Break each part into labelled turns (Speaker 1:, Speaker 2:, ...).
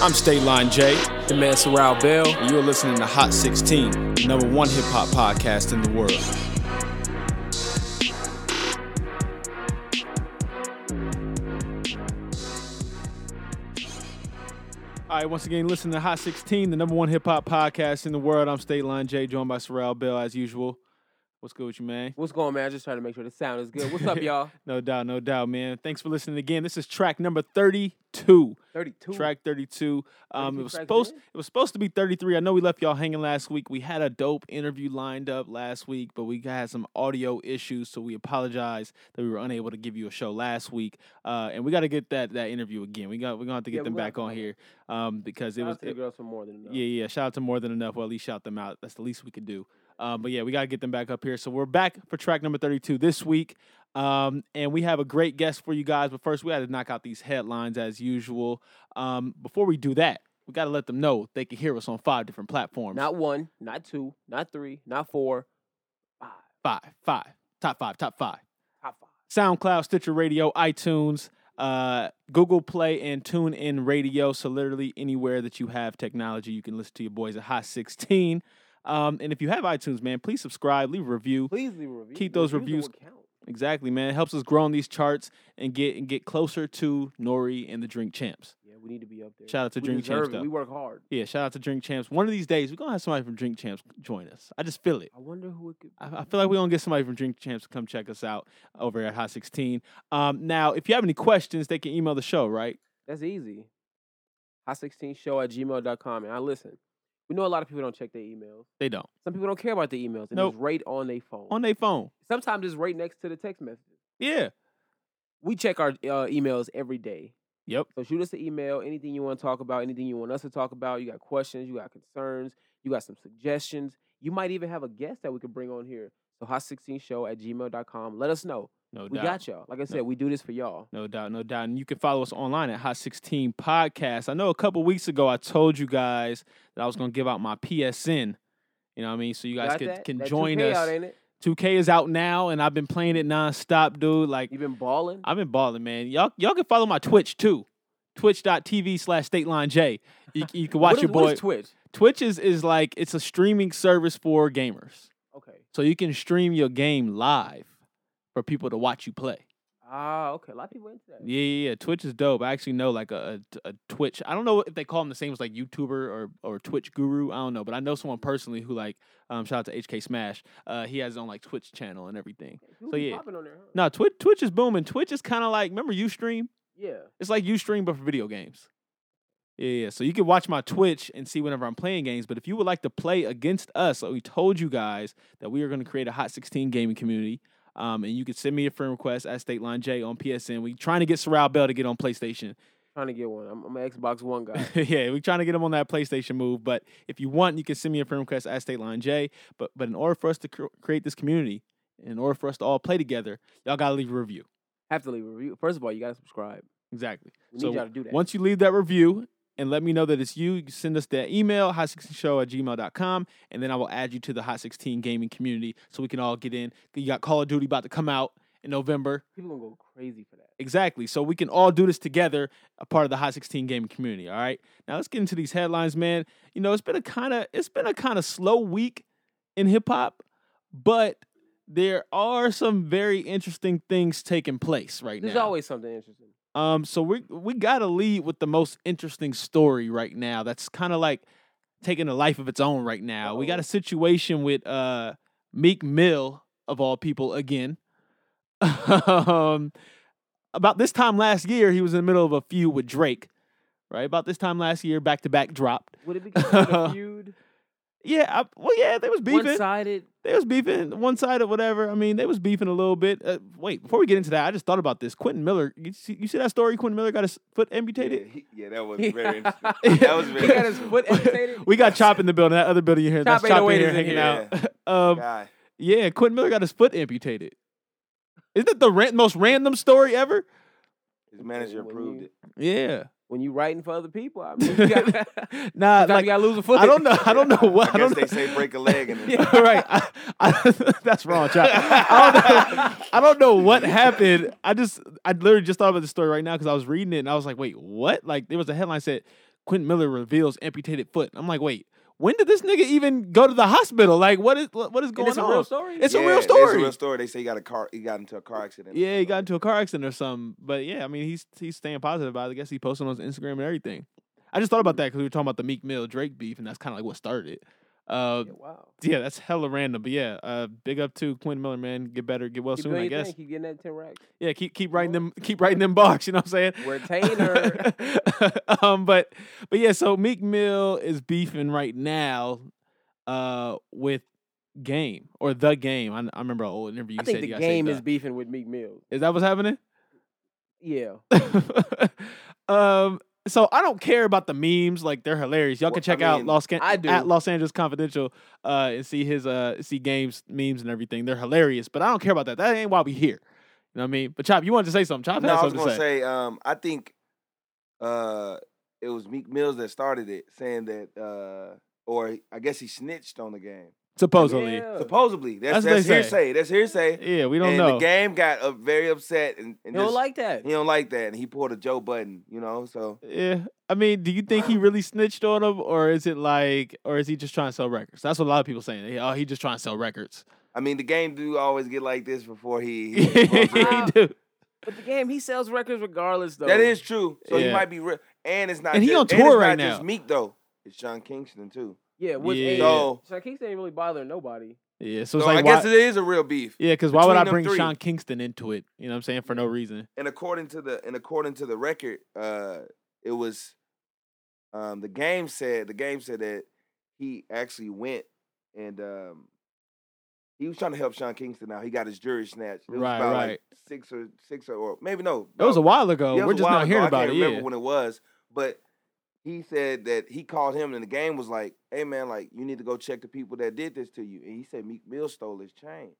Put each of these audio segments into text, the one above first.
Speaker 1: I'm State Line J,
Speaker 2: The man Sorrel Bell.
Speaker 1: and you're listening to Hot 16, the number one hip hop podcast in the world. All right, once again, listen to Hot 16, the number one hip hop podcast in the world. I'm State Line J, joined by Sorrel Bell as usual. What's good with you, man?
Speaker 2: What's going, man? I just trying to make sure the sound is good. What's up, y'all?
Speaker 1: No doubt, no doubt, man. Thanks for listening again. This is track number 32.
Speaker 2: 32.
Speaker 1: track 32 um it
Speaker 2: 32
Speaker 1: was
Speaker 2: tracks
Speaker 1: supposed
Speaker 2: in?
Speaker 1: it was supposed to be 33 i know we left y'all hanging last week we had a dope interview lined up last week but we had some audio issues so we apologize that we were unable to give you a show last week uh and we got to get that that interview again we got we're gonna have to get
Speaker 2: Yeah,
Speaker 1: them
Speaker 2: we're gonna
Speaker 1: back
Speaker 2: have to
Speaker 1: on
Speaker 2: find
Speaker 1: here um because it
Speaker 2: Shout
Speaker 1: was
Speaker 2: out to the
Speaker 1: it-
Speaker 2: girls for more than enough.
Speaker 1: yeah yeah shout out to more than enough well at least shout them out that's the least we could do um but yeah we got to get them back up here so we're back for track number 32 this week um, and we have a great guest for you guys, but first we had to knock out these headlines as usual. Um, before we do that, we got to let them know they can hear us on five different platforms.
Speaker 2: Not one, not two, not three, not four,
Speaker 1: five, five, top five, top five.
Speaker 2: top five.
Speaker 1: SoundCloud, Stitcher Radio, iTunes, uh, Google Play, and TuneIn Radio. So literally anywhere that you have technology, you can listen to your boys at Hot 16. Um, and if you have iTunes, man, please subscribe, leave a review.
Speaker 2: Please leave a review.
Speaker 1: Keep those reviews-
Speaker 2: will count.
Speaker 1: Exactly, man. It helps us grow on these charts and get and get closer to Nori and the Drink Champs.
Speaker 2: Yeah, we need to be up there.
Speaker 1: Shout out to
Speaker 2: we
Speaker 1: Dream Champs,
Speaker 2: deserve it.
Speaker 1: though.
Speaker 2: We work hard.
Speaker 1: Yeah, shout out to Drink Champs. One of these days, we're gonna have somebody from Drink Champs join us. I just feel it.
Speaker 2: I wonder who it could be.
Speaker 1: I, I feel like we're gonna get somebody from Drink Champs to come check us out over at Hot 16. Um, now, if you have any questions, they can email the show, right?
Speaker 2: That's easy. Hot16show at gmail.com. And I listen. We know a lot of people don't check their emails.
Speaker 1: They don't.
Speaker 2: Some people don't care about the emails. And
Speaker 1: Nope.
Speaker 2: it's right on their phone.
Speaker 1: On their phone.
Speaker 2: Sometimes it's right next to the text messages.
Speaker 1: Yeah.
Speaker 2: We check our uh, emails every day.
Speaker 1: Yep.
Speaker 2: So shoot us an email. Anything you want to talk about, anything you want us to talk about. You got questions, you got concerns, you got some suggestions. You might even have a guest that we could bring on here. So hot16show at gmail.com. Let us know.
Speaker 1: No
Speaker 2: We
Speaker 1: doubt.
Speaker 2: got y'all. Like I said, we do this for y'all.
Speaker 1: No doubt, no doubt. And you can follow us online at Hot 16 Podcast. I know a couple weeks ago I told you guys that I was gonna give out my PSN. You know what I mean? So you guys
Speaker 2: got
Speaker 1: can,
Speaker 2: that?
Speaker 1: can
Speaker 2: That
Speaker 1: join
Speaker 2: 2K
Speaker 1: us.
Speaker 2: Out, ain't it?
Speaker 1: 2K is out now and I've been playing it nonstop, dude. Like
Speaker 2: You've been balling.
Speaker 1: I've been balling, man. Y'all, y'all can follow my Twitch too. Twitch.tv slash Stateline J. You, you can watch
Speaker 2: What
Speaker 1: your
Speaker 2: is-
Speaker 1: boy.
Speaker 2: What is Twitch.
Speaker 1: Twitch is, is like it's a streaming service for gamers.
Speaker 2: Okay.
Speaker 1: So you can stream your game live for people to watch you play.
Speaker 2: Ah, okay. A lot of people into that.
Speaker 1: Yeah, yeah, yeah. Twitch is dope. I actually know like a, a, a Twitch. I don't know if they call him the same as like YouTuber or, or Twitch guru. I don't know, but I know someone personally who like um, shout out to HK Smash. Uh, he has his own like Twitch channel and everything.
Speaker 2: People
Speaker 1: So,
Speaker 2: be
Speaker 1: yeah.
Speaker 2: popping on there, huh?
Speaker 1: No, Twitch Twitch is booming. Twitch is kind of like remember UStream.
Speaker 2: Yeah.
Speaker 1: It's like Ustream but for video games. Yeah, yeah. So you can watch my Twitch and see whenever I'm playing games. But if you would like to play against us, like we told you guys that we are going to create a Hot 16 gaming community. Um, and you can send me a friend request at Stateline J on PSN. We trying to get Sorrel Bell to get on PlayStation.
Speaker 2: Trying to get one. I'm, I'm an Xbox One guy.
Speaker 1: yeah, we trying to get him on that PlayStation move. But if you want, you can send me a friend request at Stateline J. But but in order for us to cr- create this community, in order for us to all play together, y'all gotta leave a review.
Speaker 2: Have to leave a review. First of all, you gotta subscribe.
Speaker 1: Exactly.
Speaker 2: We
Speaker 1: So
Speaker 2: need y'all to do that.
Speaker 1: Once you leave that review and let me know that it's you, you can send us that email, hot16show at gmail.com, and then I will add you to the Hot 16 gaming community so we can all get in. You got Call of Duty about to come out in November.
Speaker 2: people gonna go crazy for that.
Speaker 1: Exactly. So we can all do this together, a part of the Hot 16 gaming community. All right. Now let's get into these headlines, man. You know, it's been a kind of it's been a kind of slow week in hip hop, but there are some very interesting things taking place right
Speaker 2: There's
Speaker 1: now.
Speaker 2: always something interesting.
Speaker 1: Um, so we we gotta lead with the most interesting story right now. That's kind of like taking a life of its own right now. We got
Speaker 2: Uh-oh.
Speaker 1: a situation with uh Meek Mill of all people again. um, about this time last year, he was in the middle of a feud with Drake. Right about this time last year, back to back dropped.
Speaker 2: Would it be considered a feud?
Speaker 1: Yeah, I, well, yeah, they was
Speaker 2: One
Speaker 1: beefing.
Speaker 2: sided.
Speaker 1: They was beefing one side or whatever. I mean, they was beefing a little bit. Uh, wait, before we get into that, I just thought about this. Quentin Miller, you see, you see that story? Quentin Miller got his foot amputated.
Speaker 3: Yeah, he- yeah, that was
Speaker 2: Yeah.
Speaker 3: very interesting. That was
Speaker 2: He
Speaker 3: very
Speaker 2: got his
Speaker 3: interesting.
Speaker 2: foot amputated.
Speaker 1: We got Chop in the building. That other building you hear,
Speaker 2: Chop
Speaker 1: that's Chop in
Speaker 2: 808
Speaker 1: here
Speaker 2: is in
Speaker 1: hanging
Speaker 2: here.
Speaker 1: out. Um,
Speaker 3: Guy.
Speaker 1: yeah, Quentin Miller got his foot amputated. Isn't that the ran- most random story ever?
Speaker 3: His manager
Speaker 2: When
Speaker 3: approved
Speaker 2: you-
Speaker 3: it.
Speaker 1: Yeah,
Speaker 2: when you writing for other people, I mean, you got,
Speaker 1: Nah,
Speaker 2: sometimes
Speaker 1: like
Speaker 2: you gotta lose a foot.
Speaker 1: I don't know. I don't know what.
Speaker 3: I
Speaker 1: I don't
Speaker 3: guess they
Speaker 1: know.
Speaker 3: say break a leg and
Speaker 2: Yeah.
Speaker 1: right. I, I, that's wrong, child. I don't, know, I don't know what happened. I just, I literally just thought about the story right now because I was reading it and I was like, wait, what? Like, there was a headline said, Quentin Miller reveals amputated foot. I'm like, wait, when did this nigga even go to the hospital? Like, what is what what is
Speaker 2: And
Speaker 1: going
Speaker 2: it's a
Speaker 1: on?
Speaker 2: real story.
Speaker 1: It's a
Speaker 3: Yeah,
Speaker 1: real
Speaker 3: it's
Speaker 1: story.
Speaker 3: a real story. They say he got a car. He got into a car accident.
Speaker 1: yeah, he got into a car accident or something. But yeah, I mean, he's he's staying positive about it. I guess he posted on his Instagram and everything. I just thought
Speaker 2: Mm-hmm.
Speaker 1: about that because we were talking about the Meek Mill Drake beef, and that's kind of like what started it. Uh,
Speaker 2: Yeah, wow.
Speaker 1: yeah, that's hella random. But yeah, uh, big up to Quinn Miller, man. Get better, get well
Speaker 2: Keep
Speaker 1: soon,
Speaker 2: doing
Speaker 1: I
Speaker 2: your
Speaker 1: guess.
Speaker 2: Thing. Keep getting that ten racks.
Speaker 1: Yeah, keep keep writing them keep writing them bars, you know what I'm saying?
Speaker 2: Retain her.
Speaker 1: um, but but yeah, so Meek Mill is beefing right now uh with Game or the Game. I, I remember an old interview you
Speaker 2: I think
Speaker 1: said
Speaker 2: the
Speaker 1: you guys say
Speaker 2: game is
Speaker 1: The.
Speaker 2: beefing with Meek Mill.
Speaker 1: Is that what's happening?
Speaker 2: Yeah.
Speaker 1: um so I don't care about the memes, like they're hilarious. Y'all
Speaker 3: Well,
Speaker 1: can
Speaker 3: I
Speaker 1: check out
Speaker 3: mean,
Speaker 1: Los Can-
Speaker 2: I do.
Speaker 1: at Los Angeles Confidential uh, and see his uh, see games memes and everything. They're hilarious, but I don't care about that. That ain't why we here. You know what I mean? But Chop, you wanted to say something? Chop
Speaker 3: No,
Speaker 1: had
Speaker 3: I was
Speaker 1: something
Speaker 3: gonna
Speaker 1: to say.
Speaker 3: say. Um, I think uh, it was Meek Mills that started it, saying that, uh, or he- I guess he snitched on the game.
Speaker 1: Supposedly, yeah.
Speaker 2: Yeah.
Speaker 3: Supposedly,
Speaker 1: That's
Speaker 3: that's
Speaker 1: what
Speaker 3: that's,
Speaker 1: they say.
Speaker 3: hearsay. That's hearsay.
Speaker 1: we don't
Speaker 3: and
Speaker 1: know.
Speaker 3: the game got uh, very upset and,
Speaker 2: He
Speaker 3: and
Speaker 2: don't
Speaker 3: just,
Speaker 2: like that.
Speaker 3: he don't like that, and he pulled a Joe Button. You know, so
Speaker 1: yeah, I mean, do you think he really snitched on him, or is it like, or is he just trying to sell records? That's what a lot of people saying. They, Oh, he just trying to sell records.
Speaker 3: I mean, the game do always get like this before he.
Speaker 1: he
Speaker 3: he blows it up.
Speaker 1: do.
Speaker 2: But the game, he sells records regardless, though.
Speaker 3: that is true. So
Speaker 1: Yeah.
Speaker 3: he might be real, and it's not.
Speaker 1: And he
Speaker 3: just,
Speaker 1: on tour
Speaker 3: it's
Speaker 1: right
Speaker 3: not Just
Speaker 1: now.
Speaker 3: Meek though. It's Sean Kingston too.
Speaker 2: Yeah. Which
Speaker 1: Yeah.
Speaker 2: yeah.
Speaker 3: So-
Speaker 2: Sean Kingston ain't really bothering nobody.
Speaker 1: Yeah, so
Speaker 3: So
Speaker 1: it's like,
Speaker 3: I
Speaker 1: why,
Speaker 3: guess it is a real beef.
Speaker 1: yeah, because why would
Speaker 3: between
Speaker 1: I
Speaker 3: them
Speaker 1: bring
Speaker 3: three.
Speaker 1: Sean Kingston into it? You know what I'm saying for no reason.
Speaker 3: and according to the and according to the record, uh, it was um, the game said the game said that he actually went and um, he was trying to help Sean Kingston. Now he got his jury snatched. It was
Speaker 1: Right,
Speaker 3: about
Speaker 1: right.
Speaker 3: like six or six or, or maybe no.
Speaker 1: That was a
Speaker 3: no,
Speaker 1: while ago.
Speaker 3: yeah, it
Speaker 1: We're
Speaker 3: was a
Speaker 1: just
Speaker 3: while
Speaker 1: not
Speaker 3: ago.
Speaker 1: hearing
Speaker 3: I
Speaker 1: about
Speaker 3: can't
Speaker 1: it.
Speaker 3: remember
Speaker 1: Yeah.
Speaker 3: when it was, but he said that he called him and the game was like, "Hey man, like you need to go check the people that did this to you." And he said Meek Mill stole his chain,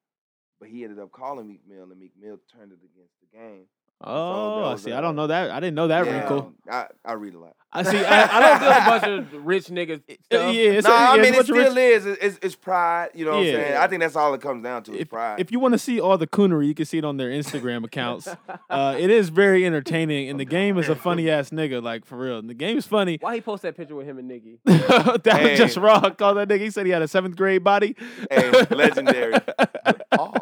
Speaker 3: but he ended up calling Meek Mill, and Meek Mill turned it against the game.
Speaker 1: Oh,
Speaker 3: that
Speaker 1: I
Speaker 3: was
Speaker 1: see.
Speaker 3: a-
Speaker 1: I don't know that. I didn't know that
Speaker 2: Yeah.
Speaker 1: wrinkle.
Speaker 3: I, I read a lot.
Speaker 1: I see. I, I
Speaker 2: I
Speaker 1: don't.
Speaker 2: do a bunch of rich niggas.
Speaker 1: Uh,
Speaker 2: Stuff.
Speaker 1: yeah, it's
Speaker 3: No,
Speaker 1: yeah,
Speaker 3: I
Speaker 1: it's
Speaker 3: mean
Speaker 1: a bunch
Speaker 3: it
Speaker 1: of rich-
Speaker 3: still is. It's, it's, it's pride. You know what
Speaker 1: Yeah.
Speaker 3: I'm saying? I think that's all it comes down to. Is pride.
Speaker 1: If you want to see all the coonery, you can see it on their Instagram accounts. Uh, it is very entertaining, and the game is a funny ass nigga, like for real. And the game is funny.
Speaker 2: Why he post that picture with him and Nikki?
Speaker 1: that
Speaker 3: Hey.
Speaker 1: was just raw. I Called that nigga. He said he had a seventh grade body.
Speaker 3: hey, legendary. Oh,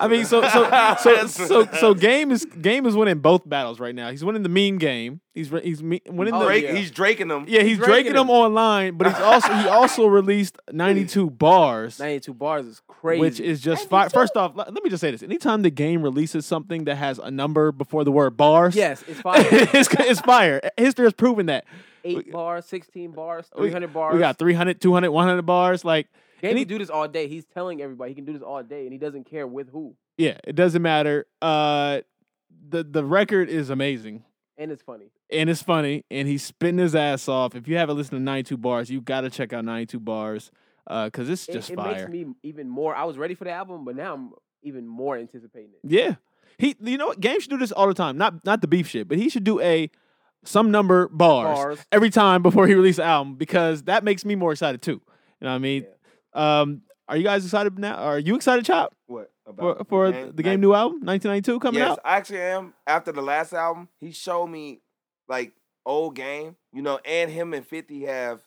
Speaker 1: I mean, so so so so so game is game is winning both battles right now. He's winning the meme game. He's re- he's me- winning
Speaker 2: Oh,
Speaker 1: the
Speaker 3: Drake,
Speaker 2: yeah.
Speaker 3: he's draking them.
Speaker 1: Yeah, he's
Speaker 2: Draking
Speaker 1: draking them
Speaker 2: him.
Speaker 1: online, but he's also he also released 92 bars,
Speaker 2: 92 bars is crazy.
Speaker 1: which is just fire. First off, let let me just say this: anytime the game releases something that has a number before the word bars,
Speaker 2: yes, it's fire.
Speaker 1: it's, it's fire. History has proven that.
Speaker 2: Eight bars, 16 bars,
Speaker 1: We-
Speaker 2: 300 bars.
Speaker 1: We got 300, 200, 100 bars. Like,
Speaker 2: Game
Speaker 1: any-
Speaker 2: can do this all day. He's telling everybody he can do this all day, and he doesn't care with who.
Speaker 1: yeah, it doesn't matter. Uh, the the record is amazing.
Speaker 2: And it's funny.
Speaker 1: and it's funny, and he's spitting his ass off. If you haven't listened to 92 Bars, you gotta check out 92 Bars, uh, cause it's
Speaker 2: It-
Speaker 1: just
Speaker 2: it,
Speaker 1: fire.
Speaker 2: makes me even more. I was ready for the album, but now I'm even more anticipating it.
Speaker 1: yeah, he. You know what? Game should do this all the time. Not not the beef shit, but he should do a some number bars,
Speaker 2: Bars.
Speaker 1: every time before he releases an album because that makes me more excited too. You know what I mean? Um, are you guys excited now? Are you excited, Chop,
Speaker 3: What
Speaker 1: for
Speaker 3: about
Speaker 1: for the game new album 1992 coming
Speaker 3: yes,
Speaker 1: out?
Speaker 3: I actually am. After the last album, he showed me like old game. You know, and him and Fifty have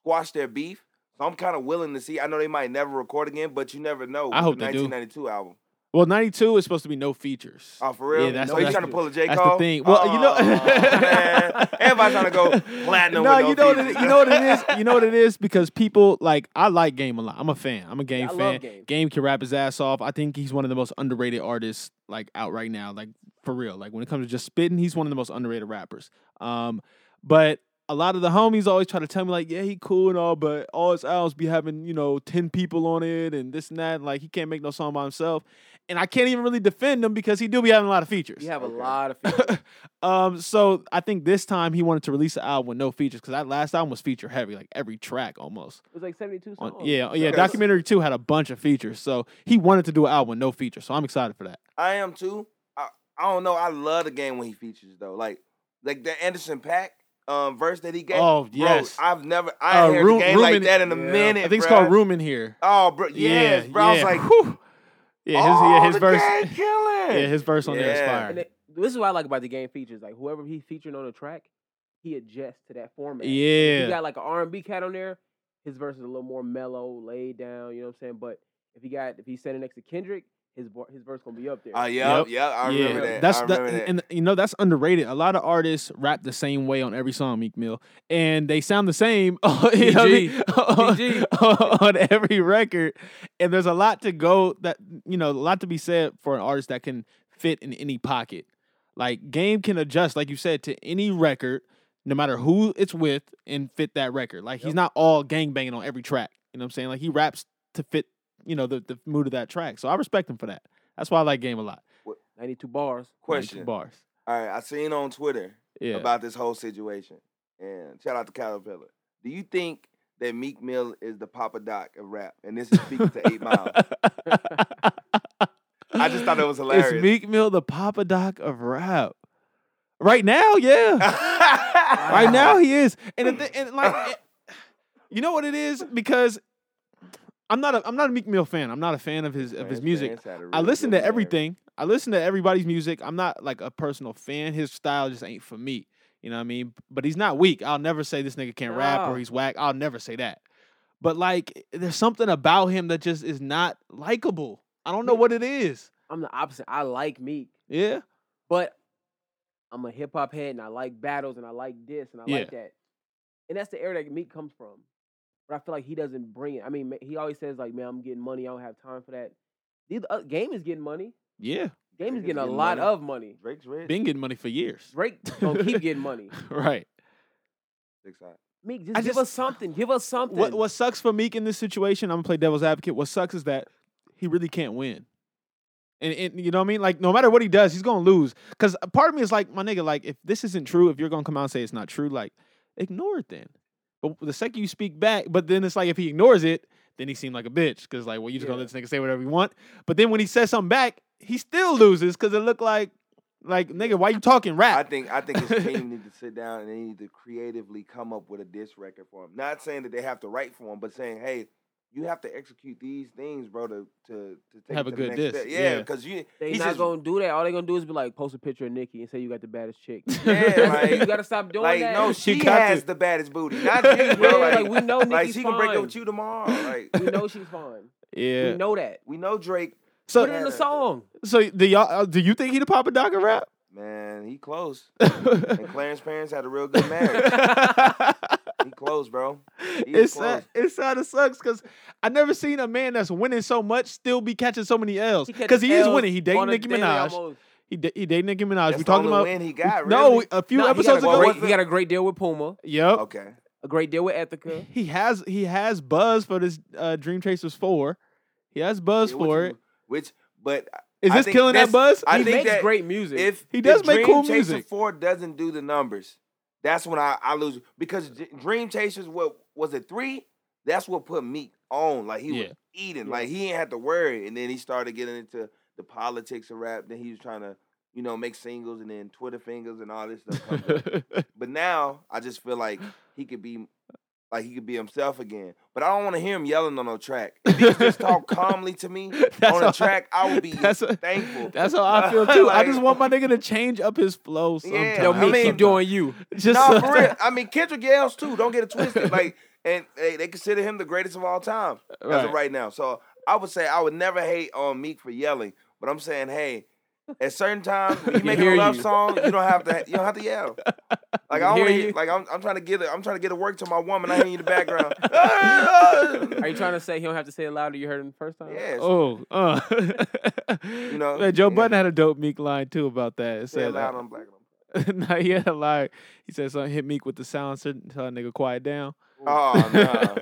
Speaker 3: squashed their beef. So I'm kind of willing to see. I know they might never record again, but you never know.
Speaker 1: I
Speaker 3: with
Speaker 1: hope
Speaker 3: the
Speaker 1: they do.
Speaker 3: 1992 album.
Speaker 1: Well, 92 is supposed to be no features.
Speaker 3: Oh, for real?
Speaker 1: Yeah, that's-
Speaker 3: so he's
Speaker 1: that's
Speaker 3: trying to
Speaker 1: the-
Speaker 3: pull a J.
Speaker 1: That's
Speaker 3: Cole?
Speaker 1: the thing. Well, you know,
Speaker 3: Oh, man. everybody's trying to go platinum.
Speaker 1: No,
Speaker 3: with no
Speaker 1: you know what it,
Speaker 3: features.
Speaker 1: you know what it is. You know what it is because people like I like Game a lot. I'm a fan. I'm a Game
Speaker 2: I
Speaker 1: fan.
Speaker 2: love Game.
Speaker 1: can rap his ass off. I think he's one of the most underrated artists like out right now. Like for real. Like when it comes to just spitting, he's one of the most underrated rappers. Um, but a lot of the homies always try to tell me like, yeah, he cool and all, but all his albums be having you know ten people on it and this and that. And, like he can't make no song by himself, and I can't even really defend him because he do be having a lot of features.
Speaker 2: You have
Speaker 3: Okay.
Speaker 2: a lot of features.
Speaker 1: Um, so I think this time he wanted to release an album with no features because that last album was feature heavy, like every track almost.
Speaker 2: It was like 72 songs.
Speaker 1: On- yeah, yeah.
Speaker 3: Oh, okay.
Speaker 1: Documentary two had a bunch of features, so he wanted to do an album with no features. So I'm excited for that.
Speaker 3: I am too. I, I don't know. I love the game when he features though. Like like the Anderson Pack. um, verse that he gave.
Speaker 1: oh
Speaker 3: Bro,
Speaker 1: yes,
Speaker 3: I've never I
Speaker 1: Uh,
Speaker 3: heard
Speaker 1: Room-
Speaker 3: a game like
Speaker 1: Ruben-
Speaker 3: that in a
Speaker 2: Yeah.
Speaker 3: minute.
Speaker 1: I think it's
Speaker 3: bro.
Speaker 1: called Room in here.
Speaker 3: Oh, bro, yes,
Speaker 1: yeah,
Speaker 3: bro. I was
Speaker 1: yeah.
Speaker 3: like,
Speaker 1: Whew. yeah, his,
Speaker 3: oh,
Speaker 1: yeah, his
Speaker 3: the
Speaker 1: verse,
Speaker 3: game killing.
Speaker 1: yeah, his verse on there is
Speaker 3: Yeah.
Speaker 1: fire.
Speaker 2: And it, this is what I like about the game features. Like whoever he's featuring on the track, he adjusts to that format. If
Speaker 1: Yeah,
Speaker 2: you got like an R and B cat on there, his verse is a little more mellow, laid down. You know what I'm saying? But if he got if he's standing next to Kendrick, his vo- his verse gonna be up there.
Speaker 3: Oh, yeah,
Speaker 1: Yep.
Speaker 3: yeah, I remember that.
Speaker 1: That's
Speaker 3: I
Speaker 1: that-
Speaker 3: remember that.
Speaker 1: and and, you know that's underrated. A lot of artists rap the same way on every song, Meek Mill, and they sound the same. you know what I mean?
Speaker 2: PG.
Speaker 1: on every record, and there's a lot to go that you know a lot to be said for an artist that can fit in any pocket. Like game can adjust, like you said, to any record, no matter who it's with, and fit that record. Like he's
Speaker 2: Yep.
Speaker 1: not all gang banging on every track. You know what I'm saying? Like he raps to fit, you know, the, the mood of that track. So I respect him for that. That's why I like game a lot.
Speaker 2: 92 bars.
Speaker 1: Like,
Speaker 3: Question.
Speaker 1: bars.
Speaker 3: All right, I seen on Twitter
Speaker 1: Yeah.
Speaker 3: about this whole situation. And shout out to Caterpillar. Do you think that Meek Mill is the Papa Doc of rap? And this is speaking to Eight Mile. I just thought it was hilarious.
Speaker 1: It's Meek Mill, the Papa Doc of rap. Right now, yeah. right now, he is. And, the thi- and like, it- you know what it is? Because I'm not a I'm not a Meek Mill fan. I'm not a fan of his of his music. I listen to everything. I listen to everybody's music. I'm not like a personal fan. His style just ain't for me. You know what I mean? But he's not weak. I'll never say this nigga can't rap
Speaker 2: No.
Speaker 1: or he's whack. I'll never say that. But like, there's something about him that just is not likable. I don't know
Speaker 2: Meek-
Speaker 1: what it is.
Speaker 2: I'm the opposite. I like Meek,
Speaker 1: Yeah.
Speaker 2: but I'm a hip hop head and I like battles and I like this and I
Speaker 1: Yeah.
Speaker 2: like that. And that's the era that Meek comes from. But I feel like he doesn't bring it. I mean, ma- he always says like, "Man, I'm getting money. I don't have time for that." The other- uh, game is getting money.
Speaker 1: Yeah.
Speaker 2: Game
Speaker 3: Drake
Speaker 2: is
Speaker 3: is
Speaker 2: getting a
Speaker 3: getting
Speaker 2: lot
Speaker 3: money.
Speaker 2: of money.
Speaker 3: Drake's rich.
Speaker 1: Been getting money for years.
Speaker 2: Drake gonna keep getting money.
Speaker 1: Right.
Speaker 3: Six hot.
Speaker 2: Meek, just
Speaker 1: I
Speaker 2: give
Speaker 1: just-
Speaker 2: us something. Give us something.
Speaker 1: What what sucks for Meek in this situation, I'm gonna play devil's advocate. What sucks is that he really can't win. And, and you know what I mean? Like no matter what he does, he's gonna lose. Cause a part of me is like, my nigga, like if this isn't true, if you're gonna come out and say it's not true, like ignore it then. But the second you speak back, but then it's like if he ignores it, then he seemed like a bitch. Cause like, well, you just gonna
Speaker 2: Yeah.
Speaker 1: let this nigga say whatever you want. But then when he says something back, he still loses because it looked like like nigga, why you talking
Speaker 3: I
Speaker 1: rap?
Speaker 3: think I think his team need to sit down and they need to creatively come up with a diss record for him. Not saying that they have to write for him, but saying, hey, you have to execute these things, bro, to to, to take
Speaker 1: Have
Speaker 3: it
Speaker 1: a
Speaker 3: to
Speaker 1: good
Speaker 3: the next
Speaker 1: diss,
Speaker 3: step. Yeah,
Speaker 1: yeah.
Speaker 3: because you
Speaker 2: They
Speaker 3: he's
Speaker 2: not
Speaker 3: just-
Speaker 2: gonna do that. All they gonna do is be like, post a picture of Nikki and say you got the baddest chick.
Speaker 3: Yeah, like-
Speaker 2: you gotta stop doing
Speaker 3: like
Speaker 2: that.
Speaker 3: no,
Speaker 1: She
Speaker 3: she
Speaker 1: got
Speaker 3: has
Speaker 1: to-
Speaker 3: the baddest booty, not you, bro.
Speaker 2: Yeah,
Speaker 3: like,
Speaker 2: like, we know
Speaker 3: like,
Speaker 2: Nikki's
Speaker 3: she can break up
Speaker 2: fine.
Speaker 3: with you tomorrow. Like
Speaker 2: we know she's fine.
Speaker 1: Yeah.
Speaker 2: We know that.
Speaker 3: we know Drake,
Speaker 1: So
Speaker 2: Put it in the
Speaker 3: Yeah.
Speaker 2: song.
Speaker 1: so do y'all uh, do you think he the Papa Doc of rap?
Speaker 3: man, he close. And Clarence parents had a real good marriage. he close, bro. He was
Speaker 1: it's sad,
Speaker 3: close.
Speaker 1: it's sad it sucks because I never seen a man that's winning so much still be catching so many L's
Speaker 2: He catch
Speaker 1: because he, is
Speaker 2: L's
Speaker 1: winning. He dated
Speaker 2: on a
Speaker 1: Nicki
Speaker 2: daily
Speaker 1: Minaj.
Speaker 2: almost.
Speaker 1: He, da- he dated Nicki Minaj.
Speaker 3: That's
Speaker 1: we
Speaker 3: the
Speaker 1: talking
Speaker 3: only
Speaker 1: about
Speaker 3: win he got.
Speaker 1: no uh,
Speaker 3: really?
Speaker 1: a few
Speaker 2: Nah, he got
Speaker 1: episodes
Speaker 2: a
Speaker 1: ago.
Speaker 2: great-
Speaker 3: was
Speaker 2: he
Speaker 3: it-
Speaker 2: got a great deal with Puma,
Speaker 1: Yep,
Speaker 3: okay.
Speaker 2: a great deal with Ethica.
Speaker 1: he has he has buzz for this uh, Dream Chasers four. He has buzz
Speaker 3: Yeah, which
Speaker 1: for
Speaker 3: is-
Speaker 1: it.
Speaker 3: Which, but
Speaker 1: Is
Speaker 3: I
Speaker 1: this
Speaker 3: think
Speaker 1: killing that
Speaker 3: that's-
Speaker 1: buzz?
Speaker 3: I
Speaker 2: he
Speaker 3: think
Speaker 2: makes
Speaker 3: that
Speaker 2: great music.
Speaker 3: if
Speaker 1: He
Speaker 3: if
Speaker 1: does make
Speaker 3: Dream
Speaker 1: cool
Speaker 3: Chaser
Speaker 1: music.
Speaker 3: Four doesn't do the numbers. That's when I, I lose because J- Dream Chasers what was it three? That's what put Meek on. Like he
Speaker 1: Yeah.
Speaker 3: was eating.
Speaker 2: Yeah.
Speaker 3: Like he ain't had to worry. And then he started getting into the politics of rap. Then he was trying to you know make singles and then Twitter fingers and all this stuff. comes up. but now I just feel like he could be like he could be himself again. But I don't want to hear him yelling on no track. If he could just talk calmly to me
Speaker 1: That's
Speaker 3: on
Speaker 1: how I-
Speaker 3: a track, I would be
Speaker 1: that's what-
Speaker 3: thankful.
Speaker 1: That's how I feel too. I
Speaker 3: Like-
Speaker 1: just want my nigga to change up his flow. Sometimes.
Speaker 3: Yeah,
Speaker 2: Yo,
Speaker 3: I
Speaker 2: me
Speaker 3: mean-
Speaker 2: keep doing you.
Speaker 1: Just
Speaker 3: no, for
Speaker 1: sometimes.
Speaker 3: real. I mean, Kendrick yells too. Don't get it twisted. Like, and they, they consider him the greatest of all time as
Speaker 1: Right.
Speaker 3: of right now. So I would say I would never hate on Meek for yelling, but I'm saying, hey, at certain times when
Speaker 2: We
Speaker 3: you make a
Speaker 2: hear
Speaker 3: love
Speaker 2: you.
Speaker 3: song, you don't have to. You don't have to yell. Like I
Speaker 2: We hear
Speaker 3: only
Speaker 2: you.
Speaker 3: like I'm, I'm trying to get it. I'm trying to get it work to my woman. I hear you in the background. yes.
Speaker 2: Are you trying to say he don't have to say it louder? You heard him the first time.
Speaker 1: Oh, uh.
Speaker 3: know,
Speaker 1: Man, Joe
Speaker 3: yeah.
Speaker 1: Budden had a dope Meek line too about that. It
Speaker 3: Say it
Speaker 1: said,
Speaker 3: loud.
Speaker 1: uh,
Speaker 3: I'm black. and I'm-
Speaker 1: nah, he had a line. He said something hit Meek with the silencer, tell a nigga quiet down.
Speaker 3: Oh no.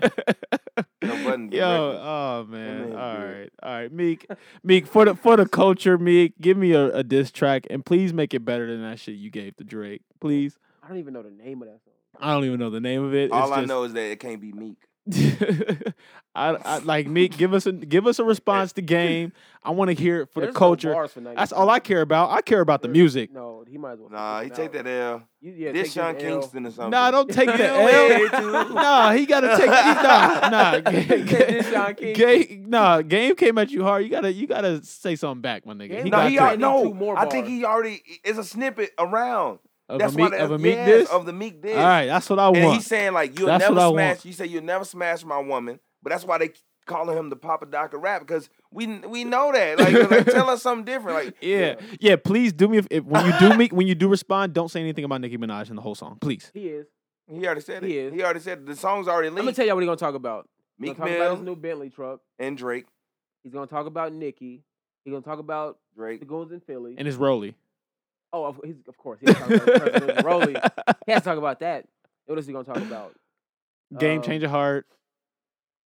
Speaker 3: Joe Budden be
Speaker 1: Yo,
Speaker 3: reckless.
Speaker 1: oh man,
Speaker 3: man's
Speaker 1: all
Speaker 3: good.
Speaker 1: right, all right, Meek, Meek for the for the culture, Meek, give me a, a diss track and please make it better than that shit you gave to Drake, please.
Speaker 2: I don't even know the name of that song.
Speaker 1: I don't even know the name of it.
Speaker 3: All
Speaker 1: it's
Speaker 3: I
Speaker 1: just-
Speaker 3: know is that it can't be Meek.
Speaker 1: I, I like Nick. Give us a give us a response to game. I want to hear it for
Speaker 2: There's
Speaker 1: the
Speaker 2: no
Speaker 1: culture.
Speaker 2: bars for 90
Speaker 1: That's all I
Speaker 2: seconds.
Speaker 1: care about. I care about the
Speaker 2: There-
Speaker 1: music.
Speaker 2: No, he might as well.
Speaker 3: Nah, he
Speaker 2: it
Speaker 3: take
Speaker 2: out.
Speaker 3: that L.
Speaker 2: You, yeah,
Speaker 3: this
Speaker 2: take your
Speaker 3: Sean
Speaker 2: L.
Speaker 3: Kingston or something.
Speaker 1: Nah, don't take
Speaker 2: You
Speaker 1: the
Speaker 3: way
Speaker 1: L.
Speaker 3: too-
Speaker 1: nah, he gotta take. Nah, nah. Ga-
Speaker 2: This Sean
Speaker 1: ga- Game, nah, game came at you hard. You gotta, you gotta say something back, my nigga.
Speaker 2: Game-
Speaker 1: He
Speaker 3: no,
Speaker 1: got
Speaker 3: he
Speaker 1: to-
Speaker 3: already,
Speaker 2: I need two
Speaker 3: no.
Speaker 2: more
Speaker 3: I think
Speaker 2: bars.
Speaker 3: he already it's a snippet around.
Speaker 1: of
Speaker 3: that's
Speaker 1: a
Speaker 3: why
Speaker 1: meek,
Speaker 3: the-
Speaker 1: of a meek
Speaker 3: yes,
Speaker 1: this.
Speaker 3: of the meek this.
Speaker 1: All right, that's what I
Speaker 3: And
Speaker 1: want.
Speaker 3: he's saying like you'll
Speaker 1: That's
Speaker 3: never
Speaker 1: what I
Speaker 3: smash.
Speaker 1: want.
Speaker 3: You say you'll never smash my woman, but that's why they calling him the Papa Doc of rap because we we know that. Like, like, tell us something different. Like
Speaker 1: yeah. yeah, Please do me if, if when you do me when you do respond, don't say anything about Nicki Minaj in the whole song, please.
Speaker 2: He is.
Speaker 3: he already said it.
Speaker 2: He is.
Speaker 3: He already said it. the song's already
Speaker 2: I'm gonna
Speaker 3: leaked.
Speaker 2: tell y'all what he's gonna talk about. He's
Speaker 3: Meek
Speaker 2: gonna talk about
Speaker 3: Mill
Speaker 2: his new Bentley truck.
Speaker 3: and Drake.
Speaker 2: He's gonna talk about Nikki. He's gonna talk about
Speaker 3: Drake.
Speaker 2: the goons in Philly.
Speaker 1: And it's Roly.
Speaker 2: oh, of, he's, of course, he's talking about President Rolly. He has to talk about that. What is he gonna talk about?
Speaker 1: Game
Speaker 2: Um,
Speaker 1: changer heart.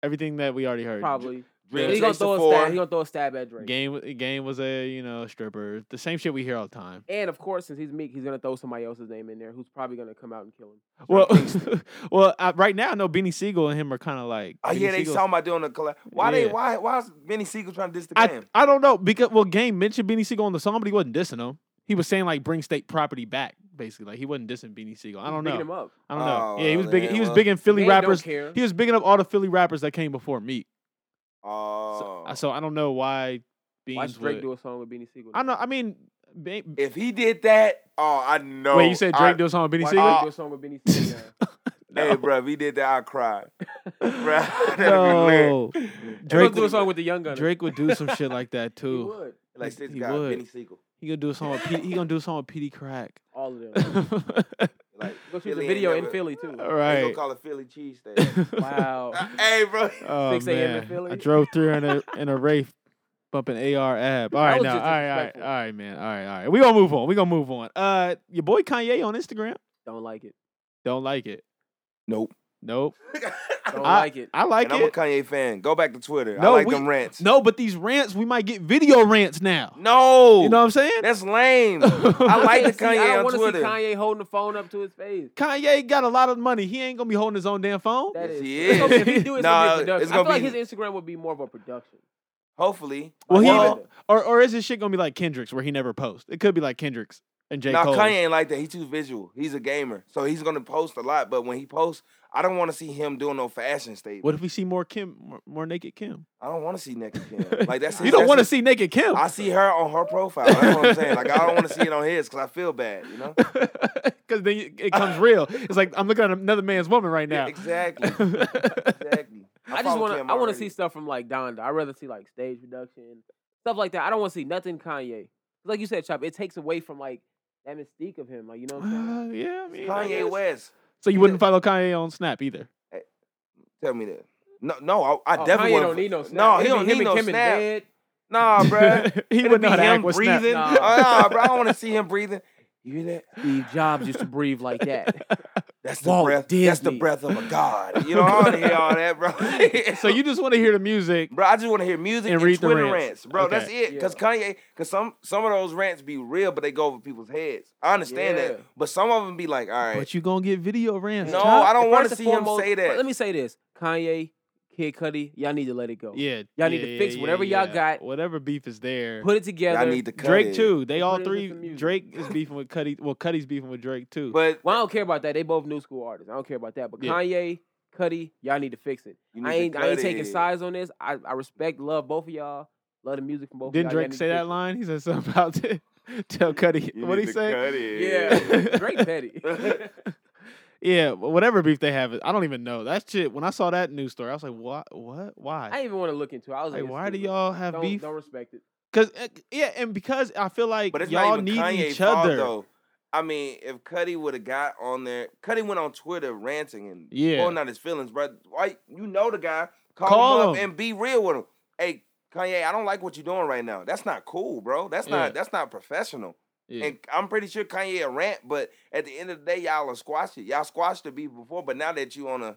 Speaker 1: Everything that we already heard.
Speaker 2: Probably.
Speaker 3: Drake
Speaker 1: Yeah,
Speaker 2: He's
Speaker 1: he
Speaker 2: gonna
Speaker 3: takes the
Speaker 2: throw a
Speaker 3: four.
Speaker 2: stab. He's gonna throw a stab at Drake.
Speaker 1: Game game was a you know stripper. The same shit we hear all the time.
Speaker 2: And of course, since he's meek, he's gonna throw somebody else's name in there who's probably gonna come out and kill him.
Speaker 1: Well, well, I, right now, no. Beanie Siegel and him are kind of like.
Speaker 3: Oh yeah,
Speaker 1: Beanie
Speaker 3: they
Speaker 1: Siegel's-
Speaker 3: talking about doing a collab. Why they
Speaker 1: Yeah.
Speaker 3: why why is Benny Siegel trying to diss the
Speaker 1: I,
Speaker 3: game?
Speaker 1: I don't know because well, Game mentioned Beanie Siegel on the song, but he wasn't dissing him. He was saying like bring state property back, basically. Like he wasn't dissing Beanie Siegel. I
Speaker 2: He's
Speaker 1: don't
Speaker 2: bigging
Speaker 1: know.
Speaker 2: Him up.
Speaker 1: I don't know.
Speaker 3: Oh,
Speaker 1: yeah, he was
Speaker 3: well,
Speaker 1: big.
Speaker 3: then,
Speaker 1: he was
Speaker 3: well.
Speaker 1: big in Philly
Speaker 2: Man don't
Speaker 1: rappers.
Speaker 2: care.
Speaker 1: He was bigging up all the Philly rappers that came before me.
Speaker 3: Oh,
Speaker 1: So, so I don't know why
Speaker 2: Why
Speaker 1: Beans
Speaker 2: should Drake
Speaker 1: would.
Speaker 2: do a song with Beanie Siegel?
Speaker 1: I know. I mean, ba-
Speaker 3: if he did that, oh I know.
Speaker 1: wait, you said
Speaker 3: I-
Speaker 1: Drake do a song with Benny
Speaker 2: Why
Speaker 1: Siegel?
Speaker 2: Drake
Speaker 3: Uh,
Speaker 2: do a song with Beanie Siegel? now?
Speaker 1: No.
Speaker 3: Hey, bro, if he did that, I cry. bro, that'd
Speaker 1: No.
Speaker 3: be lit.
Speaker 1: Drake
Speaker 2: Drake do a song with the Young Gunner.
Speaker 1: Drake would do some shit like that
Speaker 2: He
Speaker 1: too.
Speaker 2: would.
Speaker 3: Like
Speaker 1: He-
Speaker 3: this
Speaker 1: he
Speaker 3: guy,
Speaker 1: would.
Speaker 3: Benny Siegel.
Speaker 1: He gonna do a song with P- he gonna do a song with PD Crack.
Speaker 2: All of them.
Speaker 1: right.
Speaker 3: Like
Speaker 2: Go shoot the
Speaker 3: Philly ain't
Speaker 2: video in
Speaker 3: never-
Speaker 2: Philly too.
Speaker 3: They gonna call it Philly cheesesteak.
Speaker 2: Wow.
Speaker 3: Uh, hey, bro.
Speaker 1: Oh,
Speaker 2: 6 a.m. in
Speaker 1: man.
Speaker 2: Philly?
Speaker 1: I drove through in a in a Wraith bumping AR ab. All right
Speaker 2: was
Speaker 1: now. All right,
Speaker 2: just
Speaker 1: all right,
Speaker 2: disrespectful.
Speaker 1: all right, man. All right, all right. We gonna move on. We gonna move on. Uh your boy Kanye on Instagram.
Speaker 2: Don't like it.
Speaker 1: Don't like it.
Speaker 3: Nope.
Speaker 1: Nope.
Speaker 2: Don't
Speaker 1: I-
Speaker 2: like it.
Speaker 1: I like
Speaker 3: and I'm a
Speaker 1: it.
Speaker 3: Kanye fan. Go back to Twitter.
Speaker 1: No,
Speaker 3: I like
Speaker 1: we-
Speaker 3: them rants.
Speaker 1: No, but these rants, we might get video rants now.
Speaker 3: No.
Speaker 1: You know what I'm saying?
Speaker 3: that's lame.
Speaker 1: I
Speaker 3: I like
Speaker 2: Hey,
Speaker 3: the
Speaker 2: see, I
Speaker 3: Kanye
Speaker 2: don't
Speaker 3: on
Speaker 2: wanna
Speaker 3: Twitter.
Speaker 2: see Kanye holding the phone up to his face.
Speaker 1: Kanye got a lot of money. He ain't gonna be holding his own damn phone.
Speaker 2: That is.
Speaker 3: Yes, he
Speaker 2: It's
Speaker 3: is.
Speaker 2: gonna be- if he do, it's gonna
Speaker 3: Nah,
Speaker 2: be a
Speaker 3: it's
Speaker 2: production. I
Speaker 3: gonna
Speaker 2: feel like
Speaker 3: be-
Speaker 2: his Instagram would be more of a production.
Speaker 3: Hopefully.
Speaker 1: Well, he
Speaker 2: Well-
Speaker 1: even, or or is his shit gonna be like Kendrick's where he never posts? It could be like Kendrick's and J
Speaker 3: Now
Speaker 1: Cole.
Speaker 3: Kanye ain't like that. He too visual. He's a gamer, so he's gonna post a lot. But when he posts, I don't want to see him doing no fashion statement.
Speaker 1: What if we see more Kim, more, more naked Kim?
Speaker 3: I don't want to see naked Kim. Like that's
Speaker 1: You don't want to
Speaker 3: to
Speaker 1: see naked Kim.
Speaker 3: I see her on her profile. That's what I'm saying. Like I don't want to see it on his because I feel bad. You know.
Speaker 1: Because then you- it comes real. It's like I'm looking at another man's woman right now.
Speaker 3: E, Exactly. Exactly.
Speaker 2: I just want to. I want to see stuff from like Donda. I would rather see like stage production stuff like that. I don't want to see nothing Kanye. Like you said, Chop, it takes away from like that mystique of him. Like you know, what I'm saying?
Speaker 1: Uh, yeah, I mean, I
Speaker 3: Kanye
Speaker 1: guess.
Speaker 3: West.
Speaker 1: So you wouldn't follow Kanye on Snap either.
Speaker 3: Tell me that. No, no, I, I
Speaker 2: Oh, Kanye
Speaker 3: definitely want.
Speaker 2: don't need no. Snap.
Speaker 3: No, he
Speaker 2: It'd be
Speaker 3: don't
Speaker 2: him
Speaker 3: need
Speaker 2: and
Speaker 3: no
Speaker 2: Kim in
Speaker 3: snap.
Speaker 2: bed.
Speaker 3: Nah, bruh.
Speaker 1: he
Speaker 3: It'd
Speaker 1: wouldn't
Speaker 3: be
Speaker 1: know how to act
Speaker 3: him
Speaker 1: with Snap.
Speaker 3: breathing.
Speaker 2: Nah.
Speaker 3: Oh, nah, bro. I don't want to see him breathing. You hear that?
Speaker 2: Steve Jobs used to breathe like that.
Speaker 3: That's the
Speaker 2: Walt
Speaker 3: breath. That's the
Speaker 2: Disney.
Speaker 3: breath of a god. You know, I want to hear all that, bro.
Speaker 1: so you just want to hear the music.
Speaker 3: bro, I just want to hear music
Speaker 1: And
Speaker 3: and,
Speaker 1: read the
Speaker 3: Twitter
Speaker 1: rants.
Speaker 3: rants. bro. That's
Speaker 2: Yeah.
Speaker 3: it. Because Kanye, because some some of those rants be real, but they go over people's heads. I understand
Speaker 2: Yeah.
Speaker 3: that, but some of them be like, all right,
Speaker 1: But you gonna get video rants.
Speaker 3: No,
Speaker 1: Chop.
Speaker 3: I don't
Speaker 2: First
Speaker 3: wanna
Speaker 2: and
Speaker 3: see him
Speaker 2: foremost-
Speaker 3: say that.
Speaker 2: Let me say this: Kanye, Kid Cudi, y'all need to let it go.
Speaker 1: Yeah,
Speaker 2: Y'all need
Speaker 1: yeah,
Speaker 2: to
Speaker 1: yeah,
Speaker 2: fix
Speaker 1: yeah,
Speaker 2: whatever y'all
Speaker 1: yeah.
Speaker 2: got.
Speaker 1: Whatever beef is there.
Speaker 2: Put it together.
Speaker 3: I need to cut
Speaker 1: Drake
Speaker 3: it.
Speaker 1: too. They all
Speaker 2: Put it in
Speaker 1: three.
Speaker 2: some music.
Speaker 1: Drake is beefing with Cuddy. Well, Cuddy's beefing with Drake too.
Speaker 3: But
Speaker 2: Well, I don't care about that. They both new school artists. I don't care about that. But
Speaker 1: Yeah.
Speaker 2: Kanye, Cudi, y'all need to fix it.
Speaker 3: you need
Speaker 2: I
Speaker 3: to
Speaker 2: ain't, I
Speaker 3: cut
Speaker 2: ain't taking
Speaker 3: it.
Speaker 2: sides on this. I, I respect, love both of y'all. Love the music from both.
Speaker 1: Didn't
Speaker 2: of y'all. Y'all
Speaker 1: Drake
Speaker 2: need
Speaker 1: say
Speaker 2: to
Speaker 1: that line? He said something about to tell Cuddy.
Speaker 3: You
Speaker 1: What
Speaker 3: need
Speaker 1: he
Speaker 3: to
Speaker 1: say?
Speaker 3: cut it.
Speaker 2: fix it. Yeah, Drake petty.
Speaker 1: Yeah, wh- whatever beef they have, I don't even know. That shit. When I saw that news story, I was like, what? What?
Speaker 2: I
Speaker 1: Why?
Speaker 2: didn't even want to look into it. I was like,
Speaker 1: Like,
Speaker 2: it's
Speaker 1: why do
Speaker 2: stupid.
Speaker 1: y'all have
Speaker 2: don't,
Speaker 1: beef?
Speaker 2: Don't respect it.
Speaker 1: Because yeah, and because I feel like
Speaker 3: But it's
Speaker 1: y'all
Speaker 3: not
Speaker 1: need
Speaker 3: even Kanye
Speaker 1: each
Speaker 3: fault,
Speaker 1: other.
Speaker 3: though. I mean, if Cuddy would have got on there, Cuddy went on Twitter ranting and
Speaker 1: Yeah.
Speaker 3: pulling out his feelings, bro. Why you know the guy? Call,
Speaker 1: Call
Speaker 3: him up
Speaker 1: him.
Speaker 3: and be real with him. Hey, Kanye, I don't like what you're doing right now. That's not cool, bro. That's
Speaker 1: Yeah.
Speaker 3: not that's not professional.
Speaker 1: Yeah.
Speaker 3: And I'm pretty sure Kanye a rant, but at the end of the day, y'all are squashed it. Y'all squashed the beef before, but now that you on a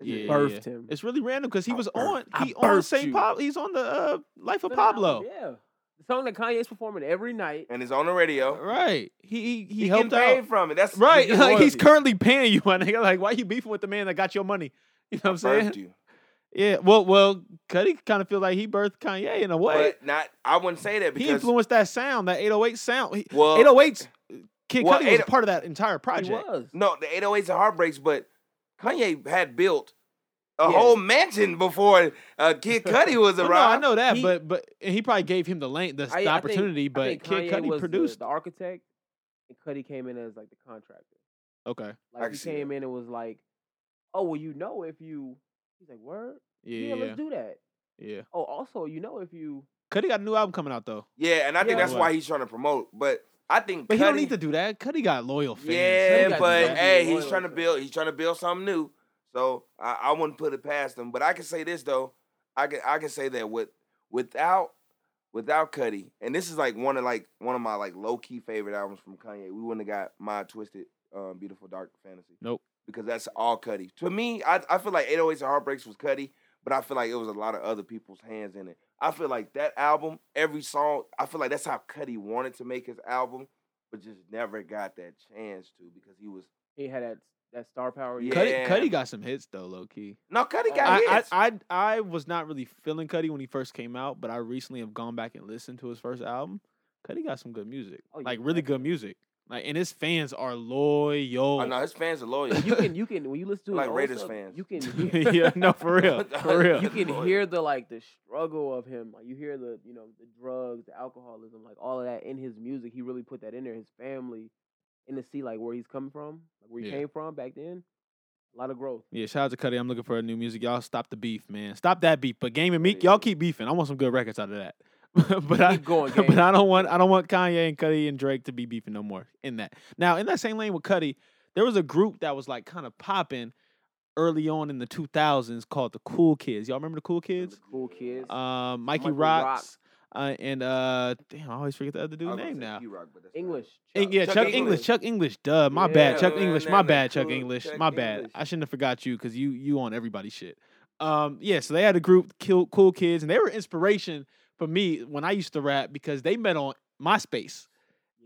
Speaker 1: Yeah,
Speaker 2: Birthed
Speaker 1: yeah.
Speaker 2: him.
Speaker 1: It's really random because he
Speaker 3: I
Speaker 1: was
Speaker 3: birth-
Speaker 1: on
Speaker 2: I
Speaker 1: he on
Speaker 2: birthed
Speaker 1: Saint
Speaker 2: you.
Speaker 1: Pablo. He's on the uh, Life of
Speaker 2: Put it out.
Speaker 1: Pablo.
Speaker 2: Yeah. The song that Kanye's performing every night.
Speaker 3: and it's on the radio.
Speaker 1: Right. He he, he
Speaker 3: He, getting
Speaker 1: helped
Speaker 3: paid
Speaker 1: out.
Speaker 3: from it. That's
Speaker 1: Right.
Speaker 2: getting
Speaker 1: Like he's
Speaker 2: royalties.
Speaker 1: currently paying you, my nigga. Like why you beefing with the man that got your money? You know what I'm saying?
Speaker 3: birthed you.
Speaker 1: Yeah. Well, well, Cuddy kind of feels like he birthed Kanye in a way.
Speaker 3: But not I wouldn't say that
Speaker 1: he
Speaker 3: because
Speaker 1: influenced oh that sound, that 808 sound. He,
Speaker 3: well
Speaker 1: 808s, Kid
Speaker 3: well,
Speaker 1: Cudi was a
Speaker 3: 808
Speaker 1: part of that entire
Speaker 2: oh He
Speaker 1: project.
Speaker 2: was.
Speaker 3: no the 808s and heartbreaks, but Kanye had built a
Speaker 2: Yeah.
Speaker 3: whole mansion before uh, Kid Cudi was
Speaker 1: Well,
Speaker 3: around.
Speaker 1: no, I know that,
Speaker 2: He-
Speaker 1: but but and he probably gave him the lane, the,
Speaker 2: I- I
Speaker 1: the
Speaker 2: think-
Speaker 1: opportunity.
Speaker 2: I think
Speaker 1: but Kid
Speaker 2: Kanye
Speaker 1: Cudi
Speaker 2: was the-
Speaker 1: produced.
Speaker 2: the, architect, and Cuddy came in as like the contractor.
Speaker 1: okay,
Speaker 3: I
Speaker 2: Like
Speaker 3: can
Speaker 2: he
Speaker 3: see
Speaker 2: came in and was like, "Oh well, you know if you." He's like, "Word,
Speaker 1: yeah, yeah,
Speaker 2: let's do that."
Speaker 1: yeah.
Speaker 2: Oh, also, you know if you.
Speaker 1: Cuddy got a new album coming out though,
Speaker 3: Yeah, and I think
Speaker 2: Yeah.
Speaker 3: that's why he's trying to promote. But I think
Speaker 1: but he
Speaker 3: Cudi-
Speaker 1: don't need to do that. Cuddy got loyal fans.
Speaker 2: Cudi
Speaker 3: Yeah,
Speaker 2: got
Speaker 3: but
Speaker 2: exactly
Speaker 3: hey,
Speaker 2: loyal
Speaker 3: he's trying to
Speaker 2: to it.
Speaker 3: build. He's trying to build something new. So I, I wouldn't put it past him. But I can say this though, I can I can say that with without without Cuddy, and this is like one of like one of my like low key favorite albums from Kanye. We wouldn't have got my twisted, um, beautiful dark fantasy.
Speaker 1: Nope.
Speaker 3: Because that's all Cuddy. To me, I I feel like 808s and Heartbreaks was Cuddy, but I feel like it was a lot of other people's hands in it. I feel like that album, every song, I feel like that's how Cuddy wanted to make his album but just never got that chance to because he was
Speaker 2: He had that that star power.
Speaker 3: Yeah.
Speaker 1: Cuddy, Cuddy got some hits though, low key.
Speaker 3: no Cuddy
Speaker 2: Oh,
Speaker 3: got
Speaker 1: I,
Speaker 3: hits.
Speaker 1: I I I was not really feeling Cuddy when he first came out, but I recently have gone back and listened to his first album. Cuddy got some good music,
Speaker 2: Oh, yeah,
Speaker 1: like really good music. Like and his fans are loyal.
Speaker 3: oh no, his fans are loyal.
Speaker 2: You can you can when you listen to his
Speaker 3: Like
Speaker 2: old
Speaker 3: Raiders
Speaker 2: stuff,
Speaker 3: fans.
Speaker 2: You can hear,
Speaker 1: yeah, no, for real, for real.
Speaker 2: you can
Speaker 3: Lord.
Speaker 2: hear the like the struggle of him. Like you hear the you know the drugs, the alcoholism, like all of that in his music. He really put that in there. His family, and to see like where he's coming from, like where he
Speaker 1: Yeah.
Speaker 2: came from back then, a lot of growth.
Speaker 1: Yeah, shout out to Cuddy. I'm looking for a new music. Y'all stop the beef, man. Stop that beef. But Game and Meek,
Speaker 3: Yeah.
Speaker 1: y'all keep beefing. I want some good records out of that. but I,
Speaker 2: Keep going,
Speaker 1: but
Speaker 2: Game.
Speaker 1: I don't want I don't want Kanye and Cuddy and Drake to be beefing no more. In that now, in that same lane with Cuddy, there was a group that was like kind of popping early on in the 2000s called the Cool Kids. Y'all remember the Cool Kids?
Speaker 2: Cool kids.
Speaker 1: Um, Mikey
Speaker 2: Michael
Speaker 1: Rocks uh, and uh, damn, I always forget the other
Speaker 3: I
Speaker 1: dude's
Speaker 3: was gonna
Speaker 1: name
Speaker 3: say
Speaker 1: now.
Speaker 3: P-Rock, but that's not-
Speaker 2: English.
Speaker 1: Eng- yeah, Chuck,
Speaker 3: Chuck
Speaker 1: English.
Speaker 3: English.
Speaker 1: Chuck English. Duh, my
Speaker 2: Yeah,
Speaker 1: bad. Chuck
Speaker 3: man,
Speaker 1: English.
Speaker 3: that
Speaker 1: My
Speaker 3: man
Speaker 1: bad. Chuck
Speaker 3: cool.
Speaker 1: English.
Speaker 3: Chuck
Speaker 1: my bad.
Speaker 3: English.
Speaker 1: I shouldn't have forgot you because you you on everybody's shit. Um, yeah. So they had a group, Kill, Cool Kids, and they were inspiration for me when I used to rap because they met on MySpace.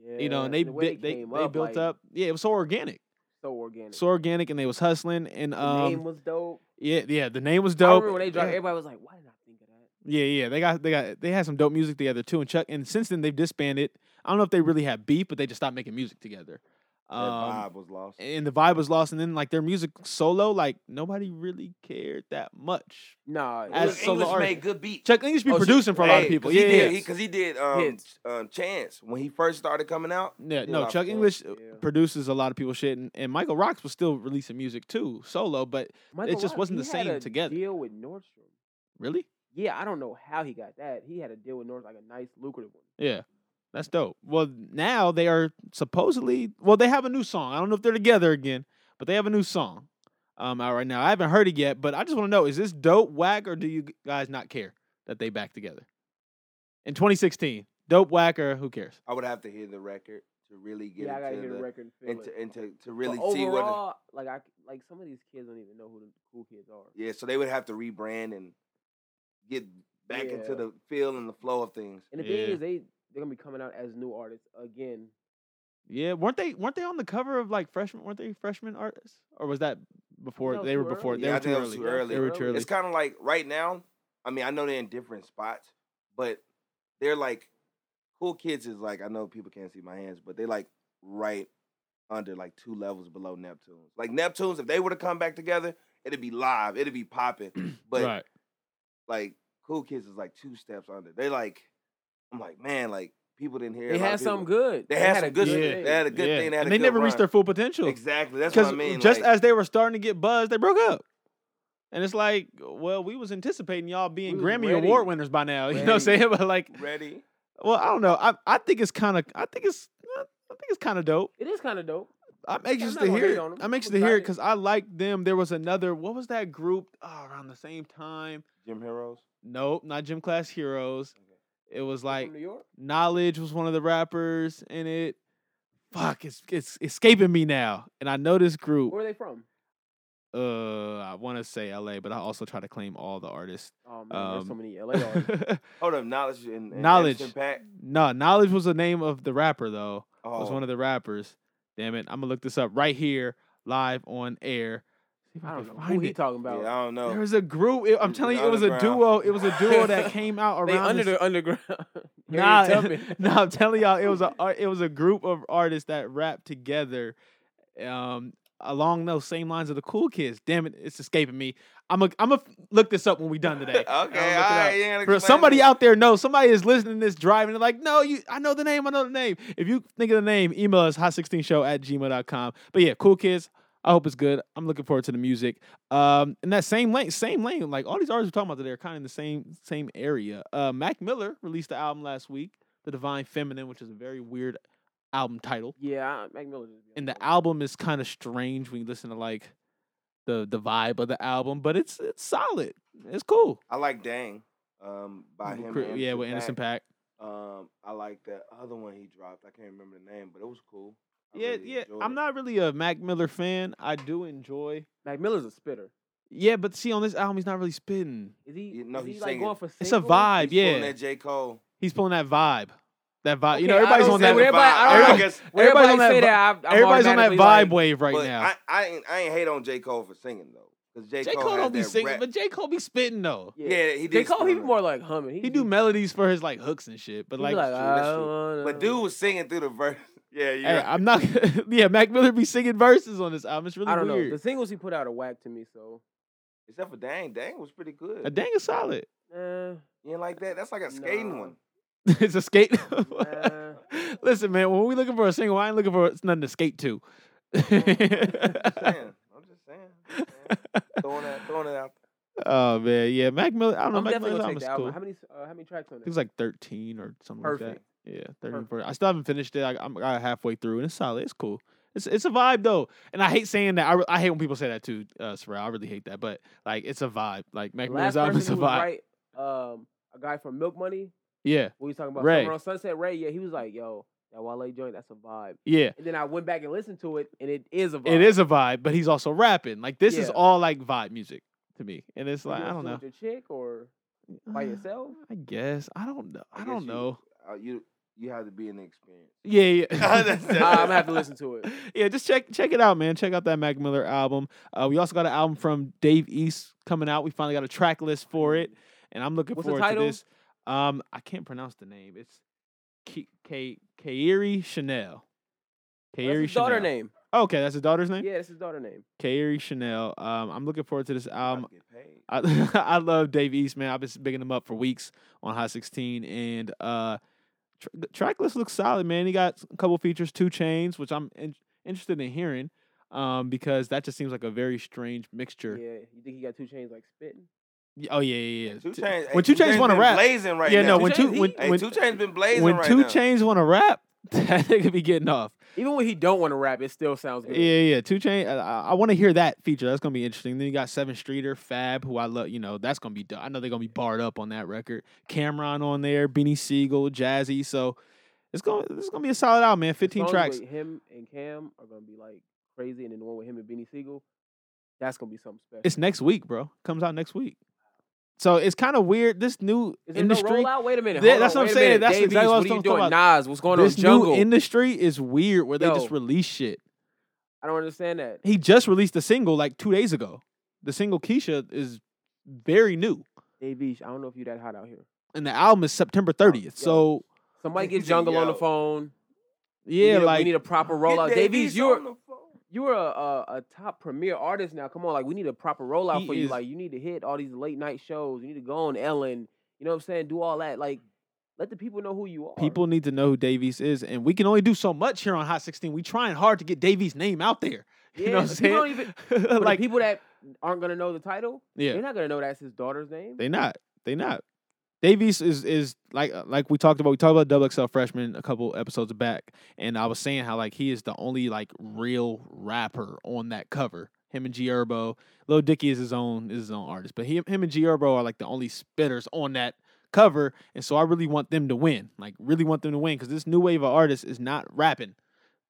Speaker 2: Yeah,
Speaker 1: you know, and they
Speaker 2: the
Speaker 1: bi-
Speaker 2: way
Speaker 1: they, they,
Speaker 2: came
Speaker 1: built
Speaker 2: like,
Speaker 1: up. Yeah, it was so organic,
Speaker 2: so organic.
Speaker 1: so organic, and they was hustling. And
Speaker 2: the
Speaker 1: um,
Speaker 2: name was dope.
Speaker 1: yeah, yeah, the name was
Speaker 2: I
Speaker 1: dope.
Speaker 2: remember when they dropped,
Speaker 1: yeah.
Speaker 2: everybody was like, "Why did I think of that?"
Speaker 1: Yeah, yeah, they got they got they had some dope music together too, and Chuck. And since then they've disbanded. I don't know if they really had beef, but they just stopped making music together.
Speaker 3: that
Speaker 1: Um,
Speaker 3: vibe was lost.
Speaker 1: and the vibe was lost. And then like their music solo, like nobody really cared that much.
Speaker 2: Nah, it
Speaker 1: as
Speaker 3: As
Speaker 2: was-
Speaker 1: solo
Speaker 3: English
Speaker 1: artist.
Speaker 3: made good beats.
Speaker 1: Chuck English be
Speaker 2: Oh, shit.
Speaker 1: producing for a lot of
Speaker 3: Hey,
Speaker 1: people.
Speaker 3: 'cause
Speaker 1: Yeah,
Speaker 3: he
Speaker 1: yeah,
Speaker 3: did, because he, did um,
Speaker 2: Hits.
Speaker 3: um, Chance when he first started coming out.
Speaker 1: yeah.
Speaker 3: did a
Speaker 1: No,
Speaker 3: lot
Speaker 1: Chuck
Speaker 3: for him.
Speaker 1: English uh,
Speaker 2: Yeah.
Speaker 1: produces a lot of people shit, and, and Michael Rocks was still releasing music too solo. But
Speaker 2: Michael
Speaker 1: just
Speaker 2: Rocks,
Speaker 1: wasn't
Speaker 2: he
Speaker 1: the
Speaker 2: had
Speaker 1: same
Speaker 2: a
Speaker 1: together.
Speaker 2: Deal with Nordstrom.
Speaker 1: really,
Speaker 2: Yeah, I don't know how he got that. He had a deal with North, like a nice, lucrative one.
Speaker 1: yeah, that's dope. Well, now they are supposedly well, they have a new song. I don't know if they're together again, but they have a new song um out right now. I haven't heard it yet, but I just want to know: is this dope, whack, or do you guys not care that they back together in 2016? Dope, whack, or who cares?
Speaker 3: I would have to hear the record to really get
Speaker 2: yeah, I gotta
Speaker 3: into
Speaker 2: hear the
Speaker 3: the
Speaker 2: record and feel
Speaker 3: and to,
Speaker 2: it.
Speaker 3: and to, to really
Speaker 2: but
Speaker 3: see what.
Speaker 2: overall, like I, c- like some of these kids don't even know who the cool kids are.
Speaker 3: Yeah, so they would have to rebrand and get back
Speaker 2: Yeah.
Speaker 3: into the feel and the flow of things.
Speaker 2: And the
Speaker 1: Yeah.
Speaker 2: thing is, they they're gonna be coming out as new artists again.
Speaker 1: Yeah, weren't they weren't they on the cover of like freshman? Weren't they freshman artists, or was that before
Speaker 2: No,
Speaker 1: they
Speaker 2: too
Speaker 1: were before?
Speaker 2: early.
Speaker 1: They
Speaker 3: Yeah,
Speaker 1: were
Speaker 3: I
Speaker 1: too
Speaker 3: think that was
Speaker 1: early.
Speaker 3: too early.
Speaker 1: They were too early.
Speaker 3: It's kind of like right now. I mean, I know they're in different spots, but they're like cool kids is like I know people can't see my hands, but they like right under like two levels below Neptunes. Like Neptunes, if they were to come back together, it'd be live, it'd be popping. But
Speaker 1: right.
Speaker 3: like cool kids is like two steps under. They like I'm like man, like people didn't hear. a
Speaker 2: They
Speaker 3: lot of
Speaker 2: had
Speaker 3: people-
Speaker 2: something good.
Speaker 3: They had some
Speaker 2: a
Speaker 3: good.
Speaker 1: Yeah.
Speaker 2: thing.
Speaker 3: They had a good
Speaker 1: yeah.
Speaker 3: thing. They had
Speaker 1: and
Speaker 3: a
Speaker 1: they
Speaker 3: good
Speaker 1: never
Speaker 3: run.
Speaker 1: reached their full potential
Speaker 3: Exactly. That's what
Speaker 1: because
Speaker 3: I mean.
Speaker 1: just
Speaker 3: like,
Speaker 1: as they were starting to get buzz, they broke up. And it's like, well, we was anticipating y'all being
Speaker 2: was
Speaker 1: Grammy
Speaker 2: ready.
Speaker 1: award winners by now. You know what I'm
Speaker 3: Ready.
Speaker 1: saying? But like,
Speaker 3: ready.
Speaker 1: well, I don't know. I I think it's kind of I think it's I think it's kind of dope.
Speaker 2: It is kind of dope.
Speaker 1: I'm anxious
Speaker 2: not
Speaker 1: to
Speaker 2: gonna
Speaker 1: hear.
Speaker 2: hate
Speaker 1: It.
Speaker 2: on 'em.
Speaker 1: I'm anxious
Speaker 2: I'm
Speaker 1: to hear it because
Speaker 2: excited.
Speaker 1: I like them. There was another. What was that group oh, around the same time?
Speaker 3: Jim Heroes.
Speaker 1: Nope, not Gym Class Heroes. It was like
Speaker 2: from New York.
Speaker 1: Knowledge was one of the rappers in it. Fuck, it's it's escaping me now. And I know this group.
Speaker 2: Where are they from?
Speaker 1: Uh, I want to say L.A., but I also try to claim all the artists.
Speaker 2: Oh man, there's so
Speaker 1: Um,
Speaker 2: many LA artists.
Speaker 3: Hold up, knowledge and, and
Speaker 1: Knowledge.
Speaker 3: Impact.
Speaker 1: no, Knowledge was the name of the rapper though.
Speaker 3: Oh,
Speaker 1: was one of the rappers. Damn it, I'm gonna look this up right here live on air. See if
Speaker 2: I
Speaker 1: I,
Speaker 2: don't
Speaker 1: can
Speaker 2: know who
Speaker 1: find
Speaker 2: he
Speaker 1: it.
Speaker 2: talking about.
Speaker 3: Oh, Yeah, I don't know.
Speaker 1: There was a group. it- I'm
Speaker 3: It's
Speaker 1: telling
Speaker 3: an
Speaker 1: you, it was a
Speaker 3: underground.
Speaker 1: duo. It was a duo that came out around.
Speaker 2: they under
Speaker 1: this-
Speaker 2: the underground. Harriet
Speaker 1: Nah,
Speaker 2: Tubman.
Speaker 1: nah, I'm telling y'all, it was a ar- it was a group of artists that rapped together, um, along those same lines of the Cool Kids. Damn it, it's escaping me. I'm a I'm a look this up when we done today.
Speaker 3: Okay,
Speaker 1: I'ma
Speaker 3: all
Speaker 1: look it up.
Speaker 3: right. you gotta
Speaker 1: Bro,
Speaker 3: explain
Speaker 1: somebody
Speaker 3: it.
Speaker 1: out there knows. Somebody is listening to this driving. They're like, no, you. I know the name. I know the name. If you think of the name, email us hot16show at gmail.com. But yeah, cool kids. I hope it's good. I'm looking forward to the music. Um, in that same lane, same lane. Like all these artists we're talking about today are kind of in the same same area. Uh, Mac Miller released the album last week, The Divine Feminine, which is a very weird album title
Speaker 2: Yeah, I- Mac Miller. just be on
Speaker 1: and the
Speaker 2: that.
Speaker 1: album is kind of strange when you listen to like the the vibe of the album, but it's it's solid. It's cool.
Speaker 3: I like Dang. Um, by him.
Speaker 1: Cri-
Speaker 3: and
Speaker 1: yeah, with Anderson
Speaker 3: Paak.
Speaker 1: Pack.
Speaker 3: Um, I like that other one he dropped. I can't remember the name, but it was cool. I
Speaker 1: Yeah,
Speaker 3: really
Speaker 1: yeah.
Speaker 3: enjoyed
Speaker 1: I'm
Speaker 3: it.
Speaker 1: not really a Mac Miller fan. I do enjoy.
Speaker 2: Mac Miller's a spitter.
Speaker 1: Yeah, but see, on this album, he's not really spitting.
Speaker 2: Is he?
Speaker 3: Yeah, no,
Speaker 2: is he
Speaker 3: he's
Speaker 2: like
Speaker 3: singing.
Speaker 2: going for
Speaker 1: It's a
Speaker 2: singles?
Speaker 1: vibe,
Speaker 3: He's pulling
Speaker 1: yeah.
Speaker 3: That J Cole.
Speaker 1: He's pulling that vibe, that vibe. you know,
Speaker 2: Okay, I
Speaker 1: everybody's
Speaker 2: don't
Speaker 1: on
Speaker 2: say
Speaker 1: that.
Speaker 2: whatever,
Speaker 1: vi-
Speaker 2: everybody- I don't
Speaker 1: everybody-
Speaker 2: know.
Speaker 3: guess,
Speaker 2: When
Speaker 1: everybody's on
Speaker 2: everybody say
Speaker 1: that. vi-
Speaker 2: that, I- I'm
Speaker 1: Everybody's on that
Speaker 2: automatically
Speaker 1: vibe
Speaker 2: like-
Speaker 1: wave right
Speaker 3: but
Speaker 1: now.
Speaker 3: I, I ain't I ain't hate on J Cole for singing though, because J.
Speaker 1: J
Speaker 3: Cole,
Speaker 1: Cole
Speaker 3: has
Speaker 1: don't be
Speaker 3: that
Speaker 1: singing,
Speaker 3: rap-
Speaker 1: but J Cole be spitting though.
Speaker 3: yeah, he did.
Speaker 2: J. Cole,
Speaker 3: spit
Speaker 2: he
Speaker 3: on
Speaker 2: be
Speaker 3: it.
Speaker 2: more like humming. He,
Speaker 1: He do melodies for his like hooks and shit, but
Speaker 2: he be
Speaker 1: like,
Speaker 2: like,
Speaker 3: that's true, that's
Speaker 2: "I
Speaker 3: true."
Speaker 2: wanna-"
Speaker 3: But dude was singing through the verse. Yeah, you.
Speaker 1: hey, eh, I'm not. yeah, Mac Miller be singing verses on this album. It's really
Speaker 2: I don't know.
Speaker 1: weird.
Speaker 2: The singles he put out are whack to me. So,
Speaker 3: Except for Dang, Dang was pretty good.
Speaker 1: A dang is solid.
Speaker 2: eh,
Speaker 3: You ain't like that? That's like a skating
Speaker 2: Nah.
Speaker 3: one.
Speaker 1: it's a skate.
Speaker 3: Uh,
Speaker 2: Nah.
Speaker 1: Listen, man, when we looking for a single, I ain't looking for nothing to skate to.
Speaker 3: Just saying. I'm just saying. I'm just saying. throwing that, throwing it out.
Speaker 1: oh man, yeah, Mac Miller. I don't know.
Speaker 2: I'm
Speaker 1: Mac
Speaker 2: definitely
Speaker 1: Miller's
Speaker 2: gonna
Speaker 1: album
Speaker 2: take
Speaker 1: is
Speaker 2: the album.
Speaker 1: cool.
Speaker 2: How many? Uh, how many tracks on
Speaker 1: I think
Speaker 2: it?
Speaker 1: it's like thirteen or something like
Speaker 2: Perfect.
Speaker 1: that. Yeah, thirteen.
Speaker 2: Perfect.
Speaker 1: 14. I still haven't finished it. I, I'm, i halfway through, and it's solid. It's cool. It's it's a vibe though, and I hate saying that. I, re- I hate when people say that too, uh, Sorrell. I really hate that, but like it's a vibe. Like Mac
Speaker 2: The
Speaker 1: Miller's
Speaker 2: last
Speaker 1: album
Speaker 2: person
Speaker 1: is a
Speaker 2: who
Speaker 1: vibe.
Speaker 2: was right, um, a guy from Milk Money.
Speaker 1: Yeah,
Speaker 2: What you talking about?
Speaker 1: Ray.
Speaker 2: Summer on Sunset Ray. Yeah, he was like, "Yo, that Wale joint, that's a vibe."
Speaker 1: yeah.
Speaker 2: And then I went back and listened to it, and it is a vibe.
Speaker 1: It is a vibe, but he's also rapping. Like this is
Speaker 2: Yeah.
Speaker 1: all like vibe music to me, and it's
Speaker 2: You
Speaker 1: like I
Speaker 2: listen
Speaker 1: don't know.
Speaker 2: With your chick or by
Speaker 1: Uh,
Speaker 2: yourself?
Speaker 1: I guess I don't know. I,
Speaker 3: guess
Speaker 1: don't
Speaker 3: you-
Speaker 1: know.
Speaker 3: Uh, you you have to be in the experience.
Speaker 1: Yeah,
Speaker 3: That's-
Speaker 1: yeah.
Speaker 2: Uh, I'm gonna have to listen to it.
Speaker 1: Yeah, just check check it out, man. Check out that Mac Miller album. Uh, we also got an album from Dave East coming out. We finally got a track list for it, and I'm looking
Speaker 2: What's the
Speaker 1: forward
Speaker 2: title?
Speaker 1: to this. Um, I can't pronounce the name. It's K- K- Kairi Chanel.
Speaker 2: That's
Speaker 1: Kairi
Speaker 2: his
Speaker 1: Chanel.
Speaker 2: daughter name.
Speaker 1: Okay, that's his daughter's name.
Speaker 2: Yeah, that's his daughter name.
Speaker 1: Kairi Chanel. Um, I'm looking forward to this
Speaker 3: Um,
Speaker 1: album.
Speaker 3: get paid.
Speaker 1: I, I love Dave East, man. I've been bigging him up for weeks on High 16, and uh, tr- the track list looks solid, man. He got a couple features, two chains, which I'm in- interested in hearing, um, because that just seems like a very strange mixture.
Speaker 2: Yeah, you think he got two chains like spitting?
Speaker 1: Y- Oh yeah, yeah, yeah.
Speaker 3: Two
Speaker 1: T-
Speaker 3: chains. hey,
Speaker 1: when two chains
Speaker 3: Chainz
Speaker 1: want to
Speaker 3: been
Speaker 1: rap,
Speaker 3: blazing right
Speaker 1: yeah, no,
Speaker 3: now.
Speaker 1: when two
Speaker 2: Two Chainz,
Speaker 1: when
Speaker 2: he-
Speaker 3: hey,
Speaker 1: when,
Speaker 3: two chains been blazing
Speaker 1: when
Speaker 3: right
Speaker 1: two
Speaker 3: now.
Speaker 1: chains want to rap, that nigga be getting off.
Speaker 2: Even when he don't want to rap, it still sounds good.
Speaker 1: Yeah, yeah. Two Chain. I, I want to hear that feature. That's gonna be interesting. Then you got Seven Streeter, Fab, who I love. You know, that's gonna be. dope. I know they're gonna be barred up on that record. Cameron on there, Beanie Siegel, Jazzy. So it's gonna it's gonna be a solid album, man.
Speaker 2: The
Speaker 1: Fifteen
Speaker 2: songs
Speaker 1: tracks.
Speaker 2: With him and Cam are gonna be like crazy, and then the one with him and Benny Siegel, that's gonna be something special.
Speaker 1: It's next week, bro. Comes out next week. So it's kind of weird. This new
Speaker 2: Is there
Speaker 1: industry.
Speaker 2: no rollout? Wait a minute.
Speaker 1: Yeah,
Speaker 2: hold
Speaker 1: that's what
Speaker 2: on,
Speaker 1: I'm
Speaker 2: wait a
Speaker 1: saying,
Speaker 2: minute.
Speaker 1: that's
Speaker 2: Dave
Speaker 1: exactly what
Speaker 2: East,
Speaker 1: I
Speaker 2: what
Speaker 1: was
Speaker 2: are you
Speaker 1: talking
Speaker 2: doing?
Speaker 1: about.
Speaker 2: Nas, what's going
Speaker 1: this
Speaker 2: on?
Speaker 1: new
Speaker 2: Jungle.
Speaker 1: industry is weird where they just
Speaker 2: Yo.
Speaker 1: release shit.
Speaker 2: I don't understand that.
Speaker 1: He just released a single like two days ago. The single Keisha is very new,
Speaker 2: Dave East, I don't know if you that hot out here.
Speaker 1: and the album is September 30th. So
Speaker 2: Somebody get
Speaker 3: Yo.
Speaker 2: Jungle on the phone. We
Speaker 1: Yeah,
Speaker 2: need a-
Speaker 1: like
Speaker 2: we need a proper rollout.
Speaker 3: Get
Speaker 2: Dave East, you're
Speaker 3: on the phone.
Speaker 2: you're a, a a top premier artist now. Come on, like we need a proper rollout
Speaker 1: He
Speaker 2: for you.
Speaker 1: is-
Speaker 2: Like you need to hit all these late night shows. You need to go on Ellen. You know what I'm saying? Do all that. Like let the people know who you are.
Speaker 1: people need to know who Davies is, and we can only do so much here on Hot 16. We trying hard to get Davies' name out there.
Speaker 2: yeah,
Speaker 1: you know what I'm
Speaker 2: but people don't
Speaker 1: saying?
Speaker 2: even- but the
Speaker 1: like,
Speaker 2: people that aren't gonna know the title,
Speaker 1: yeah,
Speaker 2: they're not gonna know that's his daughter's name.
Speaker 1: they not, they not. Davies is is like uh, like we talked about. We talked about Double XL freshman a couple episodes back, and I was saying how like he is the only like real rapper on that cover. Him and G Herbo, Lil Dicky is his own is his own artist, but him him and G Herbo are like the only spitters on that cover, and so I really want them to win. Like really want them to win because this new wave of artists is not rapping.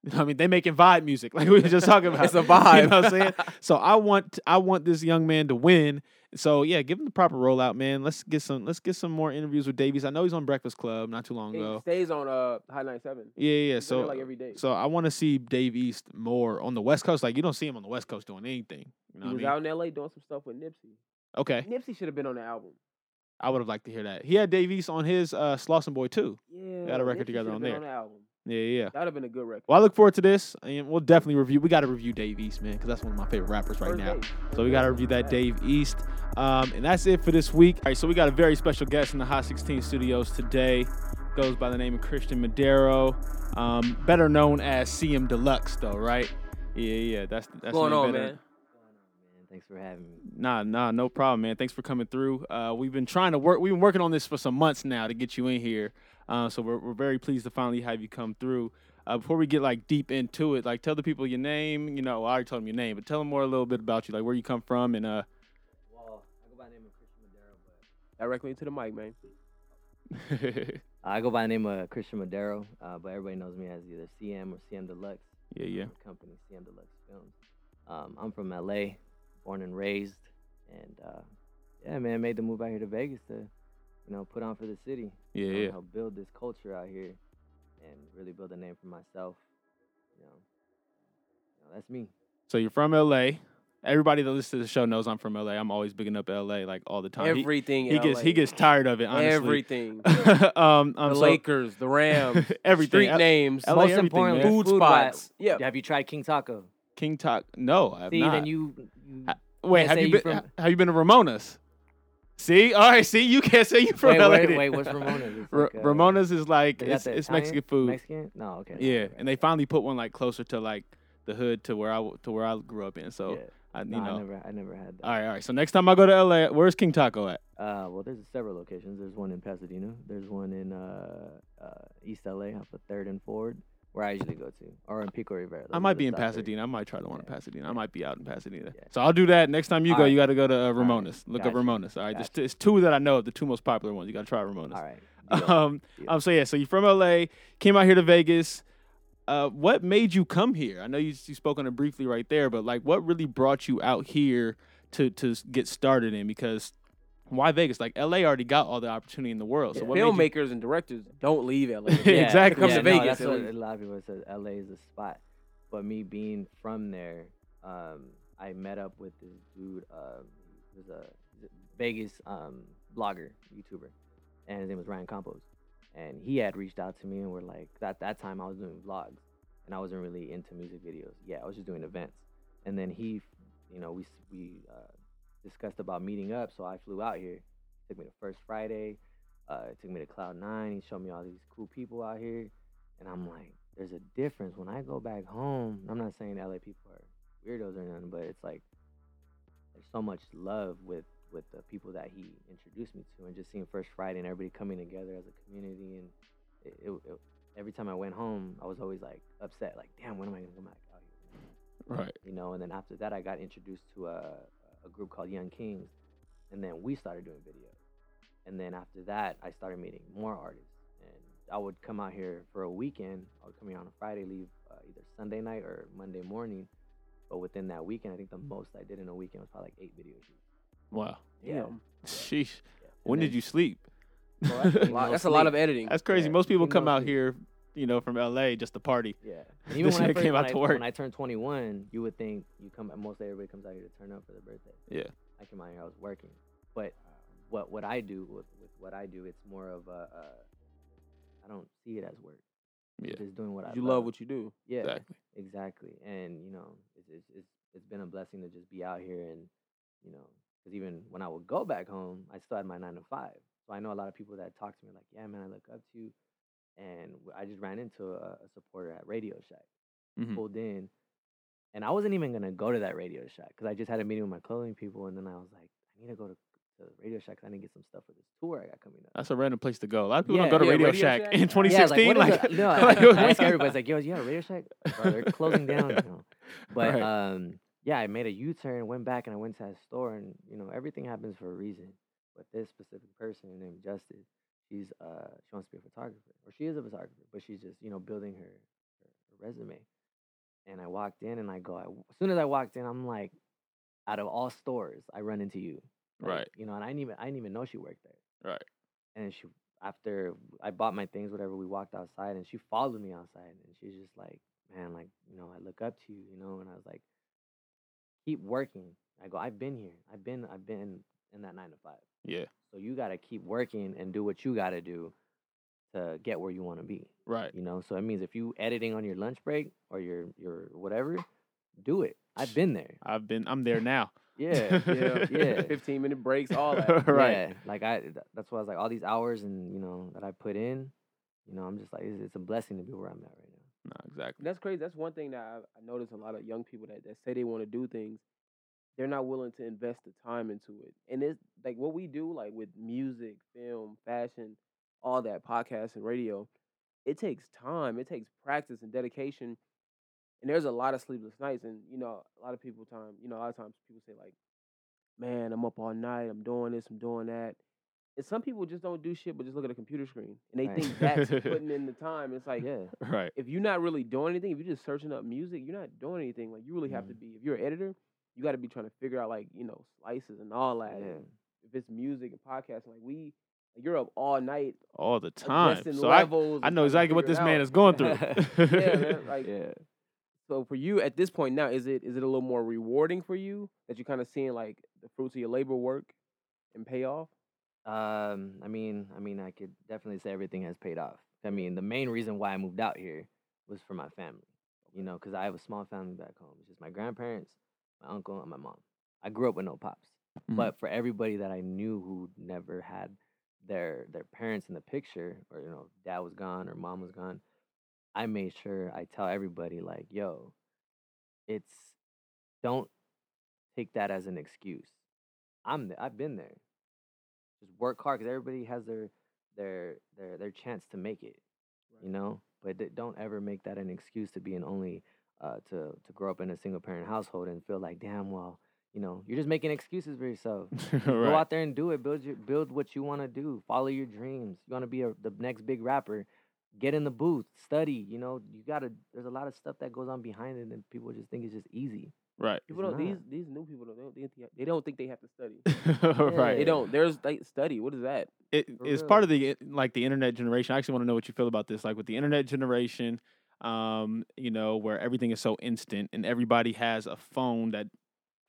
Speaker 1: You know what I mean, they making vibe music like we were just talking about.
Speaker 2: It's a
Speaker 1: You
Speaker 2: vibe.
Speaker 1: know what I'm saying? So I want I want this young man to win, So yeah, give him the proper rollout, man. Let's get some. Let's get some more interviews with Davies. I know he's on Breakfast Club not too long
Speaker 2: He
Speaker 1: ago.
Speaker 2: stays on uh High 97.
Speaker 1: Yeah, yeah. yeah.
Speaker 2: He's on there,
Speaker 1: So
Speaker 2: like every day.
Speaker 1: so I want to see Dave East more on the West Coast. Like you don't see him on the West Coast doing anything. You know
Speaker 2: he
Speaker 1: what I
Speaker 2: was
Speaker 1: mean? Eh.
Speaker 2: out Mm-hmm. in LA doing some stuff with Nipsey.
Speaker 1: Okay,
Speaker 2: Nipsey should have been on the album.
Speaker 1: I would have liked to hear that. He had Dave East on his uh, Slauson Boy too.
Speaker 2: Yeah,
Speaker 1: got a record
Speaker 2: Nipsey
Speaker 1: together
Speaker 2: should've
Speaker 1: on
Speaker 2: been
Speaker 1: there.
Speaker 2: On the album.
Speaker 1: Yeah, yeah. yeah.
Speaker 2: That would have been a good record.
Speaker 1: Well, I look forward to this, and we'll definitely review. We got to review Dave East, man, because that's one of my favorite rappers right
Speaker 2: First
Speaker 1: now.
Speaker 2: day.
Speaker 1: So we got to review that Dave East. Um, and that's it for this week. All right, so we got a very special guest in the Hot 16 studios today. Goes by the name of Christian Madero, um, better known as CM Deluxe, though, right? Yeah, yeah, that's that's
Speaker 2: What's going
Speaker 1: me
Speaker 2: on,
Speaker 1: better-
Speaker 2: man?
Speaker 4: man. Thanks for having me.
Speaker 1: Nah, nah, no problem, man. Thanks for coming through. Uh, we've been trying to work. We've been working on this for some months now to get you in here. Uh, so we're, we're very pleased to finally have you come through. Uh, before we get like deep into it, like tell the people your name. You know, I already told them your name, but tell them more a little bit about you, like where you come from, and uh,
Speaker 4: Well, I go by the name of Christian Madero, but
Speaker 2: Directly into the mic, man.
Speaker 1: yeah,
Speaker 4: I go by the name of Christian Madero, uh, but everybody knows me as either CM or CM Deluxe.
Speaker 1: yeah.
Speaker 4: from the Company CM Deluxe Films. Um, I'm from LA, born and raised, and uh, yeah, man, made the move out here to Vegas to, you know, put on for the city.
Speaker 1: Yeah,
Speaker 4: you know,
Speaker 1: yeah.
Speaker 4: help build this culture out here, and really build a name for myself. You know, you know that's me.
Speaker 1: So you're from LA. Everybody that listens to the show knows I'm from LA. I'm always bigging up LA like all the time. He-
Speaker 2: Everything.
Speaker 1: he, gets he
Speaker 2: LA.
Speaker 1: gets tired of it. Honestly,
Speaker 2: everything.
Speaker 1: um, um,
Speaker 2: the
Speaker 1: so-
Speaker 2: Lakers, the Rams,
Speaker 1: everything.
Speaker 2: street
Speaker 1: L-
Speaker 2: names,
Speaker 1: LA
Speaker 4: Most
Speaker 1: everything,
Speaker 4: importantly,
Speaker 1: man.
Speaker 2: food
Speaker 4: food-wise,
Speaker 2: spots. Yeah.
Speaker 4: Have you tried King Taco?
Speaker 1: King Talk. No, I've
Speaker 4: See,
Speaker 1: not.
Speaker 4: then you, you
Speaker 1: I- Wait,
Speaker 4: Can't
Speaker 1: have
Speaker 4: say
Speaker 1: you
Speaker 4: you
Speaker 1: been?
Speaker 4: from-
Speaker 1: Have you been to Ramona's? See, all right. See, you can't say you from
Speaker 4: wait,
Speaker 1: LA.
Speaker 4: wait,
Speaker 1: then.
Speaker 4: wait, what's Ramona's? It's
Speaker 1: Ra-
Speaker 4: like, uh,
Speaker 1: Ramona's is like
Speaker 4: Is that
Speaker 1: it's,
Speaker 4: the
Speaker 1: it's
Speaker 4: Italian?
Speaker 1: Mexican food.
Speaker 4: Mexican? No, okay. no,
Speaker 1: yeah,
Speaker 4: right,
Speaker 1: and they
Speaker 4: right.
Speaker 1: finally put one like closer to like the hood to where I w- to where I grew up in. So
Speaker 4: Yeah.
Speaker 1: I, you
Speaker 4: Nah,
Speaker 1: know.
Speaker 4: I never, I never had that.
Speaker 1: All right, all right. So next time I go to LA, where's King Taco at?
Speaker 4: Uh, well, there's several locations. There's one in Pasadena. There's one in uh, uh, East LA off of Third and Ford, where I usually go to, or in Pico Rivera. Those
Speaker 1: I
Speaker 4: are
Speaker 1: might
Speaker 4: the
Speaker 1: be in
Speaker 4: top three.
Speaker 1: Pasadena. I might try to one in
Speaker 4: Yeah.
Speaker 1: Pasadena. I might be out in Pasadena.
Speaker 4: Yeah.
Speaker 1: So I'll do that next time you
Speaker 4: All
Speaker 1: go.
Speaker 4: right.
Speaker 1: You got to go to uh,
Speaker 4: right.
Speaker 1: Ramona's. Look up
Speaker 4: Gotcha.
Speaker 1: Ramona's. All right, there's t- it's two that I know of, the two most popular ones. You got to try Ramona's.
Speaker 4: All right. deal.
Speaker 1: Um,
Speaker 4: Deal.
Speaker 1: um, so yeah, so you're from LA, came out here to Vegas. Uh, what made you come here? I know you, you spoke on it briefly right there, but like, what really brought you out here to to s- get started in? Because why Vegas? Like, LA already got all the opportunity in the world. So
Speaker 4: Yeah.
Speaker 1: what made you-
Speaker 2: Filmmakers and directors don't leave LA.
Speaker 1: Yeah, exactly.
Speaker 2: Come to
Speaker 4: yeah, no,
Speaker 2: Vegas.
Speaker 4: that's
Speaker 2: at
Speaker 4: what
Speaker 2: least.
Speaker 4: a lot of people said. LA is a spot, but me being from there, um, I met up with this dude. Um, he was a Vegas um, blogger, YouTuber, and his name was Ryan Campos. And he had reached out to me, and we're like, that that time I was doing vlogs, and I wasn't really into music videos. Yeah, I was just doing events. And then he, you know, we s- we uh, discussed about meeting up, so I flew out here. Took me to First Friday. Uh, took me to Cloud Nine. He showed me all these cool people out here, and I'm like, there's a difference when I go back home. I'm not saying LA people are weirdos or nothing, but it's like there's so much love with with the people that he introduced me to, and just seeing First Friday and everybody coming together as a community, and it, it, it- every time I went home, I was always like upset, like, damn, when am I gonna come back out here?
Speaker 1: right?
Speaker 4: you know. And then after that, I got introduced to a, a group called Young Kings, and then we started doing video. And then after that, I started meeting more artists, and I would come out here for a weekend. I would come here on a Friday, leave uh, either Sunday night or Monday morning. But within that weekend, I think the most I did in a weekend was probably like eight video shoots.
Speaker 1: Wow,
Speaker 2: Damn.
Speaker 1: sheesh.
Speaker 4: Yeah.
Speaker 1: When
Speaker 4: And
Speaker 1: did you sleep?
Speaker 4: Well, that's
Speaker 2: A lot- That's a lot of editing.
Speaker 1: That's crazy.
Speaker 4: Yeah,
Speaker 1: Most people
Speaker 4: you
Speaker 1: come
Speaker 4: know,
Speaker 1: out
Speaker 4: too.
Speaker 1: here, you know, from LA just to party.
Speaker 4: Yeah. And
Speaker 1: This
Speaker 4: when I
Speaker 1: nigga
Speaker 4: first-
Speaker 1: came out
Speaker 4: when I-
Speaker 1: to work.
Speaker 4: When I turned 21, you would think you come. Most everybody comes out here to turn up for their birthday.
Speaker 1: Yeah.
Speaker 4: I came out here. I was working, but uh, what what I do with, with what I do, it's more of a. a I don't see it as work.
Speaker 1: Yeah.
Speaker 4: It's just doing what I
Speaker 2: You love what you do.
Speaker 4: yeah.
Speaker 1: Exactly.
Speaker 4: Exactly, and you know, it's it's it's, it's been a blessing to just be out here and you know, because even when I would go back home, I still had my nine to five. So I know a lot of people that talk to me like, "Yeah, man, I look up to you," and w- I just ran into a, a supporter at Radio Shack,
Speaker 1: Mhm.
Speaker 4: pulled in, and I wasn't even gonna go to that Radio Shack because I just had a meeting with my clothing people, and then I was like, "I need to go to." to Radio Shack, 'cause I need to get some stuff for this tour I got coming up.
Speaker 1: That's a random place to go. A lot of people don't
Speaker 4: Yeah,
Speaker 1: go to
Speaker 2: yeah,
Speaker 1: Radio,
Speaker 2: Radio
Speaker 1: Shack,
Speaker 2: Shack.
Speaker 1: in
Speaker 2: Yeah,
Speaker 4: Yeah, like,
Speaker 1: 2016.
Speaker 4: what is
Speaker 1: like,
Speaker 4: it? no, I,
Speaker 1: like,
Speaker 4: I ask
Speaker 1: what-
Speaker 4: everybody's like, "Yo, you got a Radio Shack?" Bro, they're closing down now. But
Speaker 1: Right.
Speaker 4: um, yeah, I made a U turn, went back, and I went to that store, and you know everything happens for a reason. But this specific person named Justice, she's uh, she wants to be a photographer, or she is a photographer, but she's just you know building her her, her resume. And I walked in, and I go, I, as soon as I walked in, I'm like, out of all stores, I run into you. like,
Speaker 1: Right.
Speaker 4: You know, and I didn't even I didn't even know she worked there.
Speaker 1: Right.
Speaker 4: And then she after I bought my things, whatever, we walked outside and she followed me outside and she's just like, Man, like, you know, I look up to you, you know, and I was like, Keep working. I go, I've been here. I've been I've been in that nine to five.
Speaker 1: Yeah.
Speaker 4: So you gotta keep working and do what you gotta do to get where you wanna be
Speaker 1: Right.
Speaker 4: you know so it means if you editing on your lunch break or your your whatever do it i've been there
Speaker 1: I've been. I'm there now.
Speaker 4: yeah
Speaker 2: Yeah,
Speaker 4: Yeah.
Speaker 2: Fifteen minute breaks, all that.
Speaker 1: right.
Speaker 4: yeah. like i th- that's why i was like all these hours and you know that i put in you know i'm just like it's, it's a blessing to be where i'm at right now
Speaker 1: No, exactly.
Speaker 2: That's crazy. That's one thing that I, I notice a lot of young people that, that say they want to do things, they're not willing to invest the time into it. And it's like what we do, like with music, film, fashion, all that, podcast and radio, it takes time, it takes practice and dedication. And there's a lot of sleepless nights. And, you know, a lot of people time, you know, a lot of times people say like, man, I'm up all night, I'm doing this, I'm doing that. And some people just don't do shit but just look at a computer screen. And they
Speaker 4: Right.
Speaker 2: think that's putting in the time. It's like,
Speaker 4: yeah
Speaker 1: Right.
Speaker 2: if you're not really doing anything, if you're just searching up music, you're not doing anything. Like you really have to
Speaker 1: Mm-hmm.
Speaker 2: be. If you're an editor, you got to be trying to figure out like you know slices and all that.
Speaker 4: yeah
Speaker 2: and If it's music and podcasting, like we, like, you're up all night
Speaker 1: All the time.
Speaker 2: adjusting
Speaker 1: So I,
Speaker 2: levels.
Speaker 1: I
Speaker 2: and
Speaker 1: know
Speaker 2: trying to
Speaker 1: exactly what
Speaker 2: figure it
Speaker 1: this man
Speaker 2: out.
Speaker 1: is going through.
Speaker 2: yeah, man. Like
Speaker 4: yeah
Speaker 2: so for you at this point now, is it is it a little more rewarding for you that you're kind of seeing like the fruits of your labor work and payoff?
Speaker 4: Um, I mean, I mean, I could definitely say everything has paid off. I mean, the main reason why I moved out here was for my family, you know, because I have a small family back home. It's just my grandparents, my uncle, and my mom. I grew up with no pops,
Speaker 1: Mhm.
Speaker 2: Mm-hmm.
Speaker 4: but for everybody that I knew who never had their their parents in the picture, or you know, dad was gone or mom was gone, I made sure I tell everybody like, yo, it's don't take that as an excuse. I'm th- I've been there. Just work hard because everybody has their their their their chance to make it, you know. But th- don't ever make that an excuse to be an only uh, to to grow up in a single parent household and feel like damn well, you know, you're just making excuses for yourself. Go
Speaker 1: right.
Speaker 4: out there and do it. Build your build what you want to do. Follow your dreams. You want to be a, the next big rapper. Get in the booth. Study. You know, you gotta. There's a lot of stuff that goes on behind it, and people just think it's just easy.
Speaker 1: Right.
Speaker 2: People don't.
Speaker 4: not.
Speaker 2: These these new people don't. They don't, think they- they don't think they have to study.
Speaker 1: right.
Speaker 2: They
Speaker 4: Yeah.
Speaker 2: don't. There's like study. What is that?
Speaker 1: it,
Speaker 4: For
Speaker 1: it's part
Speaker 4: real.
Speaker 1: of the eh, like the internet generation. I actually want to know what you feel about this. Like with the internet generation, um, you know, where everything is so instant and everybody has a phone that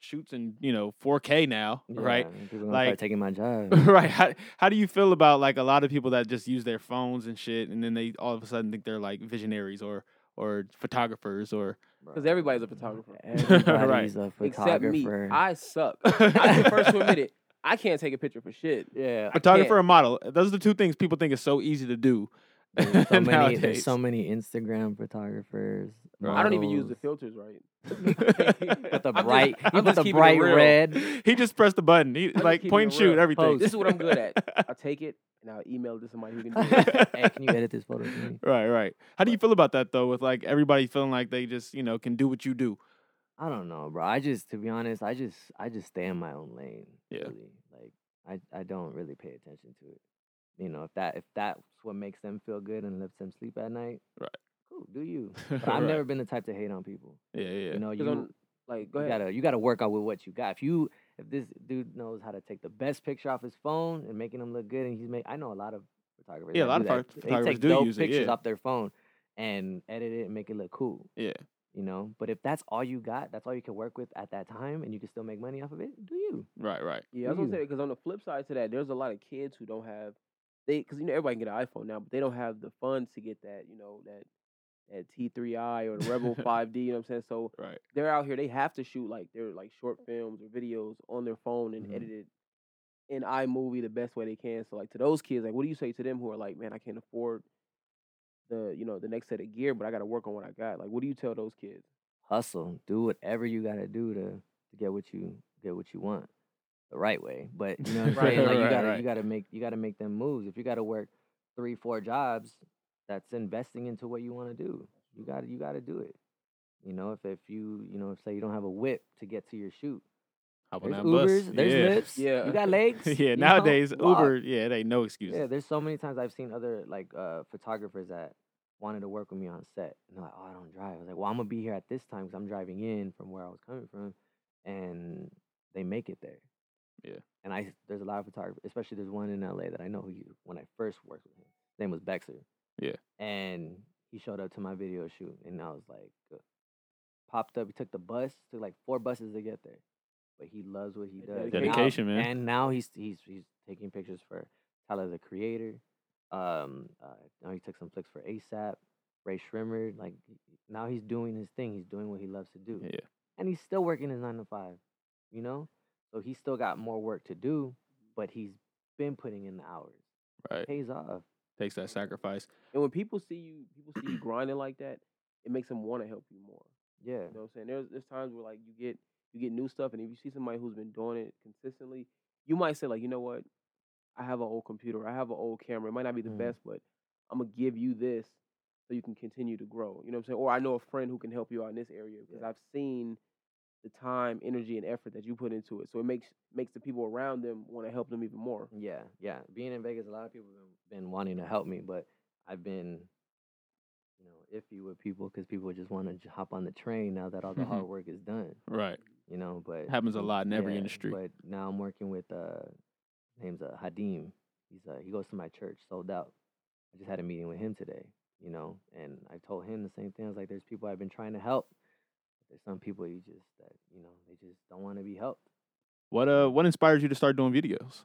Speaker 1: shoots in you know 4K now, right?
Speaker 4: Yeah, and People gonna start
Speaker 1: Like-
Speaker 4: taking my job.
Speaker 1: right. How, how do you feel about like a lot of people that just use their phones and shit, and then they all of a sudden think they're like visionaries or or photographers or
Speaker 2: Because everybody's a photographer.
Speaker 4: Everybody's a
Speaker 2: Except me.
Speaker 4: photographer.
Speaker 2: I suck. I'm the first to admit it. I can't take a picture for shit.
Speaker 4: yeah.
Speaker 1: photographer
Speaker 2: can't.
Speaker 1: and model. Those are the two things people think is so easy to do.
Speaker 4: There's so, many,
Speaker 1: nowadays.
Speaker 4: there's so many Instagram photographers.
Speaker 1: Right.
Speaker 2: I don't even use the
Speaker 4: models.
Speaker 2: filters right.
Speaker 4: Put the
Speaker 2: I'm just-
Speaker 4: bright,
Speaker 2: I'm
Speaker 4: you
Speaker 2: just
Speaker 4: put the
Speaker 2: keeping it
Speaker 4: bright
Speaker 2: real.
Speaker 4: red.
Speaker 1: he just pressed the button. He
Speaker 2: just
Speaker 1: like
Speaker 2: keeping
Speaker 1: point
Speaker 2: it
Speaker 1: and shoot
Speaker 2: real.
Speaker 1: everything.
Speaker 4: Pose.
Speaker 2: This is what I'm good at. I'll take it and I'll email it to somebody who can do it.
Speaker 4: hey, can you edit this photo for me?
Speaker 1: Right, right. How do you feel about that though? With like everybody feeling like they just you know can do what you do.
Speaker 4: I don't know, bro. I just, to be honest, I just, I just stay in my own lane.
Speaker 1: Yeah.
Speaker 4: Really. Like, I, I don't really pay attention to it. You know, if that, if that's what makes them feel good and lets them sleep at night,
Speaker 1: Right.
Speaker 4: Cool, do you?
Speaker 1: right.
Speaker 4: But I've never been the type to hate on people.
Speaker 1: Yeah, yeah.
Speaker 4: You know, you, eh,
Speaker 2: 'Cause I'm- like, go
Speaker 4: you
Speaker 2: ahead.
Speaker 4: gotta you gotta work out with what you got. If you if this dude knows how to take the best picture off his phone and making them look good, and he's make I know a lot of photographers.
Speaker 1: Yeah, a
Speaker 4: that
Speaker 1: lot of
Speaker 4: do that.
Speaker 1: phot-
Speaker 4: They
Speaker 1: photographers
Speaker 4: take
Speaker 1: do
Speaker 4: dope
Speaker 1: use it,
Speaker 4: pictures
Speaker 1: yeah.
Speaker 4: off their phone and edit it and make it look cool.
Speaker 1: Yeah.
Speaker 4: You know, but if that's all you got, that's all you can work with at that time, and you can still make money off of it. Do you?
Speaker 1: Right, right.
Speaker 2: Yeah, I was gonna
Speaker 4: you.
Speaker 2: say because on the flip side to that, there's a lot of kids who don't have they because you know everybody can get an iPhone now, but they don't have the funds to get that you know that that T3i or the Rebel 5D. You know what I'm saying? So
Speaker 1: Right.
Speaker 2: they're out here. They have to shoot like their like short films or videos on their phone and
Speaker 4: Mhm.
Speaker 2: edit it in iMovie the best way they can. So like to those kids, like what do you say to them who are like, man, I can't afford the you know the next set of gear, but I got to work on what I got. Like what do you tell those kids?
Speaker 4: Hustle. Do whatever you gotta do to to get what you get what you want the right way. But you know what I'm
Speaker 2: Right,
Speaker 4: saying? Like
Speaker 1: right,
Speaker 4: you gotta
Speaker 1: right.
Speaker 4: you gotta make you gotta make them moves. If you gotta work three, four jobs, that's investing into what you wanna do. You gotta you gotta do it. You know, if if you you know, if say you don't have a whip to get to your shoot.
Speaker 1: Hop on
Speaker 4: There's
Speaker 1: that
Speaker 4: Ubers,
Speaker 1: bus.
Speaker 4: there's
Speaker 1: yeah.
Speaker 4: lips,
Speaker 2: Yeah.
Speaker 4: you got legs.
Speaker 1: yeah,
Speaker 4: you know?
Speaker 1: nowadays
Speaker 4: Walk.
Speaker 1: Uber, yeah, it ain't no excuse.
Speaker 4: Yeah, there's so many times I've seen other like uh, photographers that wanted to work with me on set, and they're like, "Oh, I don't drive." I was like, "Well, I'm gonna be here at this time because I'm driving in from where I was coming from," and they make it there.
Speaker 1: Yeah.
Speaker 4: And I there's a lot of photographers, especially there's one in LA that I know who you when I first worked with him. His name was Bexer.
Speaker 1: Yeah.
Speaker 4: And he showed up to my video shoot, and I was like, uh, popped up. He took the bus, took like four buses to get there, but he loves what he
Speaker 2: That
Speaker 4: does. Now-
Speaker 1: Dedication, man.
Speaker 4: And now he's he's he's taking pictures for Tyler the Creator. Um, uh, now he took some flicks for ASAP, Ray Shrimmer. Like now he's doing his thing. He's doing what he loves to do
Speaker 1: Yeah.
Speaker 4: and he's still working his nine to five, you know? So he's still got more work to do, but he's been putting in the hours.
Speaker 1: Right.
Speaker 4: Pays off.
Speaker 1: Takes that sacrifice.
Speaker 2: And when people see you, people see you grinding like that, it makes them want to help you more.
Speaker 4: Yeah.
Speaker 2: You know what I'm saying? There's there's times where like you get you get new stuff, and if you see somebody who's been doing it consistently, you might say like, you know what, I have an old computer, I have an old camera. It might not be the
Speaker 4: Mhm.
Speaker 2: best, but I'm gonna give you this so you can continue to grow. You know what I'm saying? Or I know a friend who can help you out in this area because
Speaker 4: Yeah.
Speaker 2: I've seen the time, energy, and effort that you put into it. So it makes makes the people around them want to help them even more.
Speaker 4: Yeah. Yeah. Being in Vegas, a lot of people have been, been wanting to help me, but I've been, you know, iffy with people because people just want to j- hop on the train now that all the hard work is done,
Speaker 1: Right.
Speaker 4: you know? But
Speaker 1: Happens a
Speaker 4: he-
Speaker 1: lot in every industry.
Speaker 4: But now I'm working with, uh, name's uh, Hadim. He's uh, he goes to my church, sold out. I just had a meeting with him today, you know, and I told him the same thing. I was like, "There's people I've been trying to help. There's some people you just that you know they just don't want to be helped."
Speaker 1: What uh what inspired you to start doing videos?